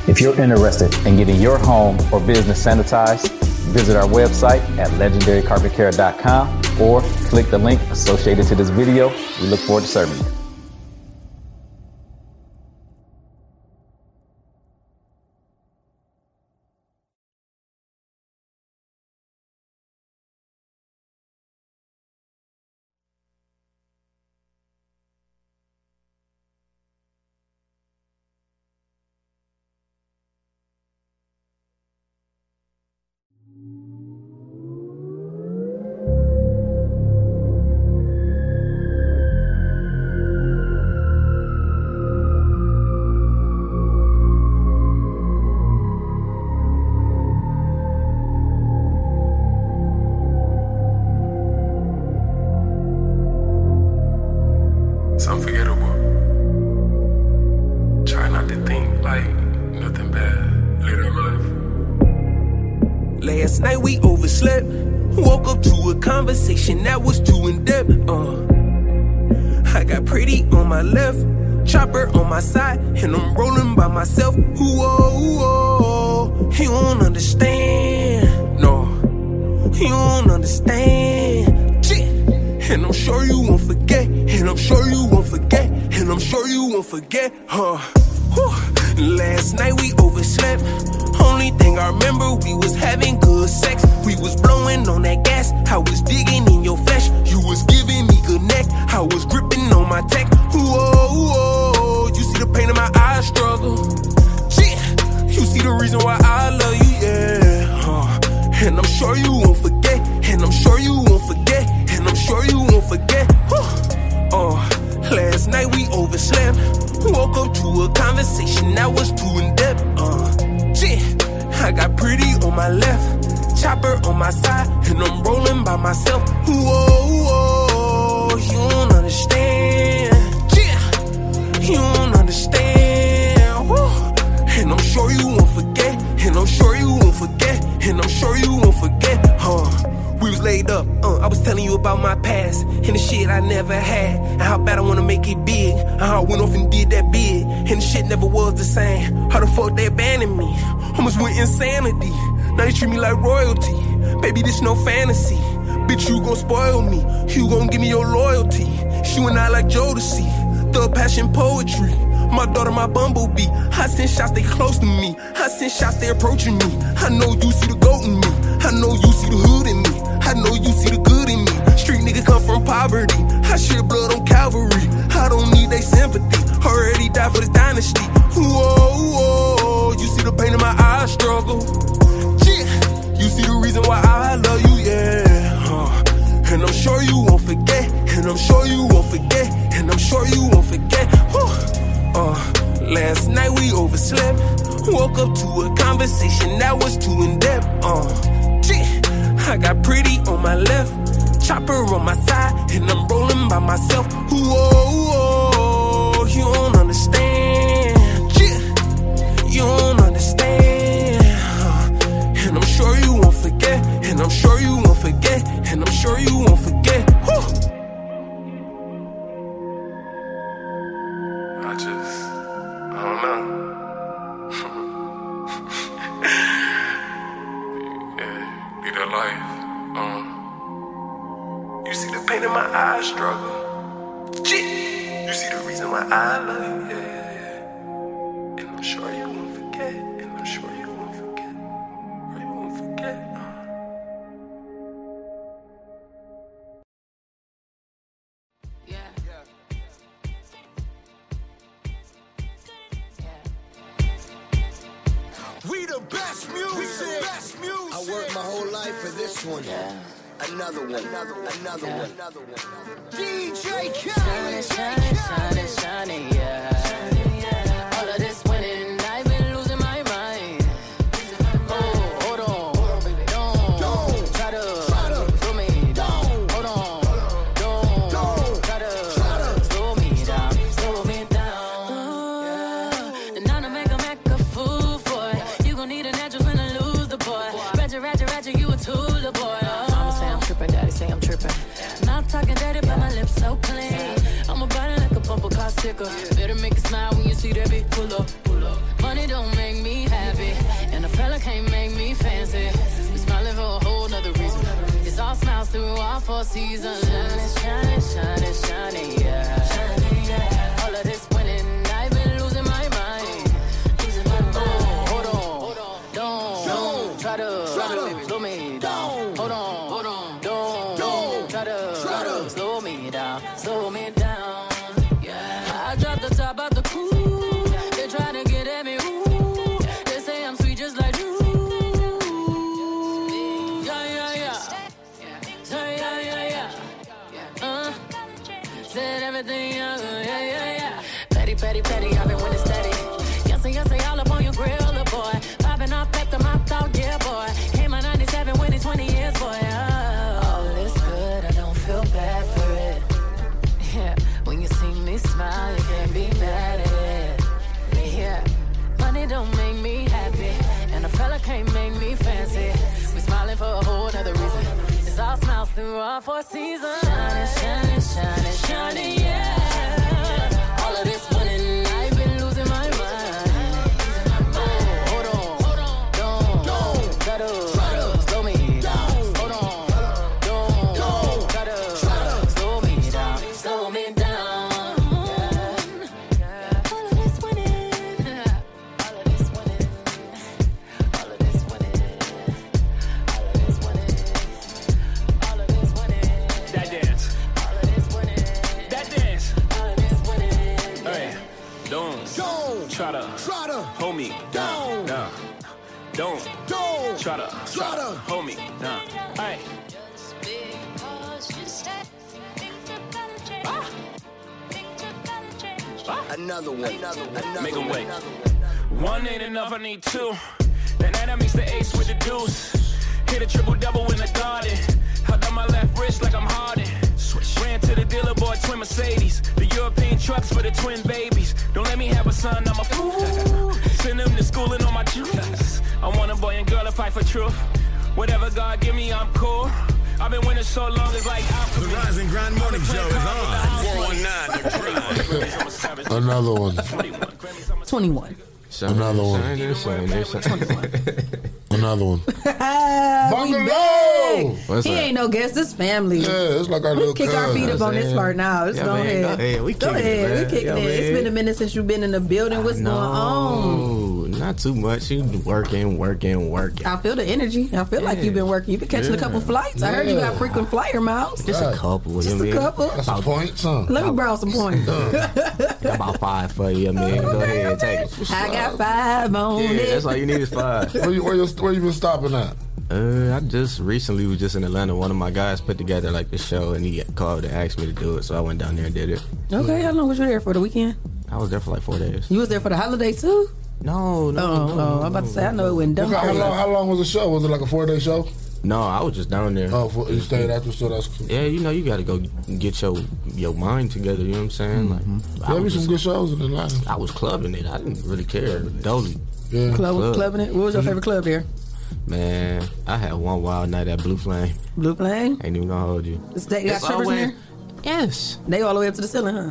Speaker 18: If you're interested in getting your home or business sanitized, visit our website at legendarycarpetcare.com or click the link associated to this video. We look forward to serving you.
Speaker 3: It's unforgettable. Try not to think like nothing bad. Live your life.
Speaker 22: Last night we overslept. Woke up to a conversation that was too in depth. Uh, I got pretty on my left, chopper on my side, and I'm rolling by myself. Ooh, oh, ooh, oh. You don't understand. No, you don't understand. Shit. And I'm sure you won't forget. And I'm sure you won't forget. And I'm sure you won't forget. Huh. Whew. Last night we overslept. Only thing I remember, we was having good sex. We was blowing on that gas. I was digging in your flesh. You was giving me good neck. I was gripping on my tech. Ooh, oh, ooh, oh. You see the pain in my eyes struggle. Shit. You see the reason why I love you, yeah. Huh. And I'm sure you won't forget. And I'm sure you won't forget. And I'm sure you won't forget. Whew. Uh, Last night we overslept. Woke up to a conversation that was too in depth. Uh, shit, I got pretty on my left, chopper on my side, and I'm rolling by myself. Whoa, whoa, you don't understand. Yeah, you don't understand. Woo. And I'm sure you won't forget. And I'm sure you won't forget. And I'm sure you won't forget. Huh. We was laid up. Uh, I was telling you about my past and the shit I never had. And how bad I wanna make it big. And how I went off and did that big. And the shit never was the same. How the fuck they abandoned me? Almost went insanity. Now they treat me like royalty. Baby, this no fantasy. Bitch, you gon' spoil me. You gon' give me your loyalty. She and I like Jodeci. Thug passion poetry. My daughter, my bumblebee. I send shots, they close to me. I send shots, they approaching me. I know you see the goat in me. I know you see the hood in me. I know you see the good in me. Street nigga come from poverty. I shed blood on Calvary. I don't need they sympathy. Already died for this dynasty. Whoa, whoa, you see the pain in my eyes, struggle. Yeah, you see the reason why I love you, yeah. huh. And I'm sure you won't forget. And I'm sure you won't forget. And I'm sure you won't forget. Whew. Uh, last night we overslept. Woke up to a conversation that was too in depth. Uh, gee, I got pretty on my left, chopper on my side, and I'm rolling by myself. Whoa, whoa, you don't understand. Yeah, you don't understand. Uh, and I'm sure you won't forget. And I'm sure you won't forget. And I'm sure you won't forget. Whew.
Speaker 3: I just, I don't know. yeah, be that life. Um,
Speaker 22: You see the pain in my eyes, struggle. Gee, you see the reason why I love you, yeah, yeah. And I'm sure you won't forget, and I'm sure you won't forget, or you won't forget.
Speaker 2: We the best music. I worked my whole life for this one. Another one. Another one. Another one. Another one. DJ Khaled.
Speaker 24: shining, shining, shining, yeah. All of this winning, I've been losing my mind. Oh, hold on, don't try to slow me down. Hold on, don't try to slow me down, slow me down. And now to make a make a fool for it. You gon' need an edge when I lose the boy. Roger, Roger, Roger, you a tool, the boy. Uh-huh. Mama say I'm tripping, daddy say I'm tripping. Not talking dirty, but my lips so clean. I'ma burn like a bumper car sticker. Better make a smile when you see that big pull up. Pull up. Money don't make me happy, and a fella can't make me fancy. We smiling for a whole nother reason. It's all smiles through all four seasons. Shining, shining, shining, shining, yeah. Shining, yeah. All of this winning, I've been losing my mind. Losing my mind. Oh, hold on, hold on, don't, don't try to, slow me down. Hold on, hold on, don't, don't try to, slow me down, slow me down. Yeah, I dropped the top out the cool. They trying to get at me. Ooh, they say I'm sweet just like you. Yeah, yeah, yeah. Say, yeah, yeah, yeah. Uh, said everything young. Yeah, yeah, yeah. Petty, petty, petty. I've been winning steady. Yes, and yes, and all up on your grill, little boy. Popping off at the mouth, out, yeah, boy. Came out 97 when it's 20 years, boy. Oh. All is good, I don't feel bad for it. Yeah, when you see me smile, you can't be mad at it. Yeah, money don't make me happy, and a fella can't make me fancy. We smiling for a whole nother reason. It's all smiles through all four seasons. Shining, shining, shining, shining, yeah. All of this winning, I've been losing my mind. Oh, hold on, hold on, don't try to slow me down. Hold on, don't try to slow me down, slow me down. All of this winning, all of this winning, all of this winning, all of this winning, all of this winning. That dance, all of this winning. That dance, all of this winning.
Speaker 22: Hey, don't, don't try to, try to hold me down. Nah. Don't, don't try to, try to hold me down. Hey,
Speaker 24: Just because you said things are better, Jane. Things are
Speaker 22: Another one. Another one.
Speaker 6: Make 'em wait. One ain't enough, I need two. Then that makes the ace with the deuce. Hit a triple double in the garden. Held on my left wrist like I'm Harden. Ran to the dealer, bought twin Mercedes. The European trucks for the twin babies. Don't let me have a son, I'm a fool. Send him to school and on my juice. I want a boy and girl to fight for truth. Whatever God give me, I'm cool. I've been winning so long, it's like I'm The Rise and Grind Morning Show is on. 419 The Grind.
Speaker 8: Another one.
Speaker 10: 21.
Speaker 8: Another one. Another one.
Speaker 10: Bungalow!
Speaker 8: What's
Speaker 10: he
Speaker 8: that?
Speaker 10: ain't no guest. This family.
Speaker 8: Yeah, it's like our
Speaker 10: we
Speaker 8: little
Speaker 10: kick our
Speaker 8: cousin.
Speaker 10: feet up on this
Speaker 8: Yeah.
Speaker 10: part now. Let's
Speaker 8: Yeah,
Speaker 10: go
Speaker 8: man,
Speaker 10: ahead.
Speaker 8: go ahead. We
Speaker 10: go
Speaker 8: kicking it,
Speaker 10: ahead.
Speaker 8: man.
Speaker 10: we kicking
Speaker 8: Yeah,
Speaker 10: it. It's
Speaker 8: man.
Speaker 10: been a minute since you've been in the building. What's going on?
Speaker 23: Oh, not too much. You working, working, working.
Speaker 10: I feel the energy. I feel like you've been working. You've been catching a couple
Speaker 23: Yeah.
Speaker 10: flights. I heard you got
Speaker 23: Yeah.
Speaker 10: frequent flyer miles.
Speaker 23: Just a couple.
Speaker 10: Just
Speaker 23: you
Speaker 10: a
Speaker 23: mean?
Speaker 10: couple.
Speaker 23: About,
Speaker 8: points,
Speaker 10: Let me borrow some points.
Speaker 23: about five for you, man. Go ahead, take it.
Speaker 10: I got five on
Speaker 23: Yeah,
Speaker 10: it.
Speaker 23: that's all you need is five.
Speaker 8: Where you, where you, where you been stopping at?
Speaker 23: Uh, I just recently was just in Atlanta. One of my guys put together like the show, and he called and asked me to do it, so I went down there and did it.
Speaker 10: Okay, how long was you there for the weekend?
Speaker 23: I was there for like four days.
Speaker 10: You was there for the holiday too?
Speaker 23: No, no.
Speaker 10: Oh, oh, I'm about to say I know it wasn't done.
Speaker 8: Look, how,
Speaker 10: crazy.
Speaker 8: long, how long was the show? Was it like a four day show?
Speaker 23: No, I was just down there.
Speaker 8: Oh, for, you stayed after, so that's cool.
Speaker 23: Yeah, you know, you gotta go get your your mind together. You know what I'm saying?
Speaker 10: Mm-hmm.
Speaker 23: Like,
Speaker 8: There be
Speaker 23: was
Speaker 8: some good shows in Atlanta.
Speaker 23: I was clubbing it. I didn't really care. Dolly. Mm-hmm.
Speaker 8: Yeah.
Speaker 10: Club, clubbing it. What was your favorite club here?
Speaker 23: Man, I had one wild night at Blue Flame.
Speaker 10: Blue Flame?
Speaker 23: Ain't even gonna hold you.
Speaker 10: Is They got
Speaker 23: It's
Speaker 10: strippers in
Speaker 23: always-
Speaker 10: there?
Speaker 23: Yes.
Speaker 10: They all the way up to the ceiling, huh?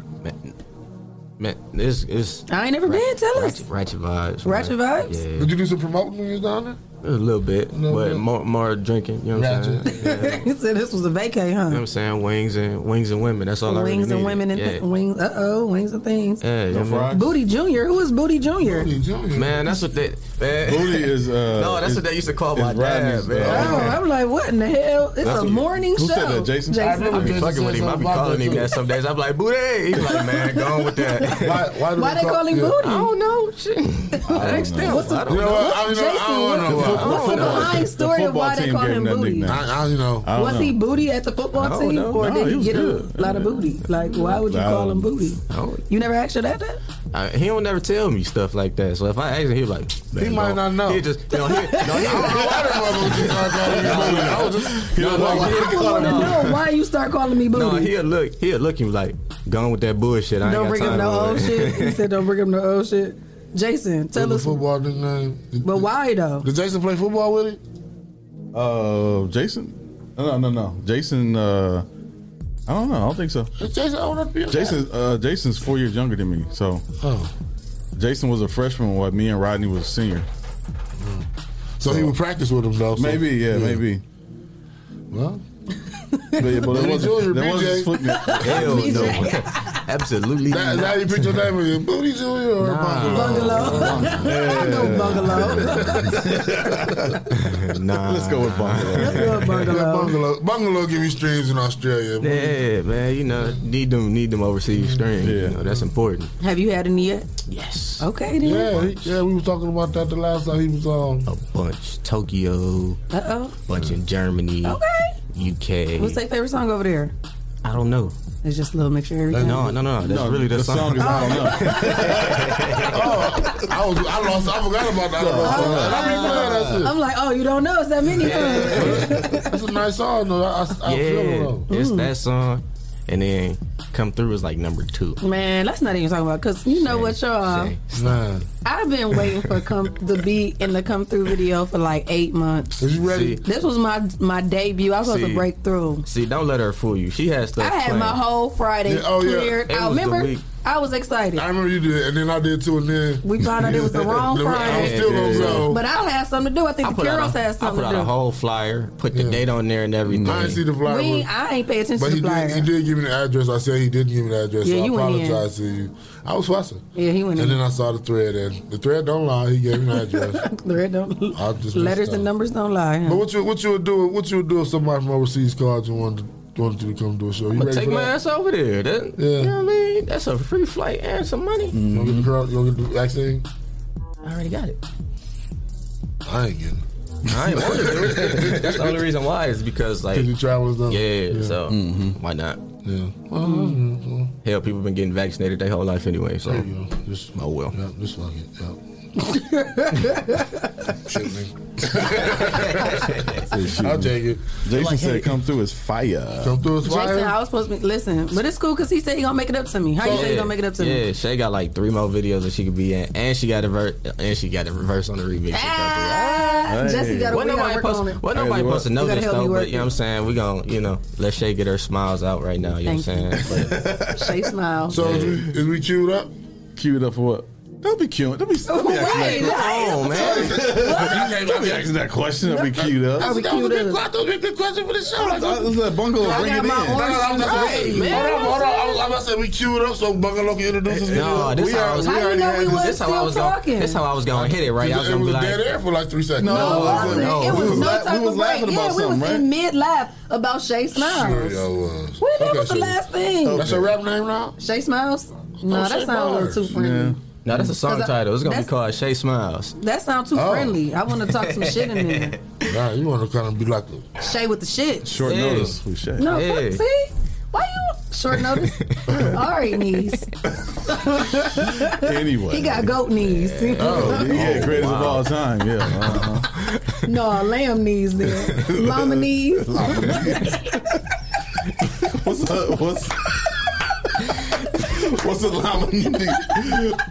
Speaker 23: Man, it's it's
Speaker 10: I ain't never been. Tell us.
Speaker 23: ratchet, ratchet vibes.
Speaker 10: Ratchet
Speaker 23: man.
Speaker 10: vibes?
Speaker 23: Yeah.
Speaker 8: Did you do some promoting when you was down there?
Speaker 23: A little bit,
Speaker 8: little
Speaker 23: but
Speaker 8: bit.
Speaker 23: more more drinking. You know what I'm saying?
Speaker 8: Ratchet.
Speaker 10: he said this was a vacay,
Speaker 23: You know what
Speaker 10: huh?
Speaker 23: I'm saying? Wings and wings and women. That's all I really
Speaker 10: Wings and
Speaker 23: needed.
Speaker 10: women and
Speaker 23: yeah.
Speaker 10: wings. Uh oh, wings and things.
Speaker 23: Yeah, you know what I mean?
Speaker 10: Booty Junior. Who is Booty Junior?
Speaker 23: Man, that's what they. Man.
Speaker 11: Booty is. Uh,
Speaker 23: no, that's what they used to call my dad, man.
Speaker 10: Oh, I'm like, what in the hell? It's
Speaker 23: That's
Speaker 10: a
Speaker 23: what-
Speaker 10: morning
Speaker 23: who
Speaker 10: show.
Speaker 23: said that, Jason? I remember I be Jason fucking with said him. I be something about calling that, him too. that some days. I'm like, booty. He's like, man, go on with that.
Speaker 8: Why, do
Speaker 10: Why they
Speaker 8: call-
Speaker 10: call him
Speaker 8: yeah.
Speaker 10: Booty?
Speaker 8: I
Speaker 23: don't know. Shit.
Speaker 2: Oh,
Speaker 8: Ask them.
Speaker 10: What's the,
Speaker 8: I don't know.
Speaker 10: what's
Speaker 8: You know what? I don't know. I
Speaker 10: Jason,
Speaker 8: don't
Speaker 10: what's
Speaker 8: know.
Speaker 10: the-
Speaker 8: I don't know.
Speaker 10: what's the behind
Speaker 8: The
Speaker 10: story of why
Speaker 8: football
Speaker 10: they
Speaker 8: team
Speaker 10: call
Speaker 8: gave
Speaker 10: him
Speaker 8: him that
Speaker 10: Booty?
Speaker 8: nickname. I- I don't know. I don't
Speaker 10: Was he
Speaker 8: know.
Speaker 10: Booty at the
Speaker 8: I
Speaker 10: football
Speaker 8: don't
Speaker 10: team,
Speaker 8: know.
Speaker 10: or
Speaker 8: No,
Speaker 10: did
Speaker 8: he
Speaker 10: he
Speaker 8: was
Speaker 10: get
Speaker 8: good.
Speaker 10: a lot of booty? Like, why would you
Speaker 23: I
Speaker 10: call him
Speaker 23: don't-
Speaker 10: Booty? You never asked her that? that?
Speaker 23: Uh, he don't never tell me stuff like that. So if I ask him, he's like,
Speaker 8: He might not know.
Speaker 23: He just, you know, he, no, he,
Speaker 8: I was just,
Speaker 23: No, no,
Speaker 10: I
Speaker 23: he-
Speaker 10: would want to
Speaker 23: no.
Speaker 10: know why you start calling me
Speaker 23: No,
Speaker 10: Booty.
Speaker 23: he'll look, he'll look him like, gone with that bullshit. I ain't
Speaker 10: don't
Speaker 23: got
Speaker 10: bring up
Speaker 23: time
Speaker 10: no
Speaker 23: for
Speaker 10: old
Speaker 23: it."
Speaker 10: shit. He said, "Don't bring up no old shit." Jason, tell us.
Speaker 8: Football nickname.
Speaker 10: But why though?
Speaker 8: Did Jason play football with him?
Speaker 11: Uh, Jason? No, no, no, no. Jason. Uh, I don't know. I don't think so.
Speaker 8: Jason old enough to be a-
Speaker 11: Jason. Uh, Jason's four years younger than me. So,
Speaker 8: Oh.
Speaker 11: Jason was a freshman while me and Rodney was a senior.
Speaker 8: So he would practice with him though. so-
Speaker 11: Maybe, yeah, maybe.
Speaker 8: Well.
Speaker 11: But, yeah, but there
Speaker 8: Booty Junior,
Speaker 11: wasn't, there
Speaker 8: BJ.
Speaker 11: wasn't football.
Speaker 23: Hell no. Absolutely.
Speaker 8: That, is that how you pick your name? Is it Booty Junior or Bungalow?
Speaker 10: I know bungalow.
Speaker 23: Nah.
Speaker 8: Let's go with Bungalow. Let's go with Bungalow. Bungalow. Bungalow give you streams in Australia.
Speaker 23: Yeah, man. You know, need them, need them overseas streams. Yeah, you know, that's important.
Speaker 10: Have you had any yet?
Speaker 23: Yes.
Speaker 10: Okay then.
Speaker 8: Yeah, he, yeah, we was talking about that the last time he was on.
Speaker 23: Bunch Tokyo,
Speaker 10: Uh oh.
Speaker 23: bunch in Germany, okay. UK.
Speaker 10: What's their favorite song over there?
Speaker 23: I don't know.
Speaker 10: It's just a little mixture. of everything.
Speaker 23: No, no, no. That's really the, song.
Speaker 11: I don't know.
Speaker 8: I was, I lost, I forgot about that. I lost all
Speaker 10: Oh,
Speaker 8: that. I be playing that shit.
Speaker 10: I'm like, oh, you don't know? It's that many? huh?
Speaker 8: That's a nice song though. I, I, I feel it
Speaker 23: yeah,
Speaker 8: though.
Speaker 23: it's that song, and then come through is like number two.
Speaker 10: Man, let's not even talk about because you know what, y'all.
Speaker 23: Man,
Speaker 10: I've been waiting for come the beat and the come through video for like eight months.
Speaker 23: Is you ready? See.
Speaker 10: This was my my debut. I was supposed to
Speaker 23: See.
Speaker 10: break through.
Speaker 23: see, don't let her fool you. She has
Speaker 10: I
Speaker 23: stuff.
Speaker 10: had
Speaker 23: planned.
Speaker 10: my whole Friday
Speaker 23: Yeah, oh, yeah.
Speaker 10: cleared.
Speaker 23: It
Speaker 10: I
Speaker 23: was the
Speaker 10: remember.
Speaker 23: week.
Speaker 10: I was excited.
Speaker 8: I remember you did, and then I did too, and then
Speaker 10: We found out it was the wrong
Speaker 8: I was
Speaker 10: Friday.
Speaker 8: still gonna go.
Speaker 10: But I had something to do. I think the
Speaker 23: put out
Speaker 10: girls
Speaker 23: a-
Speaker 10: had
Speaker 23: I put
Speaker 10: something
Speaker 23: out a
Speaker 10: to
Speaker 23: whole flyer, put the date on there and everything.
Speaker 8: I didn't see the flyer.
Speaker 10: do. We, I ain't pay attention
Speaker 8: But
Speaker 10: to
Speaker 8: he
Speaker 10: the
Speaker 8: did,
Speaker 10: flyer.
Speaker 8: he did give me the address. I said he didn't give me the address,
Speaker 10: Yeah,
Speaker 8: so I
Speaker 10: you went in.
Speaker 8: apologize to you. I was fussing.
Speaker 10: Yeah, he went
Speaker 8: And
Speaker 10: in.
Speaker 8: then I saw the thread, and the thread don't lie. He gave me the address.
Speaker 10: The red don't-
Speaker 8: I just
Speaker 10: letters
Speaker 8: messed
Speaker 10: and
Speaker 8: up.
Speaker 10: numbers don't lie. huh?
Speaker 8: But what you what you would do? What you would do if somebody from overseas called you and wanted to, wanted you to come do a show? You
Speaker 23: I'm gonna
Speaker 8: ready
Speaker 23: take
Speaker 8: for
Speaker 23: my
Speaker 8: that?
Speaker 23: ass over there. That,
Speaker 8: Yeah. Mm-hmm.
Speaker 23: You know what I mean? That's a free flight and some money.
Speaker 8: You gonna get the crowd? You gonna get the vaccine?
Speaker 23: I already got it.
Speaker 8: I ain't getting.
Speaker 23: I ain't wanna do it. That's the only reason why is because like
Speaker 8: Because you travel and stuff.
Speaker 23: yeah, so why not?
Speaker 8: Mm-hmm. Yeah. Mm-hmm.
Speaker 23: Hell, people been getting vaccinated their whole life anyway, so. oh well.
Speaker 8: Yeah, just fuck it. I'll take it.
Speaker 11: Jason
Speaker 10: Like,
Speaker 11: said,
Speaker 10: hey.
Speaker 11: "Come through as fire."
Speaker 8: Come through
Speaker 10: Jason, I was supposed to be listen, but it's cool because he said he gonna make it up to me. How you say he gonna make it up to
Speaker 23: yeah,
Speaker 10: me?
Speaker 23: Shay got like three more videos that she could be in, and she got a ver- and she got a reverse on the remix.
Speaker 10: Ah, Jesse got
Speaker 23: Wasn't
Speaker 10: a we gotta
Speaker 23: nobody
Speaker 10: work
Speaker 23: supposed-
Speaker 10: on it.
Speaker 23: wasn't nobody supposed to know
Speaker 10: You gotta
Speaker 23: this
Speaker 10: help me
Speaker 23: though,
Speaker 10: work
Speaker 23: but you know what I'm saying? We gon' you know, let Shay get her smiles out right now, you know what I'm saying?
Speaker 10: Shay smile.
Speaker 8: So is, we, is we queued up?
Speaker 11: Queued up for what? Don't be queued. Don't be. Don't be acting
Speaker 10: Wait,
Speaker 11: like-
Speaker 10: no.
Speaker 11: Oh, man. Don't be asking that question. Don't be queued up.
Speaker 8: That was, that was a good, que- that was a good question for the show. Like,
Speaker 11: Bungalow,
Speaker 8: I
Speaker 11: bring
Speaker 8: got
Speaker 11: it
Speaker 8: my
Speaker 11: in.
Speaker 8: own- No, no, no, I'm not-
Speaker 11: Right, man.
Speaker 8: Hold on, hold on. I was, I'm about to say we queued up so Bungalow can introduce us.
Speaker 23: No, this
Speaker 8: we
Speaker 23: how I
Speaker 8: are-
Speaker 23: was.
Speaker 8: we already had this.
Speaker 23: this how I was Gonna, this how I was gonna hit it, right? I was
Speaker 8: It
Speaker 23: gonna
Speaker 8: was
Speaker 23: be
Speaker 8: dead
Speaker 23: like,
Speaker 8: air for like three seconds.
Speaker 23: No, No, it
Speaker 10: It
Speaker 23: wasn't.
Speaker 10: was- it was no type of break. Yeah, we was in mid laugh about Shay
Speaker 8: Sure,
Speaker 10: Smiles.
Speaker 8: y'all was.
Speaker 10: Well, that
Speaker 8: Okay,
Speaker 10: was the
Speaker 8: so-
Speaker 10: last thing.
Speaker 8: That's your rap name now?
Speaker 10: Shay Smiles? No,
Speaker 8: Oh,
Speaker 10: that
Speaker 8: Shay
Speaker 10: sounds a little
Speaker 8: Bars.
Speaker 10: too friendly.
Speaker 23: No, that's a song
Speaker 10: 'Cause I-
Speaker 23: title. It's gonna be
Speaker 10: that's-
Speaker 23: called Shay Smiles.
Speaker 10: That sounds too
Speaker 23: Oh.
Speaker 10: friendly. I want to talk some shit in there.
Speaker 8: Nah, you want to kind of be like a
Speaker 10: Shay with the shit.
Speaker 11: Short notice with Shay.
Speaker 10: No,
Speaker 11: Yeah.
Speaker 10: fuck, see? Why you short notice? All right, knees.
Speaker 11: Anyway.
Speaker 10: He got goat knees.
Speaker 11: Oh, yeah, greatest of all time. Yeah. Uh-huh.
Speaker 10: no, lamb knees there. Llama knees.
Speaker 11: What's up? What's What's a llama knee?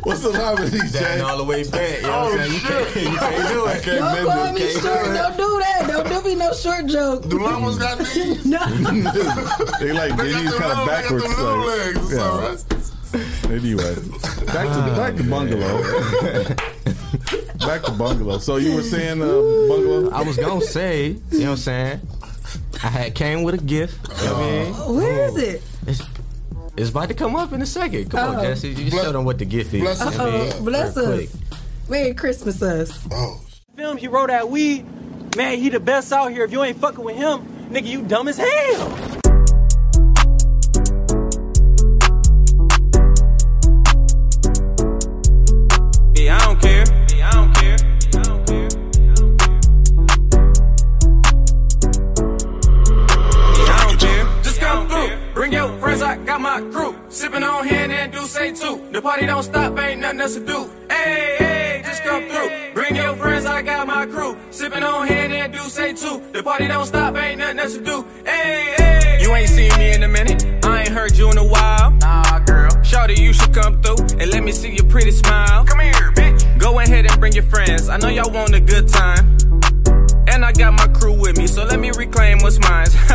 Speaker 11: What's a llama knee, Jay?
Speaker 23: all the way back. You know
Speaker 11: Oh,
Speaker 23: what I'm saying? You can't, you can't do it.
Speaker 11: Okay,
Speaker 10: Don't
Speaker 11: maybe,
Speaker 10: call me
Speaker 11: okay.
Speaker 10: short. Don't do that. Don't do me no short joke.
Speaker 8: The llamas got knees?
Speaker 10: no.
Speaker 11: They like they
Speaker 8: got
Speaker 11: use
Speaker 8: the
Speaker 11: kind
Speaker 8: little-
Speaker 11: of
Speaker 8: they got the
Speaker 11: backwards.
Speaker 8: little
Speaker 11: like,
Speaker 8: legs, it's
Speaker 11: yeah.
Speaker 8: all right.
Speaker 11: Anyway, back to the back to bungalow. back to bungalow. So you were saying uh, bungalow?
Speaker 23: I was gonna say, you know what I'm saying? I had came with a gift. You know what I mean?
Speaker 10: Where is it?
Speaker 23: It's about to come up in a second. Come
Speaker 10: Oh.
Speaker 23: on, Jesse. You show them what the gift is.
Speaker 10: Bless us.
Speaker 23: You know what I mean?
Speaker 10: Uh-oh, bless
Speaker 23: Real
Speaker 10: us.
Speaker 23: quick.
Speaker 10: Merry Christmas, us.
Speaker 7: Film, he wrote that weed. Man, he the best out here. If you ain't fucking with him, nigga, you dumb as hell.
Speaker 25: Yeah, I don't care. Yeah, I don't care. Yeah, I don't care. Just come through. Bring your friends, I got my crew. Sipping on hand and do say too. The party don't stop, ain't nothing else to do. Hey, hey, just come through. Bring your friends, I got my crew. Sipping on hand and do say too. The party don't stop, ain't nothing else to do. Hey, hey. You ain't seen me in a minute. I ain't heard you in a while. Nah, girl. Shawty, you should come through and let me see your pretty smile. Come here, bitch. Go ahead and bring your friends. I know y'all want a good time. And I got my crew with me, so let me reclaim what's mine.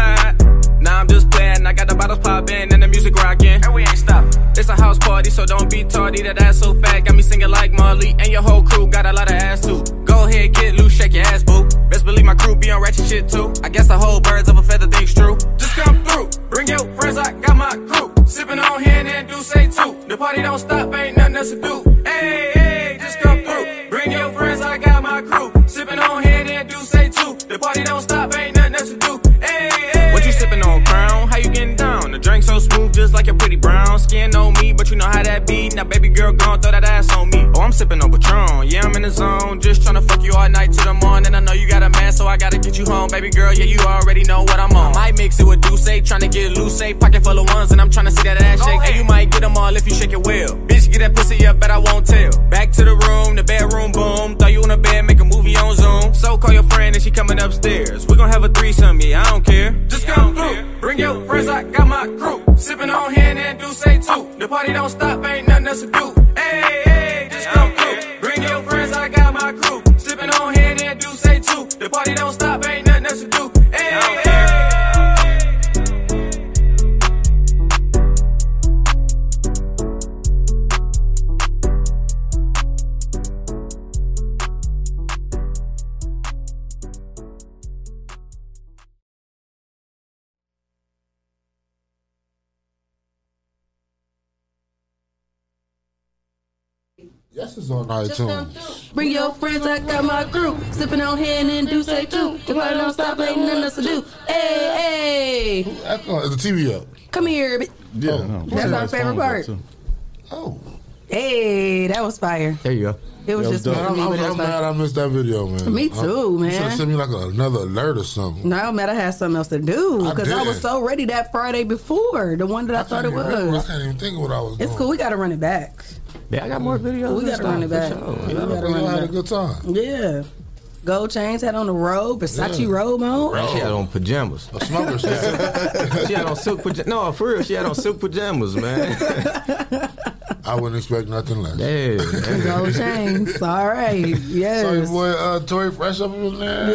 Speaker 25: now I'm just playing. I got the bottles popping and the music rocking. And we ain't stopping. It's a house party, so don't be tardy. That ass so fat got me singing like Marley. And your whole crew got a lot of ass too. Go ahead, get loose, shake your ass, boo. Best believe my crew be on ratchet shit too. I guess the whole birds of a feather thing's true. Just come through, bring your friends. I got my crew. Sipping on hand and do say too. The party don't stop, ain't nothing else to do. Hey, hey, just come through. Bring your friends, I got my crew. Sipping on hand and do say too. The party don't stop, ain't nothing else to do. Hey, hey. What you sipping on, Crown? How you getting down? The drink so smooth, just like your pretty brown skin on me. But you know how that be. Now, baby girl, gon' throw that ass on me. Oh, I'm sipping on Patron. Yeah, I'm in the zone. Just tryna fuck you all night till the morning. I know you got a man, so I gotta get you home. Baby girl, yeah, you already know what I'm on. I might mix it with Douce, tryna get loose. eh? Pocket full of ones, and I'm tryna see that ass shake. And you might get them all if you shake it well. Bitch, get that pussy up, but I won't tell. Back to the room, the bedroom boom. Throw you in the bed, make a movie on Zoom. So call your friend and she coming upstairs. We gon' have a threesome, yeah, I don't care. Just come through, bring your friends, I got my crew. Sippin' on hand and do say too. The party don't stop, ain't nothing else to do. Hey, hey, just come through, bring your friends, I got my crew. Sippin' on hand and do say too. The party don't stop, ain't nothing else to do. Hey,
Speaker 8: Yes, it's on
Speaker 10: Just come
Speaker 8: iTunes.
Speaker 10: Bring your friends, I got my crew. Sipping on hand and do say too. The party don't stop, ain't nothing else to do. Hey, hey,
Speaker 8: Echo, Oh, Is the TV up? Oh.
Speaker 10: come here. bi-
Speaker 8: Yeah,
Speaker 10: That's our favorite part. Hey, that was fire.
Speaker 23: There you go.
Speaker 10: It was just
Speaker 8: Man,
Speaker 10: for
Speaker 8: I'm,
Speaker 10: me.
Speaker 8: I'm-
Speaker 10: but it
Speaker 8: I'm
Speaker 10: was
Speaker 8: mad
Speaker 10: like,
Speaker 8: I missed that video, man.
Speaker 10: Me
Speaker 8: I-
Speaker 10: too,
Speaker 8: You should have
Speaker 10: man.
Speaker 8: sent me like another alert or something.
Speaker 10: no, man, I had something else to do because I,
Speaker 8: did.
Speaker 10: was so ready that Friday before the one that I, thought it
Speaker 8: I can't even- I
Speaker 10: was.
Speaker 8: can't even think of what I was.
Speaker 10: It's cool. We got to run it back.
Speaker 23: Yeah, I got more videos.
Speaker 10: We
Speaker 23: this
Speaker 10: got to run it back.
Speaker 23: time, for sure.
Speaker 10: We
Speaker 23: Yeah.
Speaker 10: gotta run it
Speaker 8: had a
Speaker 10: back.
Speaker 8: good time.
Speaker 10: Yeah. Gold chains had on the robe, Versace
Speaker 23: Yeah.
Speaker 10: robe on.
Speaker 23: Bro, she had on pajamas.
Speaker 8: A smoker.
Speaker 23: she had on silk pajamas. No, for real, she had on silk pajamas, man.
Speaker 8: I wouldn't expect nothing less.
Speaker 23: Yeah.
Speaker 10: Gold chains. All right. Yes.
Speaker 8: So your boy uh, Tory Fresh up in there.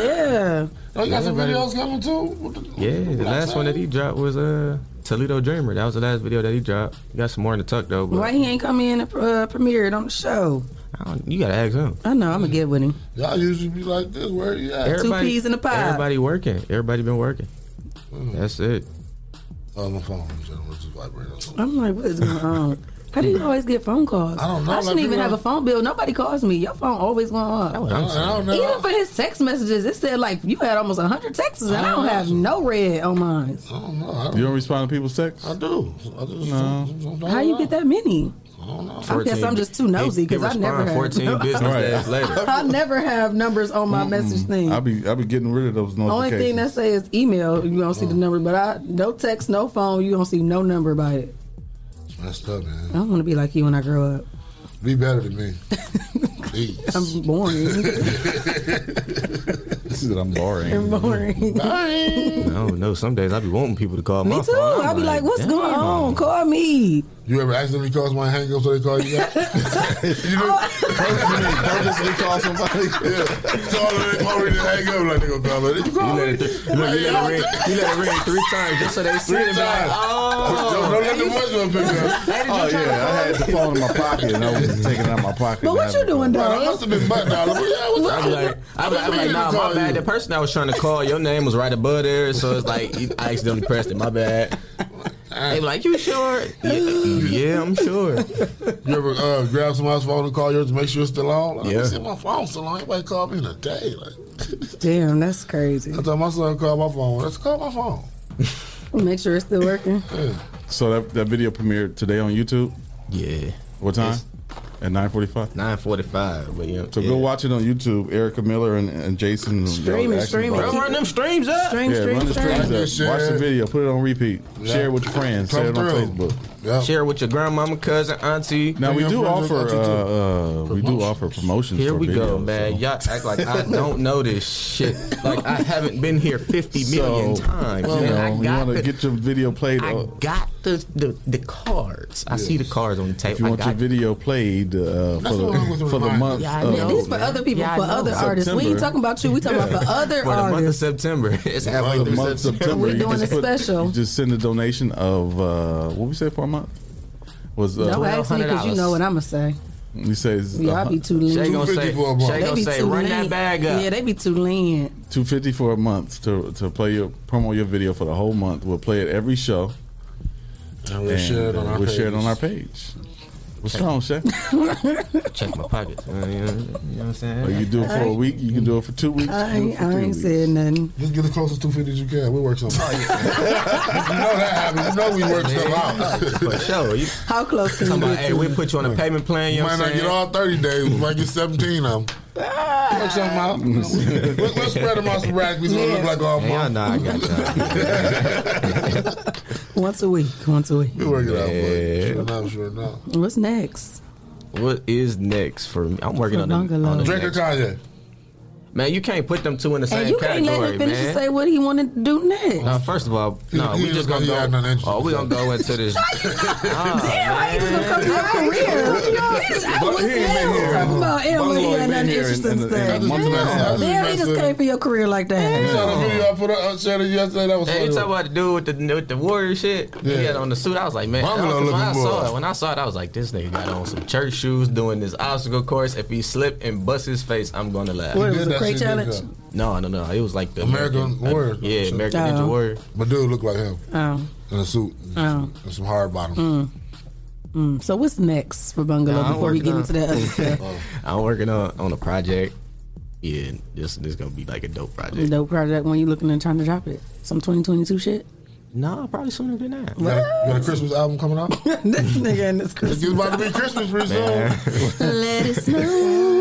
Speaker 10: Yeah.
Speaker 8: Oh, you got some
Speaker 23: Everybody-
Speaker 8: videos coming too? What the-
Speaker 23: Yeah, the last one that he dropped was uh Toledo Dreamer. That was the last video that he dropped. You got some more in the tuck though, but
Speaker 10: Why he ain't come in and uh, premiere it on the show?
Speaker 23: I don't, you gotta ask him.
Speaker 10: I know. I'm gonna get with him.
Speaker 8: Y'all usually be like this. Where you at?
Speaker 10: Two peas in a pod.
Speaker 23: Everybody working. Everybody been working. That's it.
Speaker 8: Mm. Oh, my phone just vibrating.
Speaker 10: I'm like, what is going on? How do
Speaker 23: Hmm.
Speaker 10: you always get phone calls? I
Speaker 8: don't know,
Speaker 10: I
Speaker 8: like,
Speaker 10: shouldn't even
Speaker 8: people-
Speaker 10: have a phone bill. Nobody calls me. Your phone always going off.
Speaker 8: what I'm I don't- saying. I don't know.
Speaker 10: Even for his text messages, it said like you had almost hundred texts, and I don't have no red on mine.
Speaker 8: I don't know. I
Speaker 11: You don't respond to people's texts? I
Speaker 8: do.
Speaker 11: no.
Speaker 10: How you get that many? I guess
Speaker 11: 14.
Speaker 10: I'm just too nosy
Speaker 11: He- he
Speaker 10: because I never
Speaker 11: respond 14
Speaker 10: have
Speaker 11: business days later.
Speaker 10: I never have numbers on my message thing.
Speaker 11: I Mm. be I be getting rid of those
Speaker 10: Only
Speaker 11: notifications.
Speaker 10: thing that say is email. You don't see
Speaker 23: Mm.
Speaker 10: the number, but I no text, no phone. You don't see no number by it.
Speaker 8: Messed up, man.
Speaker 10: I don't want to be like you when I grow up.
Speaker 8: Be better than me. Please.
Speaker 10: I'm boring.
Speaker 23: This is I'm boring.
Speaker 10: I'm boring.
Speaker 23: No, no. Some days I be wanting people to call
Speaker 10: Me
Speaker 23: Oh, my
Speaker 10: too.
Speaker 23: phone. I'm
Speaker 10: I'll be like, what's
Speaker 23: "Damn."
Speaker 10: going on? Call me.
Speaker 8: You ever accidentally cause my hang up so they call you back? you know,
Speaker 10: Oh.
Speaker 8: purposely call somebody. Yeah. So all of them already hang up like they gonna call her. Did you call her?
Speaker 23: You let, you let it ring, you let it ring three times just so they see it and be like,
Speaker 8: Don't,
Speaker 23: oh.
Speaker 8: don't let the voicemail pick up.
Speaker 11: Oh yeah, I had the phone in my pocket and I was just taking it out of my pocket.
Speaker 10: But what you doing,
Speaker 8: Well,
Speaker 10: dog?
Speaker 8: I must have been butt dollar. But yeah, what's
Speaker 23: I be like, I be, I be like, nah, my bad. The person I was trying to call, your name was right above there, so it's like you- I accidentally pressed it. My bad. They be like, you sure? Yeah, yeah, I'm sure.
Speaker 8: You ever uh, grab somebody's phone and call yours to make sure it's still on? Like,
Speaker 23: Yeah.
Speaker 8: I see my phone still on. Anybody called me in a day. Like,
Speaker 10: Damn, that's crazy.
Speaker 8: I thought my son called my phone. Let's call my phone.
Speaker 10: Make sure it's still working.
Speaker 11: So that, that video premiered today on YouTube.
Speaker 23: Yeah.
Speaker 11: What time?
Speaker 23: It's-
Speaker 11: At nine forty-five.
Speaker 23: Nine forty-five. But yeah.
Speaker 11: So go watch it on YouTube. Erica Miller and, and Jason.
Speaker 23: Stream it, stream it. Bro, run them streams up. Stream,
Speaker 11: yeah,
Speaker 23: stream,
Speaker 11: run the
Speaker 23: stream. Like
Speaker 11: streams
Speaker 23: this
Speaker 11: up. Watch the
Speaker 23: shit.
Speaker 11: video. Put it on repeat.
Speaker 23: Yeah.
Speaker 11: Share it with your friends.
Speaker 23: Come
Speaker 11: Share it on
Speaker 23: through.
Speaker 11: Facebook.
Speaker 23: Share with your grandmama, cousin, auntie.
Speaker 11: Now we do offer. Uh, uh, we do offer promotions.
Speaker 23: Here
Speaker 11: for
Speaker 23: we go,
Speaker 11: videos,
Speaker 23: man.
Speaker 11: so.
Speaker 23: Y'all act like I don't know this shit. Like I haven't been here fifty
Speaker 11: So,
Speaker 23: million times.
Speaker 11: you
Speaker 23: man.
Speaker 11: know,
Speaker 23: I
Speaker 11: you
Speaker 23: got
Speaker 11: wanna
Speaker 23: the-
Speaker 11: get your video played.
Speaker 23: I
Speaker 11: uh,
Speaker 23: got the the, the cards. I see the cards on the tape.
Speaker 11: If you
Speaker 23: I
Speaker 11: want
Speaker 23: got
Speaker 11: your video played uh, for
Speaker 23: That's what I'm with
Speaker 11: the
Speaker 23: the
Speaker 11: for the
Speaker 23: reminder.
Speaker 11: month,
Speaker 23: Yeah, I
Speaker 11: of-
Speaker 23: know.
Speaker 10: These for
Speaker 23: man.
Speaker 10: other people,
Speaker 23: Yeah, I
Speaker 10: for
Speaker 23: know.
Speaker 10: other artists. We ain't
Speaker 11: September.
Speaker 10: talking about you. We talking about for other
Speaker 23: for the month of
Speaker 10: artists.
Speaker 23: September. It's halfway
Speaker 11: for the
Speaker 23: through
Speaker 11: month of
Speaker 23: September.
Speaker 11: September,
Speaker 10: We're
Speaker 11: you
Speaker 10: doing
Speaker 11: just
Speaker 10: a
Speaker 11: put-
Speaker 10: special.
Speaker 11: you just send a donation of uh, what we say for a month was uh,
Speaker 10: Don't ask me because you know what I'm gonna say.
Speaker 11: You says
Speaker 10: Yeah, I be too lean.
Speaker 11: Shay gonna say- Shay
Speaker 10: They
Speaker 11: gonna
Speaker 10: be
Speaker 11: say,
Speaker 10: too
Speaker 11: "Run that
Speaker 10: lean."
Speaker 11: bag up."
Speaker 10: Yeah, they be too lean.
Speaker 11: two fifty for a month to to play your promo your video for the whole month. We'll play it every show.
Speaker 8: And we'll share it on
Speaker 11: uh,
Speaker 8: our
Speaker 11: we'll share it on
Speaker 8: page.
Speaker 11: our page. What's wrong, Chef?
Speaker 23: Check my pockets. man. You know, you know what I'm saying?
Speaker 11: Or you do it for a week. You can do it for two weeks. do
Speaker 10: I
Speaker 11: it
Speaker 10: ain't,
Speaker 11: for
Speaker 10: I
Speaker 11: three
Speaker 10: ain't
Speaker 11: weeks.
Speaker 10: saying nothing.
Speaker 8: Just get as close as 250 as you can. We'll work something
Speaker 23: Oh,
Speaker 8: out. you know that happens. You know we work something out.
Speaker 23: For sure. You
Speaker 10: How close can
Speaker 23: talking
Speaker 10: you
Speaker 23: about?
Speaker 10: get?
Speaker 23: Hey, we put you on a payment plan. You
Speaker 8: You
Speaker 23: know
Speaker 8: might
Speaker 23: what
Speaker 8: not
Speaker 23: I'm
Speaker 8: get
Speaker 23: saying?
Speaker 8: all 30 days. You might get 17 of them. Work something out. We'll, we'll spread them out sporadically so it look like all
Speaker 23: Hell
Speaker 8: month.
Speaker 23: nah, I got you.
Speaker 10: Once a week. Once a week.
Speaker 8: We work it out,
Speaker 23: Yeah.
Speaker 8: boy. Sure enough, sure enough.
Speaker 10: What's next?
Speaker 23: What is next for me? I'm working
Speaker 10: For
Speaker 23: on the,
Speaker 10: Bungalow.
Speaker 23: on the
Speaker 8: Drake or
Speaker 23: next-
Speaker 8: Kanye?
Speaker 23: Man, you can't put them two in the same
Speaker 10: And you can't
Speaker 23: category,
Speaker 10: let him finish
Speaker 23: man.
Speaker 10: and say what he want to do next.
Speaker 23: No, first of all, no,
Speaker 8: He-
Speaker 23: we
Speaker 8: he
Speaker 23: just
Speaker 8: just
Speaker 23: gonna
Speaker 8: gonna- he had nothing
Speaker 23: go.
Speaker 8: interesting
Speaker 23: Oh, we
Speaker 8: to
Speaker 23: gonna go into this.
Speaker 10: Damn, I ain't even come to your career. I was here talking about him when he had nothing interesting to say. Damn, he just came for your career like that.
Speaker 8: You saw the video I put uh, up, I shared it yesterday. That was
Speaker 23: Hey, you
Speaker 8: funny.
Speaker 23: talk about the dude with the with the warrior shit. Yeah. He had on the suit. I was like, man,
Speaker 8: Bungalow
Speaker 23: when I
Speaker 8: looking
Speaker 23: saw
Speaker 8: boy.
Speaker 23: it, when I saw it, I was like, this nigga got on some church shoes doing this obstacle course. If he slip and bust his face, I'm gonna laugh.
Speaker 10: What, it He was did a that crate shit, didn't challenge?
Speaker 23: No, no, no. It was like the
Speaker 8: American Warrior.
Speaker 23: yeah, American Ninja
Speaker 10: Oh.
Speaker 23: Warrior.
Speaker 8: But dude looked like him
Speaker 10: Oh,
Speaker 8: in a suit
Speaker 10: oh.
Speaker 8: and some hard bottoms.
Speaker 10: Mm. Mm. So what's next for Bungalow
Speaker 23: Nah, I'm
Speaker 10: before we get
Speaker 23: working on-
Speaker 10: into that
Speaker 23: Oh,
Speaker 10: other stuff?
Speaker 23: I'm working on on a project. Yeah, this this gonna be like a dope project.
Speaker 10: Dope project when you looking and trying to drop it. Some 2022 shit.
Speaker 23: No, probably sooner than that.
Speaker 8: You got, a, you got a Christmas album coming out? this
Speaker 10: nigga and this
Speaker 8: Christmas. It's about to be Christmas pretty soon.
Speaker 10: Let it snow.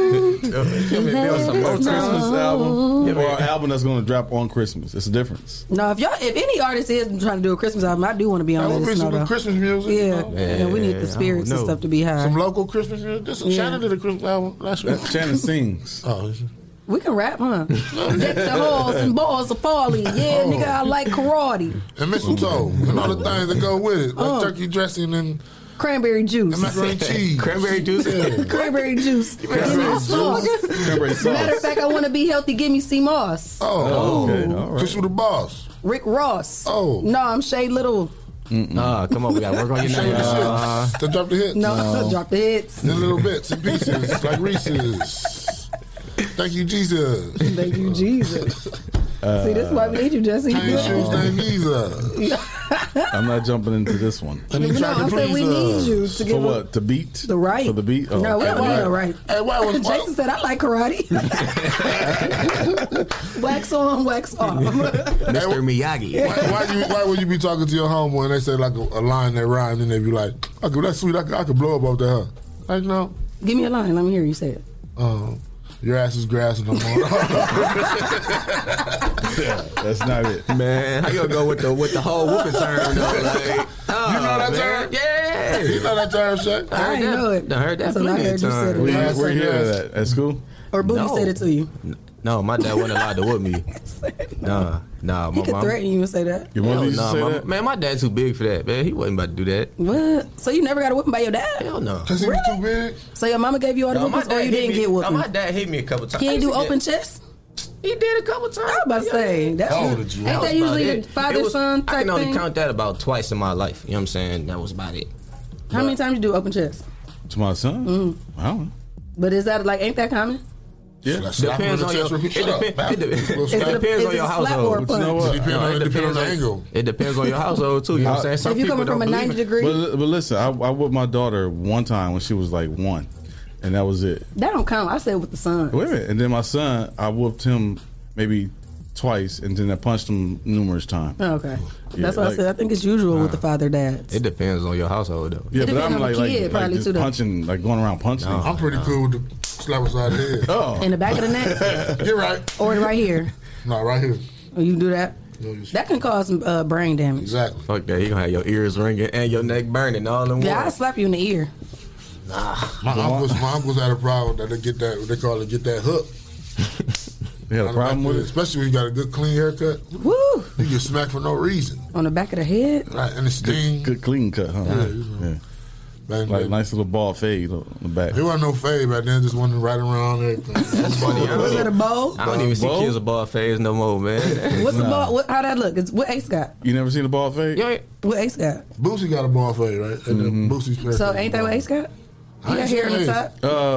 Speaker 11: Or Christmas album
Speaker 10: Yeah,
Speaker 11: or an album that's going to drop on Christmas. It's a difference.
Speaker 10: No, if y'all, if any artist is trying to do a Christmas album, I do want to be
Speaker 8: That
Speaker 10: on
Speaker 8: would
Speaker 10: Let
Speaker 8: be
Speaker 10: It Snow
Speaker 8: some
Speaker 10: though.
Speaker 8: Christmas music. you
Speaker 10: Yeah,
Speaker 8: know?
Speaker 10: yeah, we need the spirits and
Speaker 8: know.
Speaker 10: stuff to be high.
Speaker 8: Some local Christmas music. This
Speaker 10: Yeah.
Speaker 8: Shannon did a Christmas album last year.
Speaker 11: That's Shannon sings.
Speaker 8: Oh,
Speaker 10: We can rap, huh? Deck the halls and balls of folly. Yeah,
Speaker 8: Oh.
Speaker 10: nigga, I like karate,
Speaker 8: and mistletoe and all the things that go with it, like turkey dressing and
Speaker 10: cranberry juice,
Speaker 8: and macaroni and cheese,
Speaker 23: cranberry juice.
Speaker 10: cranberry juice. Give me
Speaker 8: Cranberry
Speaker 10: the
Speaker 8: juice.
Speaker 10: sauce.
Speaker 8: Cranberry
Speaker 10: Matter of fact, I want to be healthy. Give me C Moss.
Speaker 8: Oh,
Speaker 23: okay,
Speaker 8: okay.
Speaker 23: all right.
Speaker 8: Cause you the boss.
Speaker 10: Rick Ross. Oh. No, I'm Shay Little.
Speaker 23: Nah, come on, we got to work on your name. Uh,
Speaker 8: To drop the hits.
Speaker 10: No, drop the hits.
Speaker 8: In little bits and pieces, like Reese's. Thank you, Jesus.
Speaker 10: Thank you, Jesus. See, this
Speaker 11: Uh,
Speaker 10: is why we need you, Jesse.
Speaker 8: Change shoes, name Jesus.
Speaker 11: I'm not jumping into this one.
Speaker 8: And he
Speaker 10: No,
Speaker 8: tried to
Speaker 10: I'm saying we
Speaker 8: please
Speaker 10: need
Speaker 23: uh,
Speaker 10: you
Speaker 8: us.
Speaker 10: to
Speaker 11: For
Speaker 10: give up
Speaker 11: what? The beat?
Speaker 10: the right.
Speaker 11: For the beat? Oh,
Speaker 10: no, we don't
Speaker 11: okay.
Speaker 10: need no right.
Speaker 8: Oh, Hey, why was- why-
Speaker 10: Jason said I like karate? wax on, wax off.
Speaker 8: Mr.
Speaker 23: Miyagi.
Speaker 8: Why, why, you, why would you be talking to your homeboy and they say like a, a line that rhymes and they be like, okay, that's sweet. I could, I could blow up off that, huh? Like, no.
Speaker 10: Oh, Give me a line. Let me hear you say it.
Speaker 8: Um, your ass is grass no more.
Speaker 11: That's not it.
Speaker 23: Man, how you gonna go with the with the whole whooping term though? Like, oh,
Speaker 8: you know that
Speaker 23: man.
Speaker 8: term?
Speaker 23: Yeah.
Speaker 8: You know that term, Shay?
Speaker 23: I heard
Speaker 10: I know it.
Speaker 23: I heard that
Speaker 10: That's what I
Speaker 23: plenty of
Speaker 10: heard you
Speaker 23: times.
Speaker 10: said it.
Speaker 11: Where you,
Speaker 10: Yes,
Speaker 11: where you hear
Speaker 10: yes.
Speaker 11: that? At school?
Speaker 10: Or Booty
Speaker 23: No.
Speaker 10: said it to you.
Speaker 23: No, my dad wasn't allowed to whoop me. Nah, nah.
Speaker 10: He
Speaker 23: My
Speaker 10: could
Speaker 23: mom.
Speaker 10: threaten you and say that.
Speaker 11: Your mother
Speaker 23: Hell
Speaker 11: used to
Speaker 23: nah,
Speaker 11: say
Speaker 23: my-
Speaker 11: that?
Speaker 23: Man, my dad's too big for that. Man, he wasn't about to do that.
Speaker 10: What? So you never got a whipping by your dad?
Speaker 23: Hell no.
Speaker 8: Cause he was too big.
Speaker 10: So your mama gave you all the
Speaker 23: Nah, my
Speaker 10: whoopings, or
Speaker 23: dad hit
Speaker 10: you didn't
Speaker 23: me-
Speaker 10: get
Speaker 23: nah,
Speaker 10: whooping?
Speaker 23: my dad hit me a couple times.
Speaker 10: he
Speaker 23: I
Speaker 10: ain't
Speaker 23: used
Speaker 10: do
Speaker 23: to get-
Speaker 10: open chest.
Speaker 23: He did a couple times.
Speaker 10: I was about to say that's
Speaker 23: How old
Speaker 10: ain't
Speaker 23: was you?
Speaker 10: that
Speaker 23: was
Speaker 10: usually
Speaker 23: about
Speaker 10: the
Speaker 23: it.
Speaker 10: father
Speaker 23: It was-
Speaker 10: son
Speaker 23: I
Speaker 10: type
Speaker 23: can only
Speaker 10: thing?
Speaker 23: count that about twice in my life. You know what I'm saying? That was about it.
Speaker 10: How many times you do open chest?
Speaker 11: To my son?
Speaker 10: Mm.
Speaker 11: Wow.
Speaker 10: But is that like ain't that common?
Speaker 11: Yeah.
Speaker 23: Depends on your. It, depend, it,
Speaker 10: Is it
Speaker 23: de-
Speaker 10: a-
Speaker 23: it depends
Speaker 10: is
Speaker 23: on
Speaker 10: it
Speaker 23: your
Speaker 10: a slap or a
Speaker 23: household.
Speaker 10: punch?
Speaker 11: It
Speaker 23: You
Speaker 11: depends
Speaker 23: know,
Speaker 11: on- it depends on the
Speaker 23: on-
Speaker 11: angle.
Speaker 23: It depends on your household too. You know what I'm saying? Some
Speaker 10: if you're
Speaker 23: people
Speaker 10: coming from a
Speaker 23: don't believe
Speaker 10: 90
Speaker 23: it.
Speaker 10: degree,
Speaker 11: But, but listen, I, I whipped my daughter one time when she was like one, and that was it.
Speaker 10: that don't count. I said with the son.
Speaker 11: Wait a minute. And then my son, I whooped him maybe twice, and then I punched him numerous times.
Speaker 10: Oh, okay,
Speaker 11: Yeah,
Speaker 10: that's what I
Speaker 11: like-
Speaker 10: said. I think it's usual with the father dad.
Speaker 23: It depends on your household though.
Speaker 11: Yeah,
Speaker 10: It
Speaker 11: but
Speaker 10: depends
Speaker 11: I'm
Speaker 10: on the
Speaker 11: like, like,
Speaker 10: kid,
Speaker 11: like
Speaker 10: probably,
Speaker 11: just
Speaker 10: too, though.
Speaker 11: punching, like going around punching.
Speaker 8: I'm pretty cool with the slap aside the head.
Speaker 11: Oh.
Speaker 10: In the back of the neck,
Speaker 8: You're right.
Speaker 10: or right here.
Speaker 8: No, right here.
Speaker 10: Oh, You do that. That can cause uh, brain damage.
Speaker 8: Exactly.
Speaker 23: Fuck that. You gonna have your ears ringing and your neck burning all in
Speaker 10: Yeah, I
Speaker 23: one.
Speaker 10: slap you in the ear.
Speaker 8: My uncles, my uncles had a problem that they get that they call it get that hook.
Speaker 11: They had a problem with it?
Speaker 8: especially when you got a good clean haircut.
Speaker 10: Woo!
Speaker 8: You get smacked for no reason,
Speaker 10: On the back of the head.
Speaker 8: right? And it sting.
Speaker 11: Good, good clean cut, huh?
Speaker 8: Yeah,
Speaker 11: Yeah. Like nice little ball fade on the back.
Speaker 8: It wasn't no fade back then, just went right around everything. That's
Speaker 23: funny.
Speaker 10: Was it a bow?
Speaker 23: I don't even see
Speaker 11: Bo?
Speaker 23: kids with bald fades no more, man.
Speaker 10: What's the ball? What, how that look? It's, what Ace got?
Speaker 11: You never seen a ball fade?
Speaker 23: Yeah.
Speaker 10: What Ace got?
Speaker 8: Boosie got a ball fade, right?
Speaker 11: Mm-hmm.
Speaker 8: And then Boosie's haircut.
Speaker 10: So ain't that what Ace got? He got hair on the top.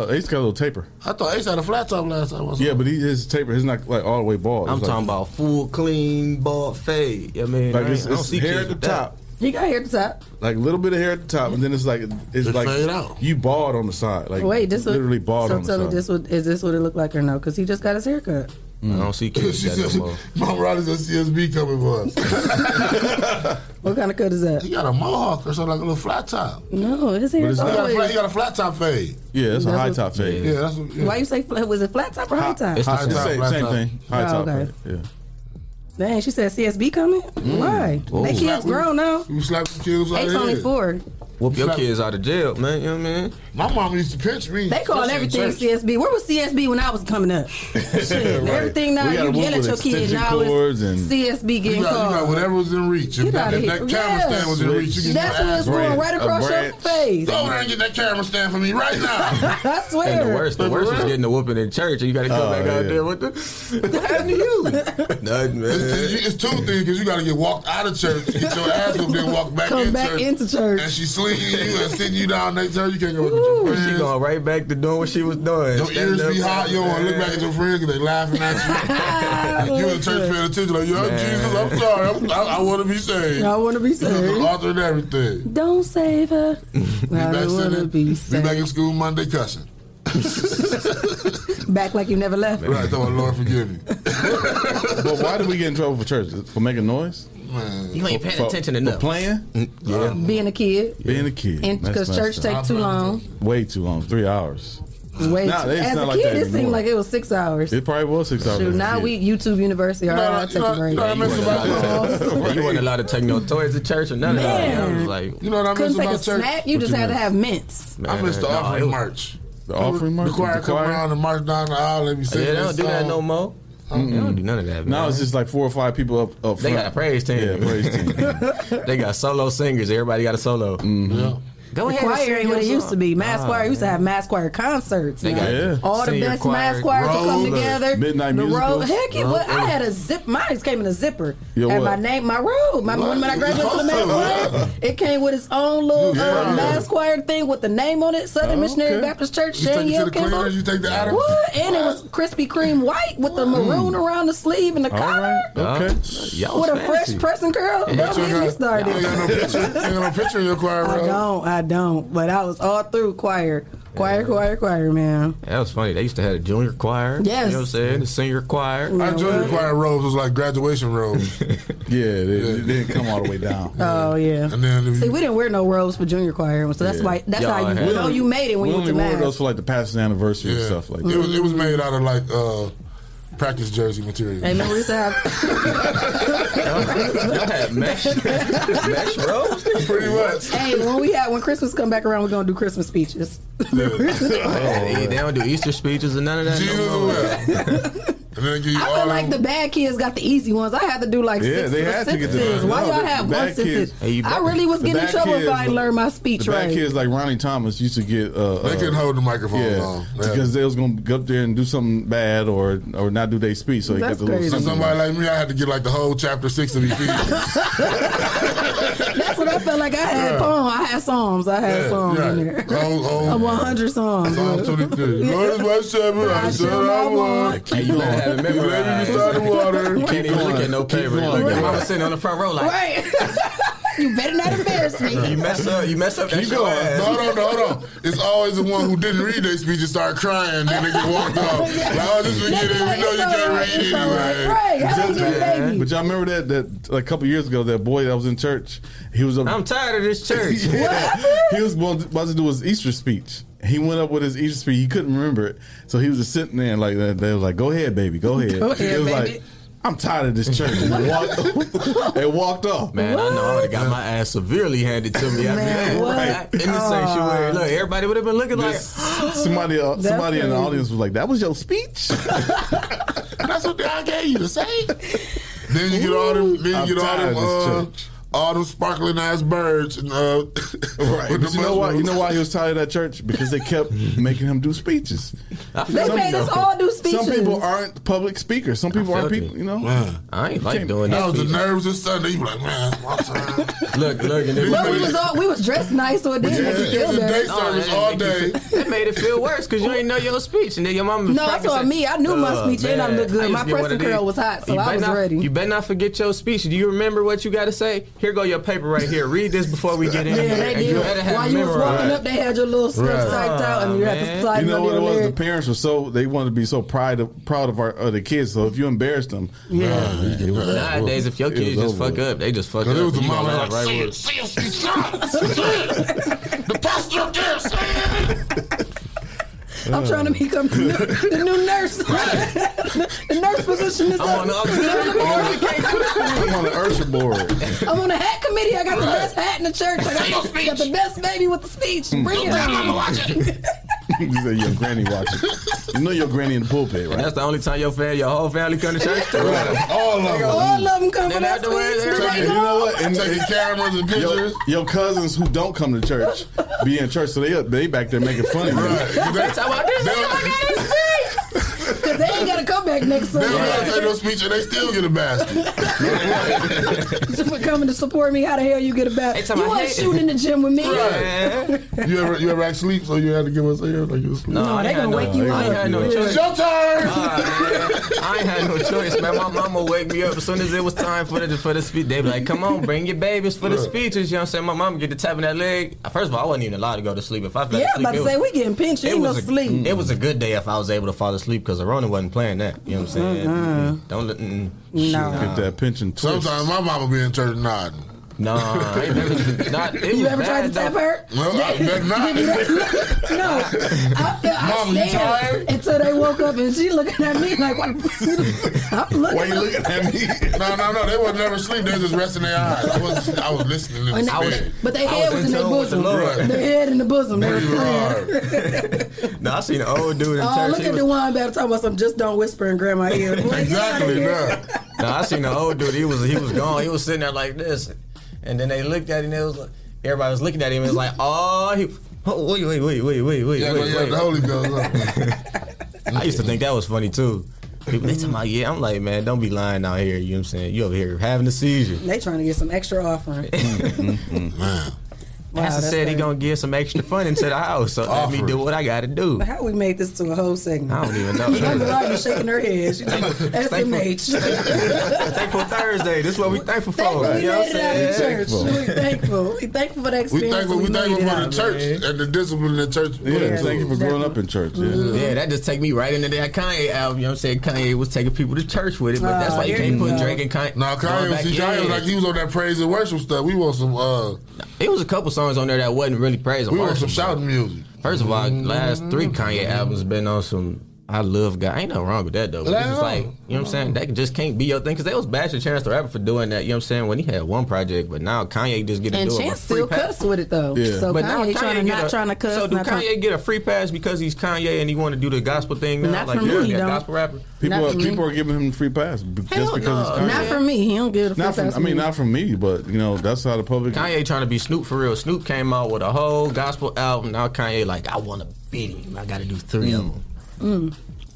Speaker 11: Uh, Ace got a little taper.
Speaker 8: I thought Ace had a flat top last time.
Speaker 11: Yeah, but he his taper. He's not like all the way bald.
Speaker 23: I'm
Speaker 11: It's like-
Speaker 23: talking about full clean bald fade. I mean,
Speaker 11: Like
Speaker 23: I ain't-
Speaker 11: it's,
Speaker 23: I don't
Speaker 11: it's
Speaker 23: see
Speaker 11: hair
Speaker 23: kids
Speaker 11: at the
Speaker 23: with that.
Speaker 11: top,
Speaker 10: He got hair at the top.
Speaker 11: like a little bit of hair at the top, and then it's like it's
Speaker 8: It
Speaker 11: like
Speaker 8: fade out.
Speaker 11: you bald on the side. Like
Speaker 10: Wait, this what-
Speaker 11: literally bald
Speaker 10: So
Speaker 11: on
Speaker 10: tell
Speaker 11: the
Speaker 10: me,
Speaker 11: side.
Speaker 10: this what is this what it looked like or no? Because he just got his hair cut.
Speaker 23: I don't see kids
Speaker 8: She
Speaker 23: with that
Speaker 8: said,
Speaker 23: no more.
Speaker 8: Mom Riley's a CSB coming for us.
Speaker 10: What kind of cut is that?
Speaker 8: He got a mohawk or something like a little flat top.
Speaker 10: No, his hair
Speaker 11: But it's
Speaker 10: is
Speaker 11: not-
Speaker 8: He got a flat, he
Speaker 10: always.
Speaker 8: got a flat top fade.
Speaker 11: Yeah, that's, a
Speaker 10: That's
Speaker 11: high
Speaker 10: what-
Speaker 11: top fade.
Speaker 8: Yeah, that's what, yeah.
Speaker 10: Why you say flat? Was it flat top or high top?
Speaker 11: It's the
Speaker 8: High
Speaker 11: same,
Speaker 8: top,
Speaker 11: same,
Speaker 8: high
Speaker 11: same
Speaker 8: top.
Speaker 11: thing. High
Speaker 10: Oh,
Speaker 11: top
Speaker 10: okay.
Speaker 11: fade. Yeah.
Speaker 10: Dang, she said CSB coming.
Speaker 8: Mm.
Speaker 10: Why?
Speaker 23: Whoa.
Speaker 10: That kid's grown now.
Speaker 8: Oh. You slap some kids like
Speaker 10: Ace only four.
Speaker 23: Whoop your
Speaker 8: Slap-
Speaker 23: kids out of jail, man. You know what I mean?
Speaker 8: My mama used to pinch me.
Speaker 10: They
Speaker 8: especially
Speaker 10: call
Speaker 8: in
Speaker 10: everything
Speaker 8: church.
Speaker 10: CSB. Where was CSB when I was coming up? Shit,
Speaker 11: Right.
Speaker 10: Everything now
Speaker 11: We gotta
Speaker 10: you
Speaker 11: move
Speaker 10: yell at
Speaker 11: with
Speaker 10: your kid
Speaker 11: extension
Speaker 10: now
Speaker 11: cords
Speaker 10: it's
Speaker 11: and-
Speaker 10: CSB
Speaker 8: You
Speaker 10: getting
Speaker 8: got, you got
Speaker 10: called.
Speaker 8: whatever was in reach. If
Speaker 10: Get
Speaker 8: that,
Speaker 10: outta
Speaker 8: if
Speaker 10: here.
Speaker 8: that camera
Speaker 10: Yes.
Speaker 8: stand was in reach, you can
Speaker 10: That's what it's going right across your
Speaker 11: branch.
Speaker 10: face.
Speaker 8: Go over there and get that camera stand for me right now.
Speaker 10: I
Speaker 23: And
Speaker 10: swear.
Speaker 23: the worst, the
Speaker 8: But for
Speaker 23: worst was
Speaker 8: real?
Speaker 23: getting a whooping in church, and you got to come
Speaker 11: Oh,
Speaker 23: back
Speaker 11: yeah.
Speaker 23: out there. What the? What happened to you? Nothing, man.
Speaker 8: it's, it's two things because you got to get walked out of church, get your ass up, then walk back,
Speaker 10: Come
Speaker 8: in,
Speaker 10: back
Speaker 8: church,
Speaker 10: into church.
Speaker 8: and she slinging you and sitting you down next to her. You can't go look at your friends.
Speaker 23: She going right back to doing what she was doing.
Speaker 8: Your
Speaker 23: Standing
Speaker 8: ears be
Speaker 23: up,
Speaker 8: hot. You don't want to look back at your friends because they laughing at you. you in the church paying attention like, yo, Jesus, I'm sorry. I'm, I, I want to be saved.
Speaker 10: I want to be
Speaker 8: You the
Speaker 10: saved.
Speaker 8: author and everything.
Speaker 10: Don't save her. I
Speaker 8: Back
Speaker 10: don't want to
Speaker 8: sitting,
Speaker 10: be
Speaker 8: be
Speaker 10: saved.
Speaker 8: back in school Monday cussing.
Speaker 10: Back like you never left.
Speaker 8: Right, talking about Lord forgive me.
Speaker 11: but why did we get in trouble for church? For making noise?
Speaker 23: You ain't paying
Speaker 11: For-
Speaker 23: attention
Speaker 11: for
Speaker 23: enough.
Speaker 11: playing?
Speaker 8: Mm,
Speaker 23: Yeah.
Speaker 10: Being a kid.
Speaker 11: Being a kid.
Speaker 10: And
Speaker 11: That's
Speaker 10: because church
Speaker 11: messed
Speaker 10: take
Speaker 11: up.
Speaker 10: too long.
Speaker 11: Way too long. Three hours.
Speaker 10: Wait,
Speaker 11: Nah, it's
Speaker 10: as
Speaker 11: not
Speaker 10: a
Speaker 11: like
Speaker 10: kid,
Speaker 11: that
Speaker 10: it seemed
Speaker 11: anymore.
Speaker 10: like it was six hours.
Speaker 11: It probably was six hours.
Speaker 10: Shoot,
Speaker 11: as a
Speaker 10: now
Speaker 11: kid.
Speaker 10: we YouTube University. All right, I'll take
Speaker 8: uh,
Speaker 10: a break.
Speaker 23: you, wasn't allowed to- you wasn't allowed to take no toys to church or none of that. I was like,
Speaker 8: You know what I miss
Speaker 10: Couldn't take
Speaker 8: about
Speaker 10: a
Speaker 8: church?
Speaker 10: snack. You just had to have mints.
Speaker 8: I miss the
Speaker 23: Nah, it
Speaker 8: offering
Speaker 23: was-
Speaker 8: march.
Speaker 23: The offering march?
Speaker 8: The choir
Speaker 23: The
Speaker 8: come
Speaker 23: choir?
Speaker 8: around and march down the aisle and be singing
Speaker 23: Yeah, they don't
Speaker 8: that
Speaker 23: do that
Speaker 8: song.
Speaker 23: no more. They don't do none of that.
Speaker 11: Now
Speaker 23: man.
Speaker 11: it's just like four or five people up, up front.
Speaker 23: They got a praise team.
Speaker 11: Yeah, praise
Speaker 23: team. they got solo singers. Everybody got a solo.
Speaker 11: Mm-hmm.
Speaker 23: Go
Speaker 10: the
Speaker 23: ahead. and
Speaker 10: choir
Speaker 23: sing
Speaker 10: ain't what
Speaker 23: your
Speaker 10: it used to
Speaker 23: song.
Speaker 10: be. Mass
Speaker 23: Ah,
Speaker 10: choir used to have mass choir concerts.
Speaker 23: They
Speaker 10: now.
Speaker 23: got- Yeah.
Speaker 10: All the
Speaker 23: Senior
Speaker 10: best
Speaker 23: choir,
Speaker 10: mass choirs will come
Speaker 23: roll,
Speaker 10: together.
Speaker 23: midnight
Speaker 10: the road.
Speaker 23: musicals.
Speaker 10: Heck, yeah,
Speaker 23: Roll,
Speaker 10: well, I
Speaker 23: yeah.
Speaker 10: had a zip. Mine just came in a zipper.
Speaker 23: Yo,
Speaker 10: and
Speaker 23: what?
Speaker 10: my name, my robe. My, when I graduated from the mass
Speaker 23: What?
Speaker 10: choir, it came with its own little
Speaker 23: Yeah.
Speaker 10: uh, mass choir thing with the name on it. Southern Missionary Baptist Church.
Speaker 8: Oh, You take it to
Speaker 10: Danielle
Speaker 8: the
Speaker 10: Kimball.
Speaker 8: cleaners, you take the Adams. Mm.
Speaker 10: What? And it was Krispy Kreme white with the maroon around the sleeve and the
Speaker 8: All
Speaker 10: collar.
Speaker 8: Okay.
Speaker 10: With a fresh pressing curl.
Speaker 8: Yeah.
Speaker 10: Don't get me started.
Speaker 8: You ain't got no picture. You ain't got no picture in your choir,
Speaker 10: I
Speaker 8: bro.
Speaker 10: don't, I don't. But I was all through choir, choir, choir, choir, man.
Speaker 23: That was funny. They used to have a junior choir.
Speaker 10: Yes.
Speaker 23: You know what I'm saying? The senior choir.
Speaker 8: Our junior choir robes was like graduation robes. yeah,
Speaker 11: they, they didn't come all the way down.
Speaker 10: Oh yeah.
Speaker 8: And then
Speaker 10: See, we didn't wear no robes for junior choir, so that's
Speaker 11: Yeah.
Speaker 10: why that's
Speaker 11: Y'all
Speaker 10: how you
Speaker 11: had-
Speaker 10: know you made it when
Speaker 11: we
Speaker 10: you went
Speaker 11: only
Speaker 10: to
Speaker 11: wore
Speaker 10: mass.
Speaker 11: those for like the past anniversary and stuff like that.
Speaker 8: It was, it was made out of like uh, practice jersey material.
Speaker 10: Hey, remember we used to have
Speaker 23: mesh, mesh robes?
Speaker 8: Pretty much.
Speaker 10: hey when we had when Christmas come back around, we're gonna do Christmas speeches.
Speaker 23: they, they don't do Easter speeches and none of that. no more.
Speaker 10: I feel like the bad kids got the easy ones. I had to do like
Speaker 23: Yeah,
Speaker 10: six
Speaker 23: they
Speaker 10: or
Speaker 23: had to
Speaker 10: six
Speaker 23: get the-
Speaker 10: things. Why
Speaker 11: No,
Speaker 10: y'all
Speaker 11: the-
Speaker 10: have
Speaker 11: the
Speaker 10: one
Speaker 11: bad
Speaker 10: sentence?
Speaker 11: kids- Hey, you
Speaker 10: I
Speaker 11: bad-
Speaker 10: really was
Speaker 11: the
Speaker 10: getting in
Speaker 11: bad
Speaker 10: trouble if
Speaker 11: kids
Speaker 10: I didn't
Speaker 11: was-
Speaker 10: learn my speech
Speaker 11: the bad
Speaker 10: right.
Speaker 11: kids like Ronnie Thomas used to get. Uh,
Speaker 8: They
Speaker 11: uh,
Speaker 8: couldn't hold the microphone
Speaker 11: yeah,
Speaker 8: long. Yeah.
Speaker 11: because they was gonna go up there and do something bad or or not do their speech. So he got the little.
Speaker 8: So
Speaker 11: something.
Speaker 8: somebody like me, I had to get like the whole chapter six of Ephesians.
Speaker 10: That's what I felt like. I had
Speaker 8: Yeah.
Speaker 10: poems. I had psalms. I had
Speaker 8: Yeah,
Speaker 10: songs
Speaker 8: right.
Speaker 10: in there.
Speaker 8: Old- old-
Speaker 10: Uh, 100 songs.
Speaker 8: Psalm 23. Lord is my shepherd, I shall not want.
Speaker 23: Hey, you don't have it
Speaker 8: He led
Speaker 23: memorized.
Speaker 8: me beside the water.
Speaker 23: You can't even look at no paper. You look at mama sitting on the front row like,
Speaker 10: you better not embarrass me.
Speaker 23: You mess up. You mess up.
Speaker 8: Keep
Speaker 23: that's your
Speaker 8: going.
Speaker 23: ass.
Speaker 8: No, hold on, no, hold on. It's always the one who didn't read their speech and start crying, then they get walked off. Like, oh, just forget it. We know you can't read anyway.
Speaker 11: But y'all remember that that like, a couple years ago, that boy that was in church, he was. Up,
Speaker 23: I'm tired of this church.
Speaker 11: Yeah.
Speaker 23: What
Speaker 11: He was about to- about to do his Easter speech. He went up with his Easter speech. He couldn't remember it, so he was just sitting there like that. They was like, "Go ahead, baby, go ahead."
Speaker 23: Go ahead,
Speaker 11: it was
Speaker 23: baby.
Speaker 11: like, "I'm tired of this church." And walked, and walked off.
Speaker 23: Man, I know I would have got my ass severely handed to me. I
Speaker 11: Man,
Speaker 23: mean,
Speaker 11: what?
Speaker 23: right, in the sanctuary. Look, everybody would have been looking like
Speaker 11: somebody, uh, somebody in the audience was like, "That was your speech."
Speaker 8: That's what I gave you to say. Then you get all them. Then you
Speaker 11: I'm
Speaker 8: get all
Speaker 11: tired
Speaker 8: them.
Speaker 11: of this
Speaker 8: Uh, all them sparkling ass birds. And, uh,
Speaker 11: Right,
Speaker 8: with
Speaker 11: but
Speaker 8: the
Speaker 11: you know why? You
Speaker 8: mushrooms.
Speaker 11: know why he was tired of that church because they kept making him do speeches.
Speaker 10: They
Speaker 11: Some-
Speaker 10: made us all do
Speaker 11: Some people
Speaker 10: speeches.
Speaker 11: aren't public speakers. Some people aren't people. You know,
Speaker 23: I ain't like
Speaker 11: Can't-
Speaker 23: doing
Speaker 8: That
Speaker 23: that.
Speaker 8: was the nerves of Sunday. You be like, man, I'm tired.
Speaker 23: Look, look, and
Speaker 10: But we was all we was dressed nice, so it didn't make you feel bad.
Speaker 23: all day. That made it feel worse because you ain't know your speech, and then your mama.
Speaker 10: No, that's what I mean. I knew my speech and I looked good. My pressing curl
Speaker 23: curl
Speaker 10: was hot, so I was ready.
Speaker 23: You better not forget your speech. Do you remember what you got to say? Here go your paper right here. Read this before we get in.
Speaker 10: Yeah,
Speaker 23: here.
Speaker 10: they
Speaker 23: And you
Speaker 10: did.
Speaker 23: better have
Speaker 10: While
Speaker 23: it
Speaker 10: you was
Speaker 23: memorized. Oh,
Speaker 10: walking up, they had your little stuff
Speaker 11: Right.
Speaker 10: typed out, and you had to slide
Speaker 11: you
Speaker 10: it
Speaker 11: know
Speaker 10: under
Speaker 11: what
Speaker 10: your
Speaker 11: it was? The
Speaker 10: leg.
Speaker 11: parents were so they wanted to be so proud of, proud of our of the kids. So if you embarrassed them,
Speaker 10: Yeah.
Speaker 11: uh, it was over.
Speaker 23: Nowadays, if your
Speaker 11: It
Speaker 23: kids
Speaker 11: was
Speaker 23: just
Speaker 11: over.
Speaker 23: fuck up, they just fuck up.
Speaker 11: Cause it was
Speaker 23: You
Speaker 11: the
Speaker 23: gonna
Speaker 11: mama
Speaker 23: laugh
Speaker 11: like,
Speaker 23: right
Speaker 11: "Say it,
Speaker 23: with it."
Speaker 2: See us, see us, see us. The pastor up there, see
Speaker 10: I'm trying to become the new, the new nurse. the nurse position is
Speaker 2: I'm
Speaker 10: up.
Speaker 2: on the auxiliary
Speaker 11: I'm on the Ursher board.
Speaker 10: I'm on the hat committee. I got the best hat in the church. I got, the- got the best baby with the speech. Bring it on.
Speaker 11: you say your granny watching. You know your granny in the pulpit, right?
Speaker 23: That's the only time your family, your whole family come to church. too.
Speaker 11: All of them.
Speaker 10: All of them come for
Speaker 23: Then
Speaker 10: that
Speaker 23: afterwards,
Speaker 10: speech.
Speaker 23: everybody
Speaker 11: you know what? And
Speaker 8: Taking cameras and
Speaker 11: your,
Speaker 8: pictures.
Speaker 11: your cousins who don't come to church be in church, so they up, they back there making fun of you.
Speaker 8: That's
Speaker 23: how I
Speaker 10: This is my goddamn speech. Cause they ain't gotta come back next
Speaker 8: They don't gotta
Speaker 10: Sunday.
Speaker 8: say no speech and they still get a basket.
Speaker 10: Just for coming to support me, how the hell you get a bat? You wasn't shooting in the gym with me.
Speaker 8: Right. you ever you ever act sleep, so you had to give us a like you was asleep.
Speaker 10: No, No, I they ain't gonna had no- wake you I ain't up. had no
Speaker 8: It's
Speaker 10: choice.
Speaker 8: your turn.
Speaker 23: I ain't had no choice, man. My mama wake me up as soon as it was time for the for the speech. They be like, "Come on, bring your babies for the
Speaker 10: Look.
Speaker 23: speeches." You know what I'm saying? My mom get to tapping that leg. First of all, I wasn't even allowed to go to sleep. If I fell
Speaker 10: Yeah,
Speaker 23: asleep,
Speaker 10: about
Speaker 23: it
Speaker 10: to
Speaker 23: was-
Speaker 10: say we getting pinched.
Speaker 23: it
Speaker 10: Ain't no
Speaker 23: was a,
Speaker 10: sleep.
Speaker 23: It was a good day if I was able to fall asleep because Arona wasn't playing that. You know what I'm saying?
Speaker 10: Mm-mm.
Speaker 23: Don't let mm,
Speaker 10: No.
Speaker 11: Get that pension twist.
Speaker 8: Sometimes my mama be in church nodding.
Speaker 23: No, I ain't never, not, it
Speaker 10: You
Speaker 23: was
Speaker 10: ever tried to
Speaker 23: bad, though.
Speaker 10: tap her?
Speaker 8: Well, I bet not.
Speaker 10: No, I, feel, I
Speaker 8: Mom, you
Speaker 10: stared
Speaker 8: tired?
Speaker 10: until they woke up and she looking at me like, what? I'm looking.
Speaker 8: Why you looking at me? no, no, no. They was never asleep. They was just resting their eyes. I was, I was listening. In
Speaker 10: And
Speaker 8: the
Speaker 10: they-
Speaker 8: spirit.
Speaker 10: but their head was in their bosom. their head in the bosom. They were praying.
Speaker 23: No, I seen an old dude in
Speaker 10: Oh,
Speaker 23: church.
Speaker 10: look
Speaker 23: He
Speaker 10: at
Speaker 23: was-
Speaker 10: the one back talking about some just don't whisper in grandma ear. Like, get outta here.
Speaker 23: No, I seen the old dude. He was he was gone. He was sitting there like this, and then they looked at him. And it was like, everybody was looking at him. and It was like, oh, he, oh, wait, wait, wait, wait, wait, wait,
Speaker 8: Yeah,
Speaker 23: wait,
Speaker 8: but yeah,
Speaker 23: wait.
Speaker 8: the Holy Ghost. huh?
Speaker 23: I used to think that was funny too. People they talking about yeah. I'm like, man, don't be lying out here. You know what I'm saying? You over here having a seizure.
Speaker 10: They trying to get some extra offering. Mm-hmm.
Speaker 23: Wow. Pastor
Speaker 10: that's
Speaker 23: said he
Speaker 10: crazy.
Speaker 23: gonna give some extra fun into the house, so let me do what I gotta do.
Speaker 10: But How we made this to a whole segment?
Speaker 23: I don't even know.
Speaker 10: Remember, Rodney shaking her head. She talking about SMH.
Speaker 23: Thankful Thursday. This is what we thankful for.
Speaker 10: We
Speaker 23: you know
Speaker 10: made
Speaker 23: what I'm
Speaker 10: it out of
Speaker 23: saying?
Speaker 10: church. We thankful. We thankful for the
Speaker 8: We
Speaker 10: experience.
Speaker 8: thankful, we
Speaker 10: and
Speaker 8: thankful
Speaker 10: made it
Speaker 8: for the
Speaker 10: out.
Speaker 8: church and the discipline the church. put
Speaker 11: Yeah,
Speaker 8: into
Speaker 11: thank you
Speaker 8: it.
Speaker 11: for growing up in church.
Speaker 8: Mm-hmm.
Speaker 11: Yeah.
Speaker 23: Yeah, that just take me right into that Kanye album. You know what I'm saying? Kanye was taking people to church with it, but
Speaker 8: Ah,
Speaker 23: that's why you can't put Drake and Kanye.
Speaker 8: No, Kanye
Speaker 23: going
Speaker 8: was,
Speaker 23: back
Speaker 8: see, Kanye was
Speaker 23: in.
Speaker 8: like he was on that praise and worship stuff. We want some. uh
Speaker 23: It was a couple songs on there that wasn't really praise. and
Speaker 8: We want
Speaker 23: worship,
Speaker 8: some shouting
Speaker 23: bro.
Speaker 8: music.
Speaker 23: First of all, last three Kanye albums been on some. I love God. Ain't nothing wrong with that though. But it's just like you know what I'm saying. That just can't be your thing because they was bashing Chance the Rapper for doing that. You know what I'm saying? When he had one project, but now Kanye just get to
Speaker 10: And
Speaker 23: do it.
Speaker 10: Chance
Speaker 23: for free
Speaker 10: still
Speaker 23: pass.
Speaker 10: cuss with it though. So
Speaker 23: But now
Speaker 10: Kanye trying to
Speaker 23: get
Speaker 10: not
Speaker 23: a-
Speaker 10: trying to cuss.
Speaker 23: So do
Speaker 10: not trying-
Speaker 23: Kanye get a free pass because he's Kanye and he want to do the gospel thing now?
Speaker 10: Not
Speaker 23: like
Speaker 10: for
Speaker 23: yeah,
Speaker 10: me,
Speaker 23: that
Speaker 10: don't.
Speaker 23: gospel rapper.
Speaker 11: People,
Speaker 10: Not
Speaker 11: are,
Speaker 10: for me.
Speaker 11: people are giving him free pass b- just because
Speaker 10: no.
Speaker 11: it's Kanye.
Speaker 10: Not for me. He don't get a free
Speaker 11: Not from,
Speaker 10: pass.
Speaker 11: I mean, not from me, but you know, that's how the public.
Speaker 23: Kanye trying to be Snoop for real. Snoop came out with a whole gospel album. Now Kanye like, I want a bitty. I got to do three of them.
Speaker 10: Mm.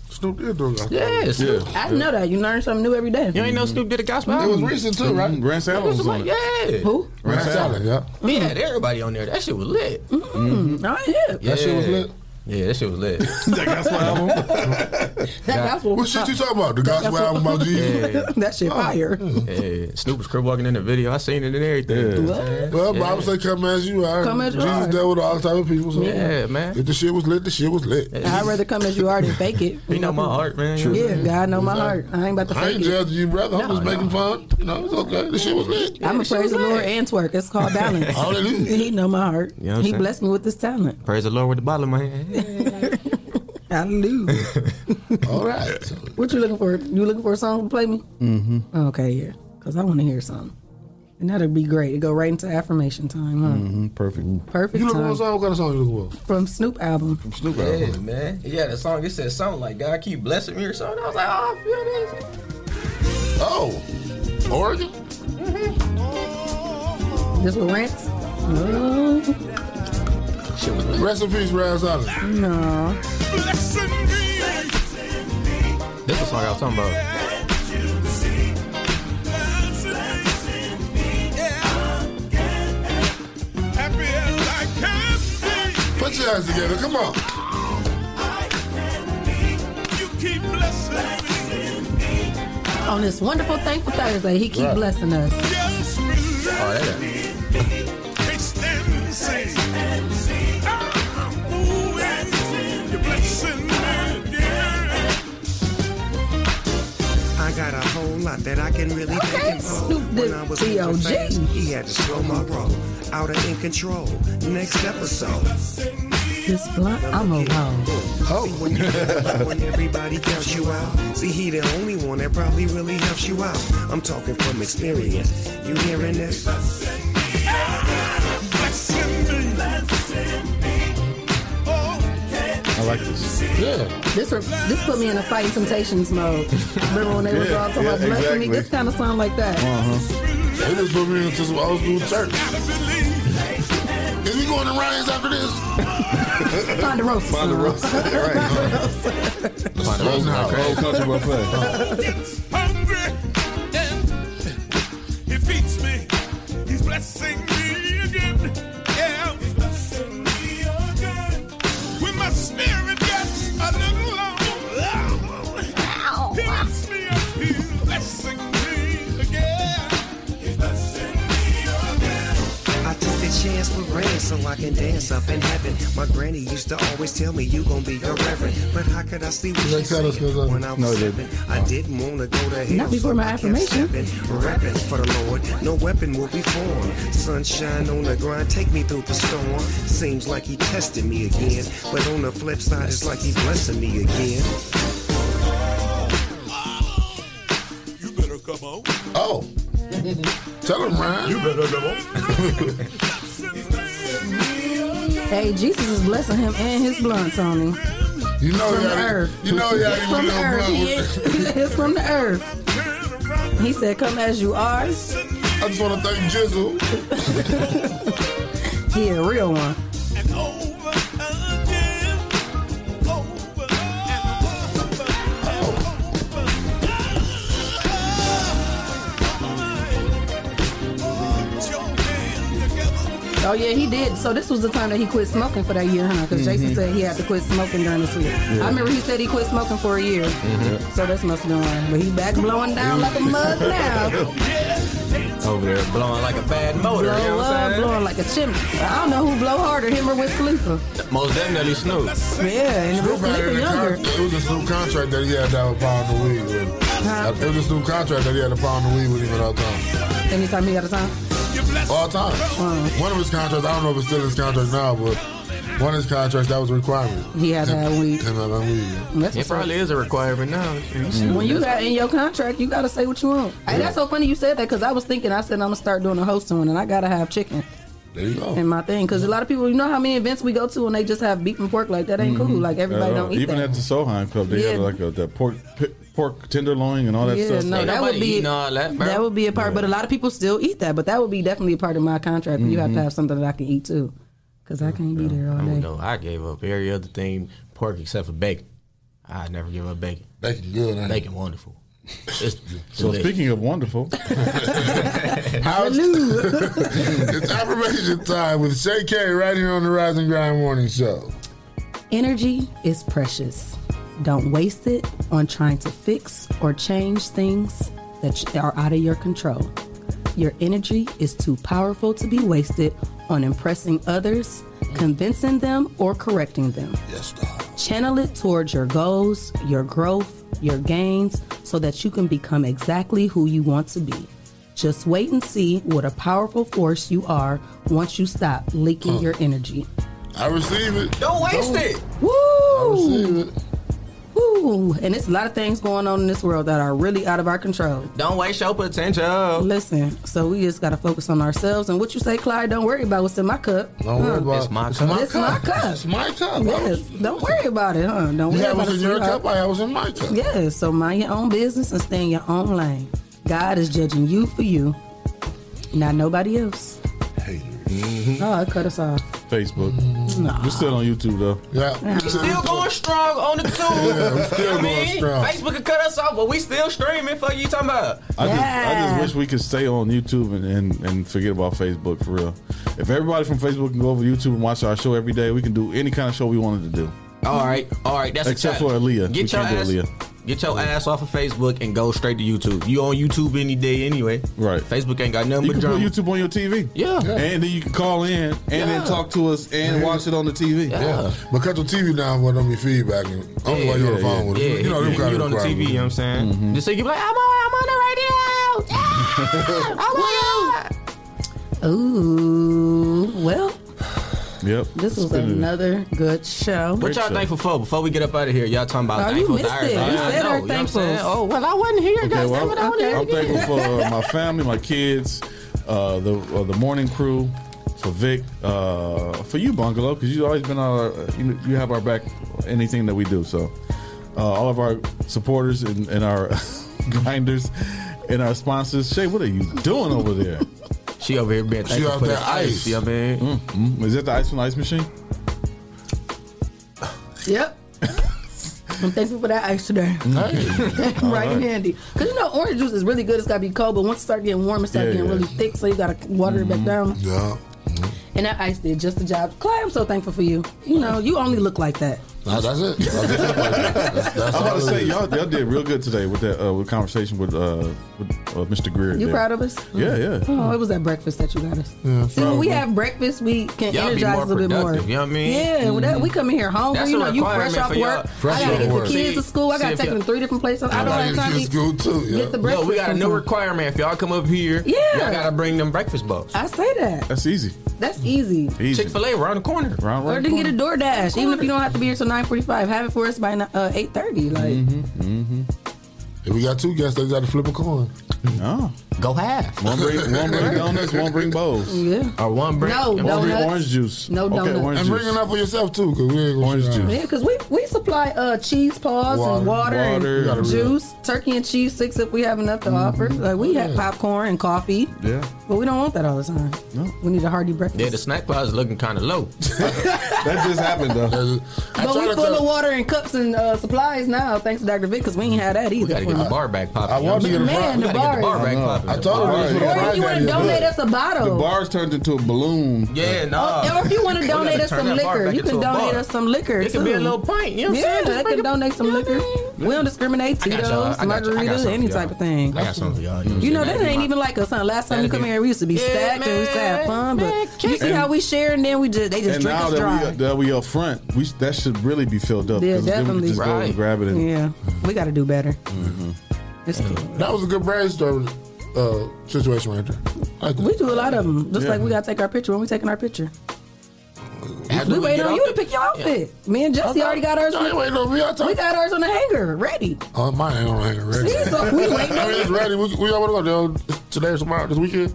Speaker 8: Snoop did do gospel.
Speaker 23: Yeah, Snoop.
Speaker 10: I know that. You learn something new every day.
Speaker 23: You ain't know Snoop did a gospel
Speaker 8: It was
Speaker 23: album.
Speaker 8: recent too, right?
Speaker 11: Rance
Speaker 23: It was like, yeah.
Speaker 10: Who?
Speaker 8: Rance Allen, yeah.
Speaker 23: He had everybody on there. That shit was lit.
Speaker 11: Mm-hmm.
Speaker 10: Mm, I ain't hip.
Speaker 23: Yeah. Yeah, that shit was lit.
Speaker 11: that gospel album.
Speaker 10: That gospel.
Speaker 8: What shit you talking about? The gospel album about Jesus. Oh.
Speaker 23: Yeah.
Speaker 10: That shit fire.
Speaker 23: yeah. Snoop was crib walking in the video. I seen it and everything.
Speaker 8: Well, Bible say, "Come as you are."
Speaker 10: Come as you
Speaker 8: Jesus
Speaker 10: are.
Speaker 8: dealt with all type of people. So
Speaker 23: Yeah, man.
Speaker 8: If the shit was lit, the shit was lit.
Speaker 10: I'd rather come as you are than fake it.
Speaker 23: He know my heart, man.
Speaker 10: Yeah, God know my heart. I ain't about to
Speaker 8: I
Speaker 10: fake
Speaker 8: ain't
Speaker 10: it.
Speaker 8: judging you, brother. I'm
Speaker 10: No,
Speaker 8: just
Speaker 10: no.
Speaker 8: making fun. You know, it's okay. The shit was lit.
Speaker 10: I'm a praise the Lord and twerk. It's called balance.
Speaker 8: Hallelujah.
Speaker 10: He know my heart.
Speaker 23: You know what I'm
Speaker 10: he
Speaker 23: saying?
Speaker 10: blessed me with this talent.
Speaker 23: Praise the Lord with the bottle of my hand.
Speaker 10: Hallelujah.
Speaker 8: All right.
Speaker 10: What you looking for? You looking for a song to play me?
Speaker 23: Mm-hmm.
Speaker 10: Okay, yeah. Because I want to hear something. And that'd be great. It go right into affirmation time, huh?
Speaker 11: Mm-hmm. Perfect.
Speaker 10: Perfect
Speaker 8: Mm-hmm. You looking for
Speaker 10: time.
Speaker 8: a song? What kind of song you looking for?
Speaker 10: From Snoop album. From
Speaker 8: Snoop
Speaker 23: Yeah, man. Yeah, the song it said something like God keep blessing me or something. I was like, oh, I feel this.
Speaker 8: Oh, Oregon.
Speaker 2: Mm-hmm.
Speaker 10: This with Rance? No.
Speaker 8: Rest in peace, Raz Allen.
Speaker 10: No.
Speaker 23: This is the song I was talking about.
Speaker 8: Put your hands together. Come on.
Speaker 10: On this wonderful, thankful Thursday, he keep
Speaker 2: Right.
Speaker 10: blessing us.
Speaker 13: I got a whole lot that I can really thank him for. When I was
Speaker 10: D.O.G..
Speaker 13: moving fast, he had to slow my roll. Out of in control. Next episode.
Speaker 10: This blunt, I'm a hoe.
Speaker 13: Oh. When, you, when everybody counts you out. See, he the only one that probably really helps you out. I'm talking from experience. You hearing this?
Speaker 11: I like this.
Speaker 8: Yeah.
Speaker 10: This re- this put me in a fighting temptations mode. Remember when they was
Speaker 8: Yeah,
Speaker 10: all talking about
Speaker 8: yeah,
Speaker 10: blessing me?
Speaker 8: exactly. Uh-huh.
Speaker 10: This kind of sound like that.
Speaker 8: huh. They just put me into some old school church. Is we going to Ryan's after this?
Speaker 10: Ponderosa.
Speaker 8: Ponderosa. Right.
Speaker 11: Ponderosa. Old country buffet.
Speaker 2: He feeds me. He's blessing me again. Yeah, he's blessing me again. When my spirit gets a little low, he lifts
Speaker 13: so I can dance up in heaven. My granny used to always tell me you gon' be a reverend, but how could I sleep with
Speaker 8: They
Speaker 13: you
Speaker 8: cut us
Speaker 13: saying
Speaker 8: with
Speaker 13: when I
Speaker 8: that.
Speaker 13: was
Speaker 8: No, they
Speaker 13: seven? I didn't wanna go to hell.
Speaker 10: Not before
Speaker 13: so
Speaker 10: my
Speaker 13: I kept
Speaker 10: affirmation.
Speaker 13: stepping, Rapping for the Lord, no weapon will be formed. Sunshine on the grind, take me through the storm. Seems like he tested me again, but on the flip side, it's like he blessing me again.
Speaker 8: Oh. Tell him, Ryan. You better go.
Speaker 10: Hey, Jesus is blessing him and his blunt, Tony.
Speaker 8: You know
Speaker 10: from
Speaker 8: he
Speaker 10: the
Speaker 8: had-
Speaker 10: earth.
Speaker 8: you know he had
Speaker 10: it's
Speaker 8: his
Speaker 10: from the
Speaker 8: little
Speaker 10: earth.
Speaker 8: blunt
Speaker 10: He
Speaker 8: with-
Speaker 10: is- It's from the earth. He said, "Come as you are." I
Speaker 8: just want to thank Jizzle.
Speaker 10: he a real one. Oh yeah, he did. So this was the time that he quit smoking for that year, huh? Because Jason
Speaker 21: Mhm.
Speaker 10: said he had to quit smoking during this year. I remember he said he quit smoking for a year.
Speaker 8: Mm-hmm.
Speaker 10: So this must have been why. But he back blowing down like a mug now.
Speaker 23: Over there blowing like a bad motor. you know
Speaker 10: Blow
Speaker 23: what I'm
Speaker 10: up,
Speaker 23: saying?
Speaker 10: blowing like a chimney. I don't know who blow harder, him or Wiz Khalifa.
Speaker 23: Most definitely Snoop.
Speaker 10: Yeah, and
Speaker 8: Snoop had
Speaker 10: Wiz Khalifa
Speaker 8: it in a
Speaker 10: younger.
Speaker 8: con- it was this new contract that he had to have a pound of weed with.
Speaker 10: Huh?
Speaker 8: It was this new contract that he had a pound of weed with him at all time.
Speaker 10: Anytime he got a time.
Speaker 8: All time. One of his contracts, I don't know if it's still his contract now, but one of his contracts, that was a requirement.
Speaker 10: He had to
Speaker 8: Him-
Speaker 10: have weed.
Speaker 8: Him having weed.
Speaker 10: That's
Speaker 23: It
Speaker 10: what's up.
Speaker 23: probably is a requirement now.
Speaker 10: When you got in your contract, you gotta say what you want. Hey, that's so funny you said that because I was thinking I said I'm gonna start doing a hosting one and I gotta have chicken
Speaker 8: There you
Speaker 11: Oh.
Speaker 8: go.
Speaker 10: in my thing because a lot of people, you know how many events we go to and they just have beef and pork like that ain't cool. Like everybody
Speaker 11: Uh,
Speaker 10: don't eat
Speaker 11: even
Speaker 10: that.
Speaker 11: at the Solheim Club, they had
Speaker 10: Yeah.
Speaker 11: like a, the pork pi- pork tenderloin and all that
Speaker 10: yeah,
Speaker 11: stuff.
Speaker 10: no, that would be that, would be a part. But a lot of people still eat that. But that would be definitely a part of my contract. You have to
Speaker 11: Mm-hmm.
Speaker 23: Mhm.
Speaker 10: have something that I can eat too, because I can't be there all
Speaker 23: I don't
Speaker 10: day.
Speaker 23: know. I gave up every other thing, pork except for bacon. I never give up bacon.
Speaker 8: Bacon good, ain't it?
Speaker 23: Bacon wonderful. It's
Speaker 11: So speaking of wonderful,
Speaker 8: How's- it's affirmation time with Shay K right here on the Rising Grind Morning Show.
Speaker 10: Energy is precious. Don't waste it on trying to fix or change things that are out of your control. Your energy is too powerful to be wasted on impressing others, convincing them, or correcting them.
Speaker 8: Yes,
Speaker 10: Channel it towards your goals, your growth, your gains, so that you can become exactly who you want to be. Just wait and see what a powerful force you are once you stop leaking your energy.
Speaker 8: I receive it.
Speaker 23: Don't waste it.
Speaker 10: Woo! Woo! And it's a lot of things going on in this world that are really out of our control.
Speaker 23: Don't waste your potential.
Speaker 10: Listen, so we just gotta focus on ourselves. And what you say, Clyde? Don't worry about what's in my cup.
Speaker 8: Don't worry about
Speaker 23: It's my
Speaker 8: it's
Speaker 23: cup.
Speaker 8: My
Speaker 10: It's
Speaker 8: cup.
Speaker 10: my cup.
Speaker 8: It's my cup.
Speaker 10: Yes. Don't worry about it, huh? Don't
Speaker 8: You
Speaker 10: worry
Speaker 8: had
Speaker 10: about
Speaker 8: what's
Speaker 10: it.
Speaker 8: in your
Speaker 10: sweetheart.
Speaker 8: cup. I had what's in my cup.
Speaker 10: Yeah, so mind your own business and stay in your own lane. God is judging you for you, not nobody else. Oh, it cut us off.
Speaker 11: Mm-hmm. Facebook. We're still on YouTube though.
Speaker 8: Yeah.
Speaker 23: Still going strong on the tube. Yeah,
Speaker 11: we still
Speaker 23: I
Speaker 11: going
Speaker 23: mean,
Speaker 11: strong.
Speaker 23: Facebook could cut us off, but we still streaming. Fuck you talking about?
Speaker 11: I just, I just wish we could stay on YouTube and, and, and forget about Facebook for real. If everybody from Facebook can go over to YouTube and watch our show every day, we can do any kind of show we wanted to do.
Speaker 23: All right, all right. That's
Speaker 11: Except
Speaker 23: a challenge.
Speaker 11: for Aaliyah.
Speaker 23: Get
Speaker 11: We
Speaker 23: your
Speaker 11: can't do
Speaker 23: ass,
Speaker 11: Aaliyah.
Speaker 23: get your ass off of Facebook and go straight to YouTube. You on YouTube any day anyway. Right. Facebook ain't got nothing
Speaker 11: You
Speaker 23: but
Speaker 11: can put
Speaker 23: drama.
Speaker 11: YouTube on your TV.
Speaker 23: Yeah.
Speaker 11: And then you can call in and
Speaker 23: Yeah.
Speaker 11: then talk to us and watch it on the TV.
Speaker 8: Yeah. But cut the TV down for don't be feedback. and Only
Speaker 11: Yeah,
Speaker 8: while you're on the
Speaker 11: yeah,
Speaker 8: phone
Speaker 11: yeah.
Speaker 8: with it.
Speaker 11: Yeah,
Speaker 8: You know,
Speaker 11: yeah,
Speaker 8: them kind
Speaker 11: you
Speaker 8: of
Speaker 11: on the TV,
Speaker 8: requirements.
Speaker 11: you know what I'm
Speaker 23: saying? Just so you be like, I'm on, I'm on the radio.
Speaker 10: Ooh, well,
Speaker 11: Yep.
Speaker 10: this was another good show.
Speaker 23: What y'all thankful for? Before we get up out of here, y'all talking about
Speaker 10: Oh, you
Speaker 23: thankful
Speaker 10: missed
Speaker 23: to
Speaker 10: it.
Speaker 23: everybody.
Speaker 10: You
Speaker 23: I
Speaker 10: said
Speaker 23: know,
Speaker 10: our
Speaker 23: you know what I'm
Speaker 10: thankfuls.
Speaker 23: saying? Oh, well, I wasn't here.
Speaker 11: Okay,
Speaker 23: guys,
Speaker 11: well,
Speaker 23: coming on here
Speaker 11: I'm
Speaker 23: again.
Speaker 11: thankful for uh, my family, my kids, uh, the uh, the morning crew, for Vic, uh, for you, Bungalow, because you've always been our you, you have our back anything that we do. So, uh, all of our supporters and, and our grinders and our sponsors. Shay, what are you doing over there?
Speaker 23: She over here being
Speaker 11: she
Speaker 23: thankful
Speaker 11: out
Speaker 23: for
Speaker 11: there
Speaker 23: this
Speaker 11: ice.
Speaker 23: ice, you know what I mean?
Speaker 11: Mm, mm. Is that the ice from the ice machine?
Speaker 10: Yep. I'm thankful for that ice today. right
Speaker 11: All
Speaker 10: in
Speaker 11: right.
Speaker 10: handy. Because you know, orange juice is really good. It's got to be cold, but once it starts getting warm, it starts
Speaker 11: Yeah, Mm-hmm.
Speaker 10: getting
Speaker 11: yeah.
Speaker 10: really thick, so you got to water it back down.
Speaker 8: Yeah.
Speaker 10: And that ice did just the job. Clay, I'm so thankful for you. You know, you only look like that.
Speaker 8: that's it.
Speaker 11: I'm about to say y'all, y'all did real good today with that uh, with conversation with uh, with uh, Mr. Greer.
Speaker 10: You
Speaker 11: there.
Speaker 10: proud of us?
Speaker 11: Yeah, yeah.
Speaker 10: Oh, it was that breakfast that you got us.
Speaker 11: Yeah,
Speaker 10: See, when we
Speaker 11: probably.
Speaker 10: have breakfast, we can
Speaker 23: Y'all be
Speaker 10: energize
Speaker 23: more
Speaker 10: a little bit more.
Speaker 23: productive, you know what I mean? Mm-hmm.
Speaker 10: Yeah, well, that- we come in here hungry.
Speaker 23: That's
Speaker 10: you
Speaker 23: a
Speaker 10: know, you
Speaker 23: requirement
Speaker 10: fresh off
Speaker 23: for y'all.
Speaker 10: work.
Speaker 23: Fresh
Speaker 10: I gotta
Speaker 23: off
Speaker 10: get
Speaker 23: work.
Speaker 10: the kids to school. I
Speaker 23: See
Speaker 10: gotta
Speaker 23: if
Speaker 10: take
Speaker 23: y'all-
Speaker 10: them three different places. I don't have time to eat. Get the breakfast.
Speaker 23: Yo, we got a new
Speaker 10: sometime.
Speaker 23: requirement. If y'all come up here,
Speaker 10: Yeah.
Speaker 23: y'all gotta bring them breakfast box.
Speaker 10: I say that.
Speaker 11: That's easy.
Speaker 10: That's easy.
Speaker 23: Chick Fil A around the corner.
Speaker 11: Round,
Speaker 10: Or then get a DoorDash. Even if you don't have to be here till nine forty-five, have it for us by ni- uh, eight thirty. Like
Speaker 8: Mm-hmm. If we got two guests, they got to flip a coin.
Speaker 11: No,
Speaker 23: go half.
Speaker 11: One bring, one bring donuts, one bring bowls.
Speaker 10: Yeah.
Speaker 23: Or one
Speaker 11: bring,
Speaker 10: No
Speaker 11: and one bring
Speaker 10: donuts.
Speaker 11: orange juice.
Speaker 10: No
Speaker 11: okay,
Speaker 10: donuts.
Speaker 11: Orange
Speaker 8: Uh, And
Speaker 11: juice.
Speaker 8: bring it up for yourself too, because we ain't gonna
Speaker 11: Orange juice.
Speaker 10: Yeah, because we, we supply uh, cheese paws and water,
Speaker 11: Water. Water.
Speaker 10: and juice, turkey and cheese sticks if we have enough
Speaker 23: Mm-hmm.
Speaker 10: to offer. Like we have popcorn and coffee,
Speaker 11: Yeah.
Speaker 10: but we don't want that all the time. We need a hearty breakfast.
Speaker 23: Yeah, the snack pie is looking kind of low.
Speaker 11: that just happened though.
Speaker 10: but we full of water and cups and uh, supplies now, thanks to Dr. Vic, because we ain't had that either.
Speaker 23: gotta get the bar back popping.
Speaker 11: I
Speaker 23: you know
Speaker 11: want
Speaker 23: what
Speaker 11: to
Speaker 23: I'm
Speaker 11: get a
Speaker 23: saying?
Speaker 10: Man, the
Speaker 23: We gotta get the bar
Speaker 10: bar is-
Speaker 23: back popping.
Speaker 11: I told her
Speaker 10: Or if you want to donate us a
Speaker 11: The
Speaker 10: bottle.
Speaker 11: bars turned into a balloon.
Speaker 23: Yeah,
Speaker 10: Or if you want to
Speaker 11: We
Speaker 10: donate
Speaker 11: gotta
Speaker 10: us
Speaker 11: turn
Speaker 10: some
Speaker 11: that bar
Speaker 10: liquor,
Speaker 11: back
Speaker 10: you
Speaker 11: into
Speaker 10: can
Speaker 11: a
Speaker 10: donate
Speaker 11: bar.
Speaker 10: us some liquor.
Speaker 23: It could be a
Speaker 10: too.
Speaker 23: little pint, you know what I'm
Speaker 10: yeah,
Speaker 23: saying? Just
Speaker 10: they can donate some liquor. We don't discriminate.
Speaker 23: I got y'all.
Speaker 10: Tito's,
Speaker 23: I got y'all. I got
Speaker 10: margaritas,
Speaker 23: something
Speaker 10: any
Speaker 23: for y'all.
Speaker 10: type of thing.
Speaker 23: I got something for y'all. You know, what
Speaker 10: You
Speaker 23: I'm
Speaker 10: know,
Speaker 23: saying?
Speaker 10: that ain't even like us. huh? Last time you come here, we used to be
Speaker 23: Yeah,
Speaker 10: stacked and we used to have fun. But you see how we share and then we just they just
Speaker 11: and
Speaker 10: drink
Speaker 11: now
Speaker 10: us
Speaker 11: that
Speaker 10: dry.
Speaker 11: we, that we up front, we that should really be filled up.
Speaker 10: yeah,
Speaker 11: 'cause then we
Speaker 10: definitely.
Speaker 11: can just go and grab it. And,
Speaker 10: yeah, we got to do better.
Speaker 8: That was a good brainstorming uh, situation right there.
Speaker 10: We do a lot of them. Just
Speaker 8: Yeah.
Speaker 10: like we got to take our picture when we taking our picture. we waiting on you to pick your outfit. Me and Jesse already got ours.
Speaker 8: I ain't waiting on me. I
Speaker 10: we got ours on the hanger, ready.
Speaker 8: Oh, my ain't already ready.
Speaker 10: See, so we waiting
Speaker 8: I mean, it's ready. We, we all want to go though. today or tomorrow, this weekend.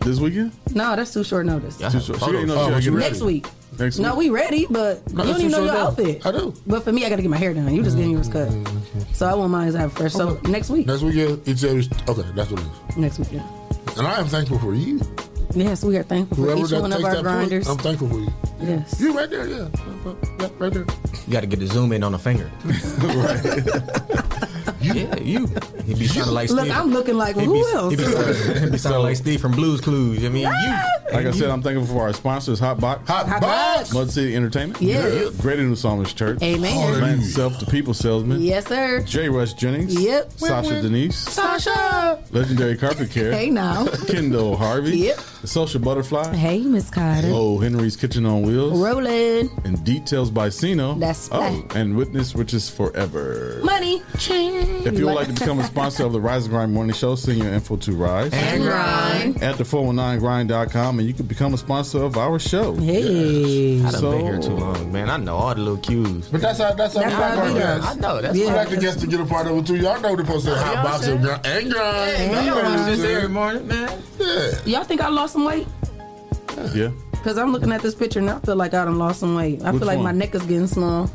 Speaker 11: This weekend?
Speaker 10: No, that's too short notice.
Speaker 11: Too short. She
Speaker 8: Oh,
Speaker 11: ain't know she gotta get
Speaker 10: next
Speaker 11: ready.
Speaker 10: week.
Speaker 11: Next
Speaker 10: No,
Speaker 11: week.
Speaker 10: we ready, but
Speaker 11: No,
Speaker 10: you
Speaker 11: that's
Speaker 10: don't even know
Speaker 11: what
Speaker 10: your
Speaker 11: she said.
Speaker 10: outfit.
Speaker 8: I do. Mm,
Speaker 10: But for me, I got to get my hair done. You just getting yours cut, so I want mine to have fresh. So next week,
Speaker 8: Next weekend, it's okay. That's what it
Speaker 10: next weekend.
Speaker 8: is. And I am thankful for you.
Speaker 10: Yes, we are thankful for
Speaker 8: Whoever
Speaker 10: each
Speaker 8: that
Speaker 10: one of
Speaker 8: takes
Speaker 10: our
Speaker 8: that point,
Speaker 10: grinders.
Speaker 8: I'm thankful for you.
Speaker 10: Yes,
Speaker 8: You right there, yeah, Yeah, right there.
Speaker 23: You gotta get the zoom in on the finger. Yeah, you. He be sounding like
Speaker 10: Look,
Speaker 23: Steve.
Speaker 10: I'm looking like
Speaker 23: He be-
Speaker 10: who else?
Speaker 23: He be sounding, he be sounding like Steve from Blues Clues. I mean, you.
Speaker 11: Like I said, I'm thankful for our sponsors, Hot Box,
Speaker 10: Hot Box.
Speaker 11: Mud City Entertainment,
Speaker 10: Yes.
Speaker 11: Greater New Psalmist Church,
Speaker 10: Amen. Hallelujah.
Speaker 11: Man Self, the People Salesman,
Speaker 10: Yes, sir.
Speaker 11: J. Rush Jennings,
Speaker 10: Yep.
Speaker 11: Sasha Denise,
Speaker 10: Sasha.
Speaker 11: Legendary Carpet Care,
Speaker 10: Hey now.
Speaker 11: Kendall Harvey,
Speaker 10: Yep.
Speaker 11: The Social Butterfly,
Speaker 10: Hey, Miss Carter.
Speaker 11: Oh Henry's Kitchen on Wheels,
Speaker 10: Rolling
Speaker 11: and Details by Sino.
Speaker 10: That's
Speaker 11: oh, and Witness Riches Forever.
Speaker 10: money.
Speaker 11: If you would like to become a sponsor of the Rise and Grind Morning Show, send your info to Rise
Speaker 10: And grind.
Speaker 11: at the419grind.com and you can become a sponsor of our show.
Speaker 10: Hey.
Speaker 23: I done been here too long, man. I know all the little cues.
Speaker 8: But that's how that's how
Speaker 23: That's
Speaker 8: we like
Speaker 23: how
Speaker 8: our
Speaker 23: we do it.
Speaker 8: guests.
Speaker 23: I know, that's
Speaker 8: we
Speaker 23: why-
Speaker 8: like the guests to get a part of it too. Y'all know the post said hot box and grind. And grind.
Speaker 10: Hey,
Speaker 8: You know what I'm
Speaker 10: grind.
Speaker 8: saying?
Speaker 23: Every morning, man.
Speaker 8: Yeah.
Speaker 10: Y'all think I lost some weight?
Speaker 11: Yeah.
Speaker 10: Cause I'm looking at this picture and I feel like I done lost some weight. I
Speaker 11: Which
Speaker 10: feel like my
Speaker 11: one?
Speaker 10: neck is getting small.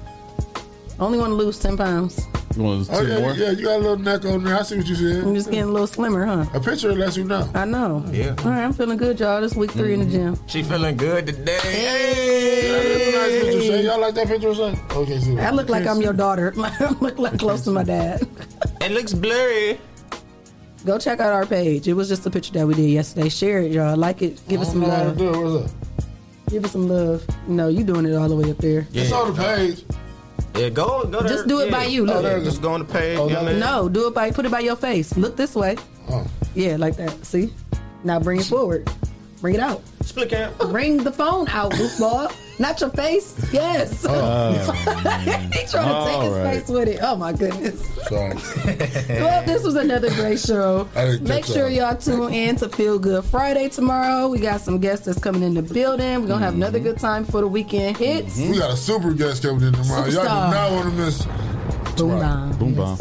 Speaker 10: I only want to lose ten pounds.
Speaker 11: You want to
Speaker 8: Okay,
Speaker 11: more?
Speaker 8: Oh, yeah, you got a little neck on there. I see what you said.
Speaker 10: I'm just getting a little slimmer, huh?
Speaker 8: A picture lets you know. Mm-hmm.
Speaker 10: I know.
Speaker 23: Yeah.
Speaker 10: All right, I'm feeling good, y'all. This week 3 in the gym.
Speaker 23: She feeling good today.
Speaker 8: Nice picture, Shay. Y'all like that picture, or something? Okay, see.
Speaker 10: I look like I'm your daughter. I look like close to my dad.
Speaker 23: It looks blurry.
Speaker 10: Go check out our page. It was just a picture that we did yesterday. Share it, y'all. Like it. Give us some love. Give us some love. No, you doing it all the way up there.
Speaker 8: It's on the page. Oh,
Speaker 23: Yeah, go, go.
Speaker 10: Just do it by you. Look.
Speaker 23: just go on the page. you know what I mean?
Speaker 10: No, do it by put it by your face. Look this way.
Speaker 8: Oh.
Speaker 10: Yeah, like that. See? Now bring it forward. Bring it out.
Speaker 23: Split cam.
Speaker 10: Bring the phone out, goofball. Not your face. Yes.
Speaker 11: Oh.
Speaker 10: he trying to take his
Speaker 11: All right.
Speaker 10: face with it. Oh my goodness.
Speaker 8: Sorry.
Speaker 10: Well, this was another great show.
Speaker 8: I didn't
Speaker 10: Make
Speaker 8: catch
Speaker 10: sure
Speaker 8: that.
Speaker 10: y'all tune in to Feel Good Friday tomorrow. We got some guests that's coming in the building. We're gonna have another good time for the weekend hits.
Speaker 8: Mm-hmm. We got a super guest coming in tomorrow. Y'all
Speaker 10: Superstar.
Speaker 8: do not want to miss.
Speaker 10: Boom bomb.
Speaker 11: Boom bomb.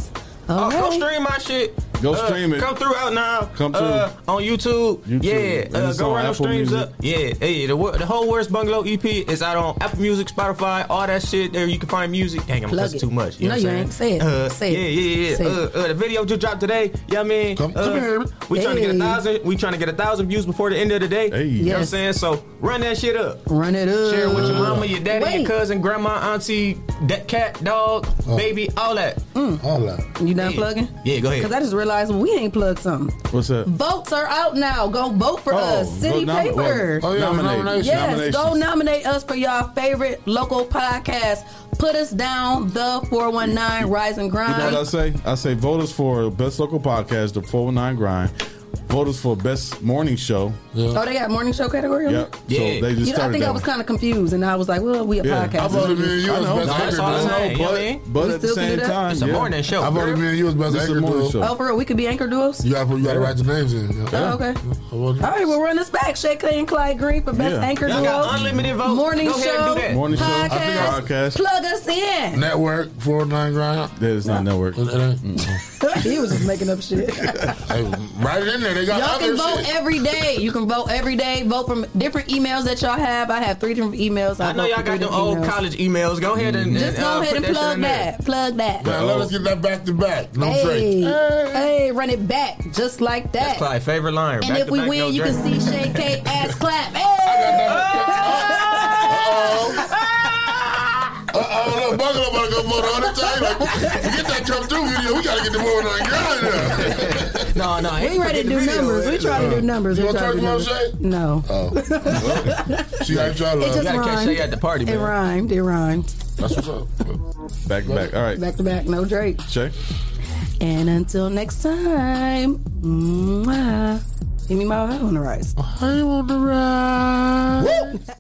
Speaker 10: Oh,
Speaker 23: go stream my shit.
Speaker 11: Go
Speaker 23: Uh,
Speaker 11: stream it.
Speaker 23: Come through out now.
Speaker 11: Come
Speaker 23: Uh, on YouTube.
Speaker 11: YouTube.
Speaker 23: Yeah.
Speaker 11: And
Speaker 23: Uh,
Speaker 11: it's
Speaker 23: go
Speaker 11: on
Speaker 23: run those
Speaker 11: Apple
Speaker 23: streams
Speaker 11: Music.
Speaker 23: up. Yeah. Hey, the, wor- the whole Worst Bungalow EP is out on Apple Music, Spotify, all that shit. There you can find music. Dang, I'm
Speaker 10: Plug
Speaker 23: cussing
Speaker 10: it.
Speaker 23: too much. You
Speaker 10: No,
Speaker 23: know what
Speaker 10: you
Speaker 23: I'm
Speaker 10: ain't. Say
Speaker 23: saying?
Speaker 10: it.
Speaker 23: Uh,
Speaker 10: Say it.
Speaker 23: Yeah, yeah,
Speaker 10: Say
Speaker 23: yeah.
Speaker 10: it.
Speaker 23: Uh, uh, the video just dropped today. You know what I mean? Come,
Speaker 8: come here.
Speaker 23: Uh, We trying to get a
Speaker 10: Hey.
Speaker 23: thousand. We trying to get a thousand views before the end of the day. You know what I'm
Speaker 10: Yes.
Speaker 23: saying? So run that shit up.
Speaker 10: Run it up.
Speaker 23: Share it with your mama, your daddy,
Speaker 10: Wait.
Speaker 23: your cousin, grandma, auntie, that cat, dog,
Speaker 11: Oh.
Speaker 23: baby, all that.
Speaker 8: All that.
Speaker 10: Mm. You done plugging?
Speaker 23: Yeah, go ahead.
Speaker 10: Because I just realized we ain't plugged something.
Speaker 11: What's up?
Speaker 10: Votes are out now. Go vote for
Speaker 11: Oh,
Speaker 10: us. City
Speaker 11: go nomi-
Speaker 10: paper.
Speaker 11: well, Oh, yeah, nominate. nomination.
Speaker 10: Yes,
Speaker 11: Nominations.
Speaker 10: go nominate us for y'all favorite local podcast. Put us down, the 419 Rise and
Speaker 11: You know what I
Speaker 10: Grind.
Speaker 11: say? I say vote us for best local podcast, the 419 Grind. Vote us for best morning show.
Speaker 10: Oh, they got morning show category? on
Speaker 11: Yep.
Speaker 10: it?
Speaker 11: So they just
Speaker 10: You know, I
Speaker 11: started
Speaker 10: think I
Speaker 11: that
Speaker 10: was
Speaker 11: one.
Speaker 10: kind of confused, and I was like, well, we a
Speaker 11: Yeah.
Speaker 10: podcast.
Speaker 11: I voted me and you
Speaker 8: you
Speaker 11: I
Speaker 8: was
Speaker 11: know,
Speaker 8: best
Speaker 11: that's
Speaker 8: actor,
Speaker 11: all I'm
Speaker 8: dude.
Speaker 11: saying, you know what I mean?
Speaker 8: but,
Speaker 11: We
Speaker 8: but at the
Speaker 11: still can do
Speaker 8: same
Speaker 11: that?
Speaker 8: time,
Speaker 11: It's a
Speaker 8: yeah.
Speaker 11: morning show,
Speaker 8: I voted
Speaker 11: girl.
Speaker 8: me and you was best
Speaker 11: This is a
Speaker 8: actor.
Speaker 11: morning
Speaker 8: dude.
Speaker 11: show.
Speaker 10: Oh, for real, we could be anchor duos?
Speaker 8: You gotta, you gotta write the names in.
Speaker 10: Oh, okay.
Speaker 8: I voted-
Speaker 10: All right, we'll run this back. Shay Clay and Clyde Green for best
Speaker 8: Yeah.
Speaker 10: anchor
Speaker 8: Y'all
Speaker 10: duo.
Speaker 8: got
Speaker 10: unlimited votes. Morning
Speaker 8: Go
Speaker 10: show.
Speaker 8: ahead and do that. Morning show. I
Speaker 10: Podcast.
Speaker 8: think I- Podcast.
Speaker 10: Plug us in.
Speaker 8: Network, 409 Grind.
Speaker 11: That is not network.
Speaker 10: he was just making up shit.
Speaker 8: Hey, write it in there. They got
Speaker 10: y'all
Speaker 8: other
Speaker 10: can vote
Speaker 8: shit.
Speaker 10: every day. You can vote every day. Vote from different emails that y'all have. I have three different emails. I,
Speaker 23: I know
Speaker 10: vote
Speaker 23: y'all
Speaker 10: for
Speaker 23: got
Speaker 10: three
Speaker 23: them
Speaker 10: different
Speaker 23: old
Speaker 10: emails.
Speaker 23: college emails. Go ahead and
Speaker 10: Just
Speaker 23: uh,
Speaker 10: go ahead
Speaker 23: put
Speaker 10: and
Speaker 23: that shit
Speaker 10: plug
Speaker 23: in there.
Speaker 10: that. Plug that.
Speaker 8: Now, let us get that back to back. No
Speaker 10: Hey,
Speaker 8: hey.
Speaker 10: hey, run it back just like that.
Speaker 23: Clyde, favorite line.
Speaker 10: And
Speaker 23: Back
Speaker 10: if
Speaker 23: to
Speaker 10: we
Speaker 23: back,
Speaker 10: win,
Speaker 23: no
Speaker 10: you can
Speaker 23: drink.
Speaker 10: see Shay K ass clap. Hey!
Speaker 8: Uh-oh, no, Buckle up, to go vote on it. I ain't Like, forget that come through video. We gotta get the vote on Grind
Speaker 23: now.
Speaker 10: no, he We ain't ready to forget do the video, numbers. We right? trying to do numbers.
Speaker 8: You
Speaker 10: We
Speaker 8: gonna
Speaker 10: trying
Speaker 8: talk
Speaker 10: to do
Speaker 8: about
Speaker 10: numbers.
Speaker 8: Shay?
Speaker 10: No.
Speaker 8: She ain't trying
Speaker 10: It
Speaker 8: to.
Speaker 10: just
Speaker 8: Gotta catch
Speaker 10: rhymed.
Speaker 8: Shay at the party,
Speaker 10: It
Speaker 8: man.
Speaker 10: rhymed. It rhymed.
Speaker 8: That's what's up.
Speaker 11: Back to back. All right.
Speaker 10: Back to back, no Drake.
Speaker 11: Shay?
Speaker 10: And until next time, mwah. Give me my eye on the rise.
Speaker 8: I on the rise.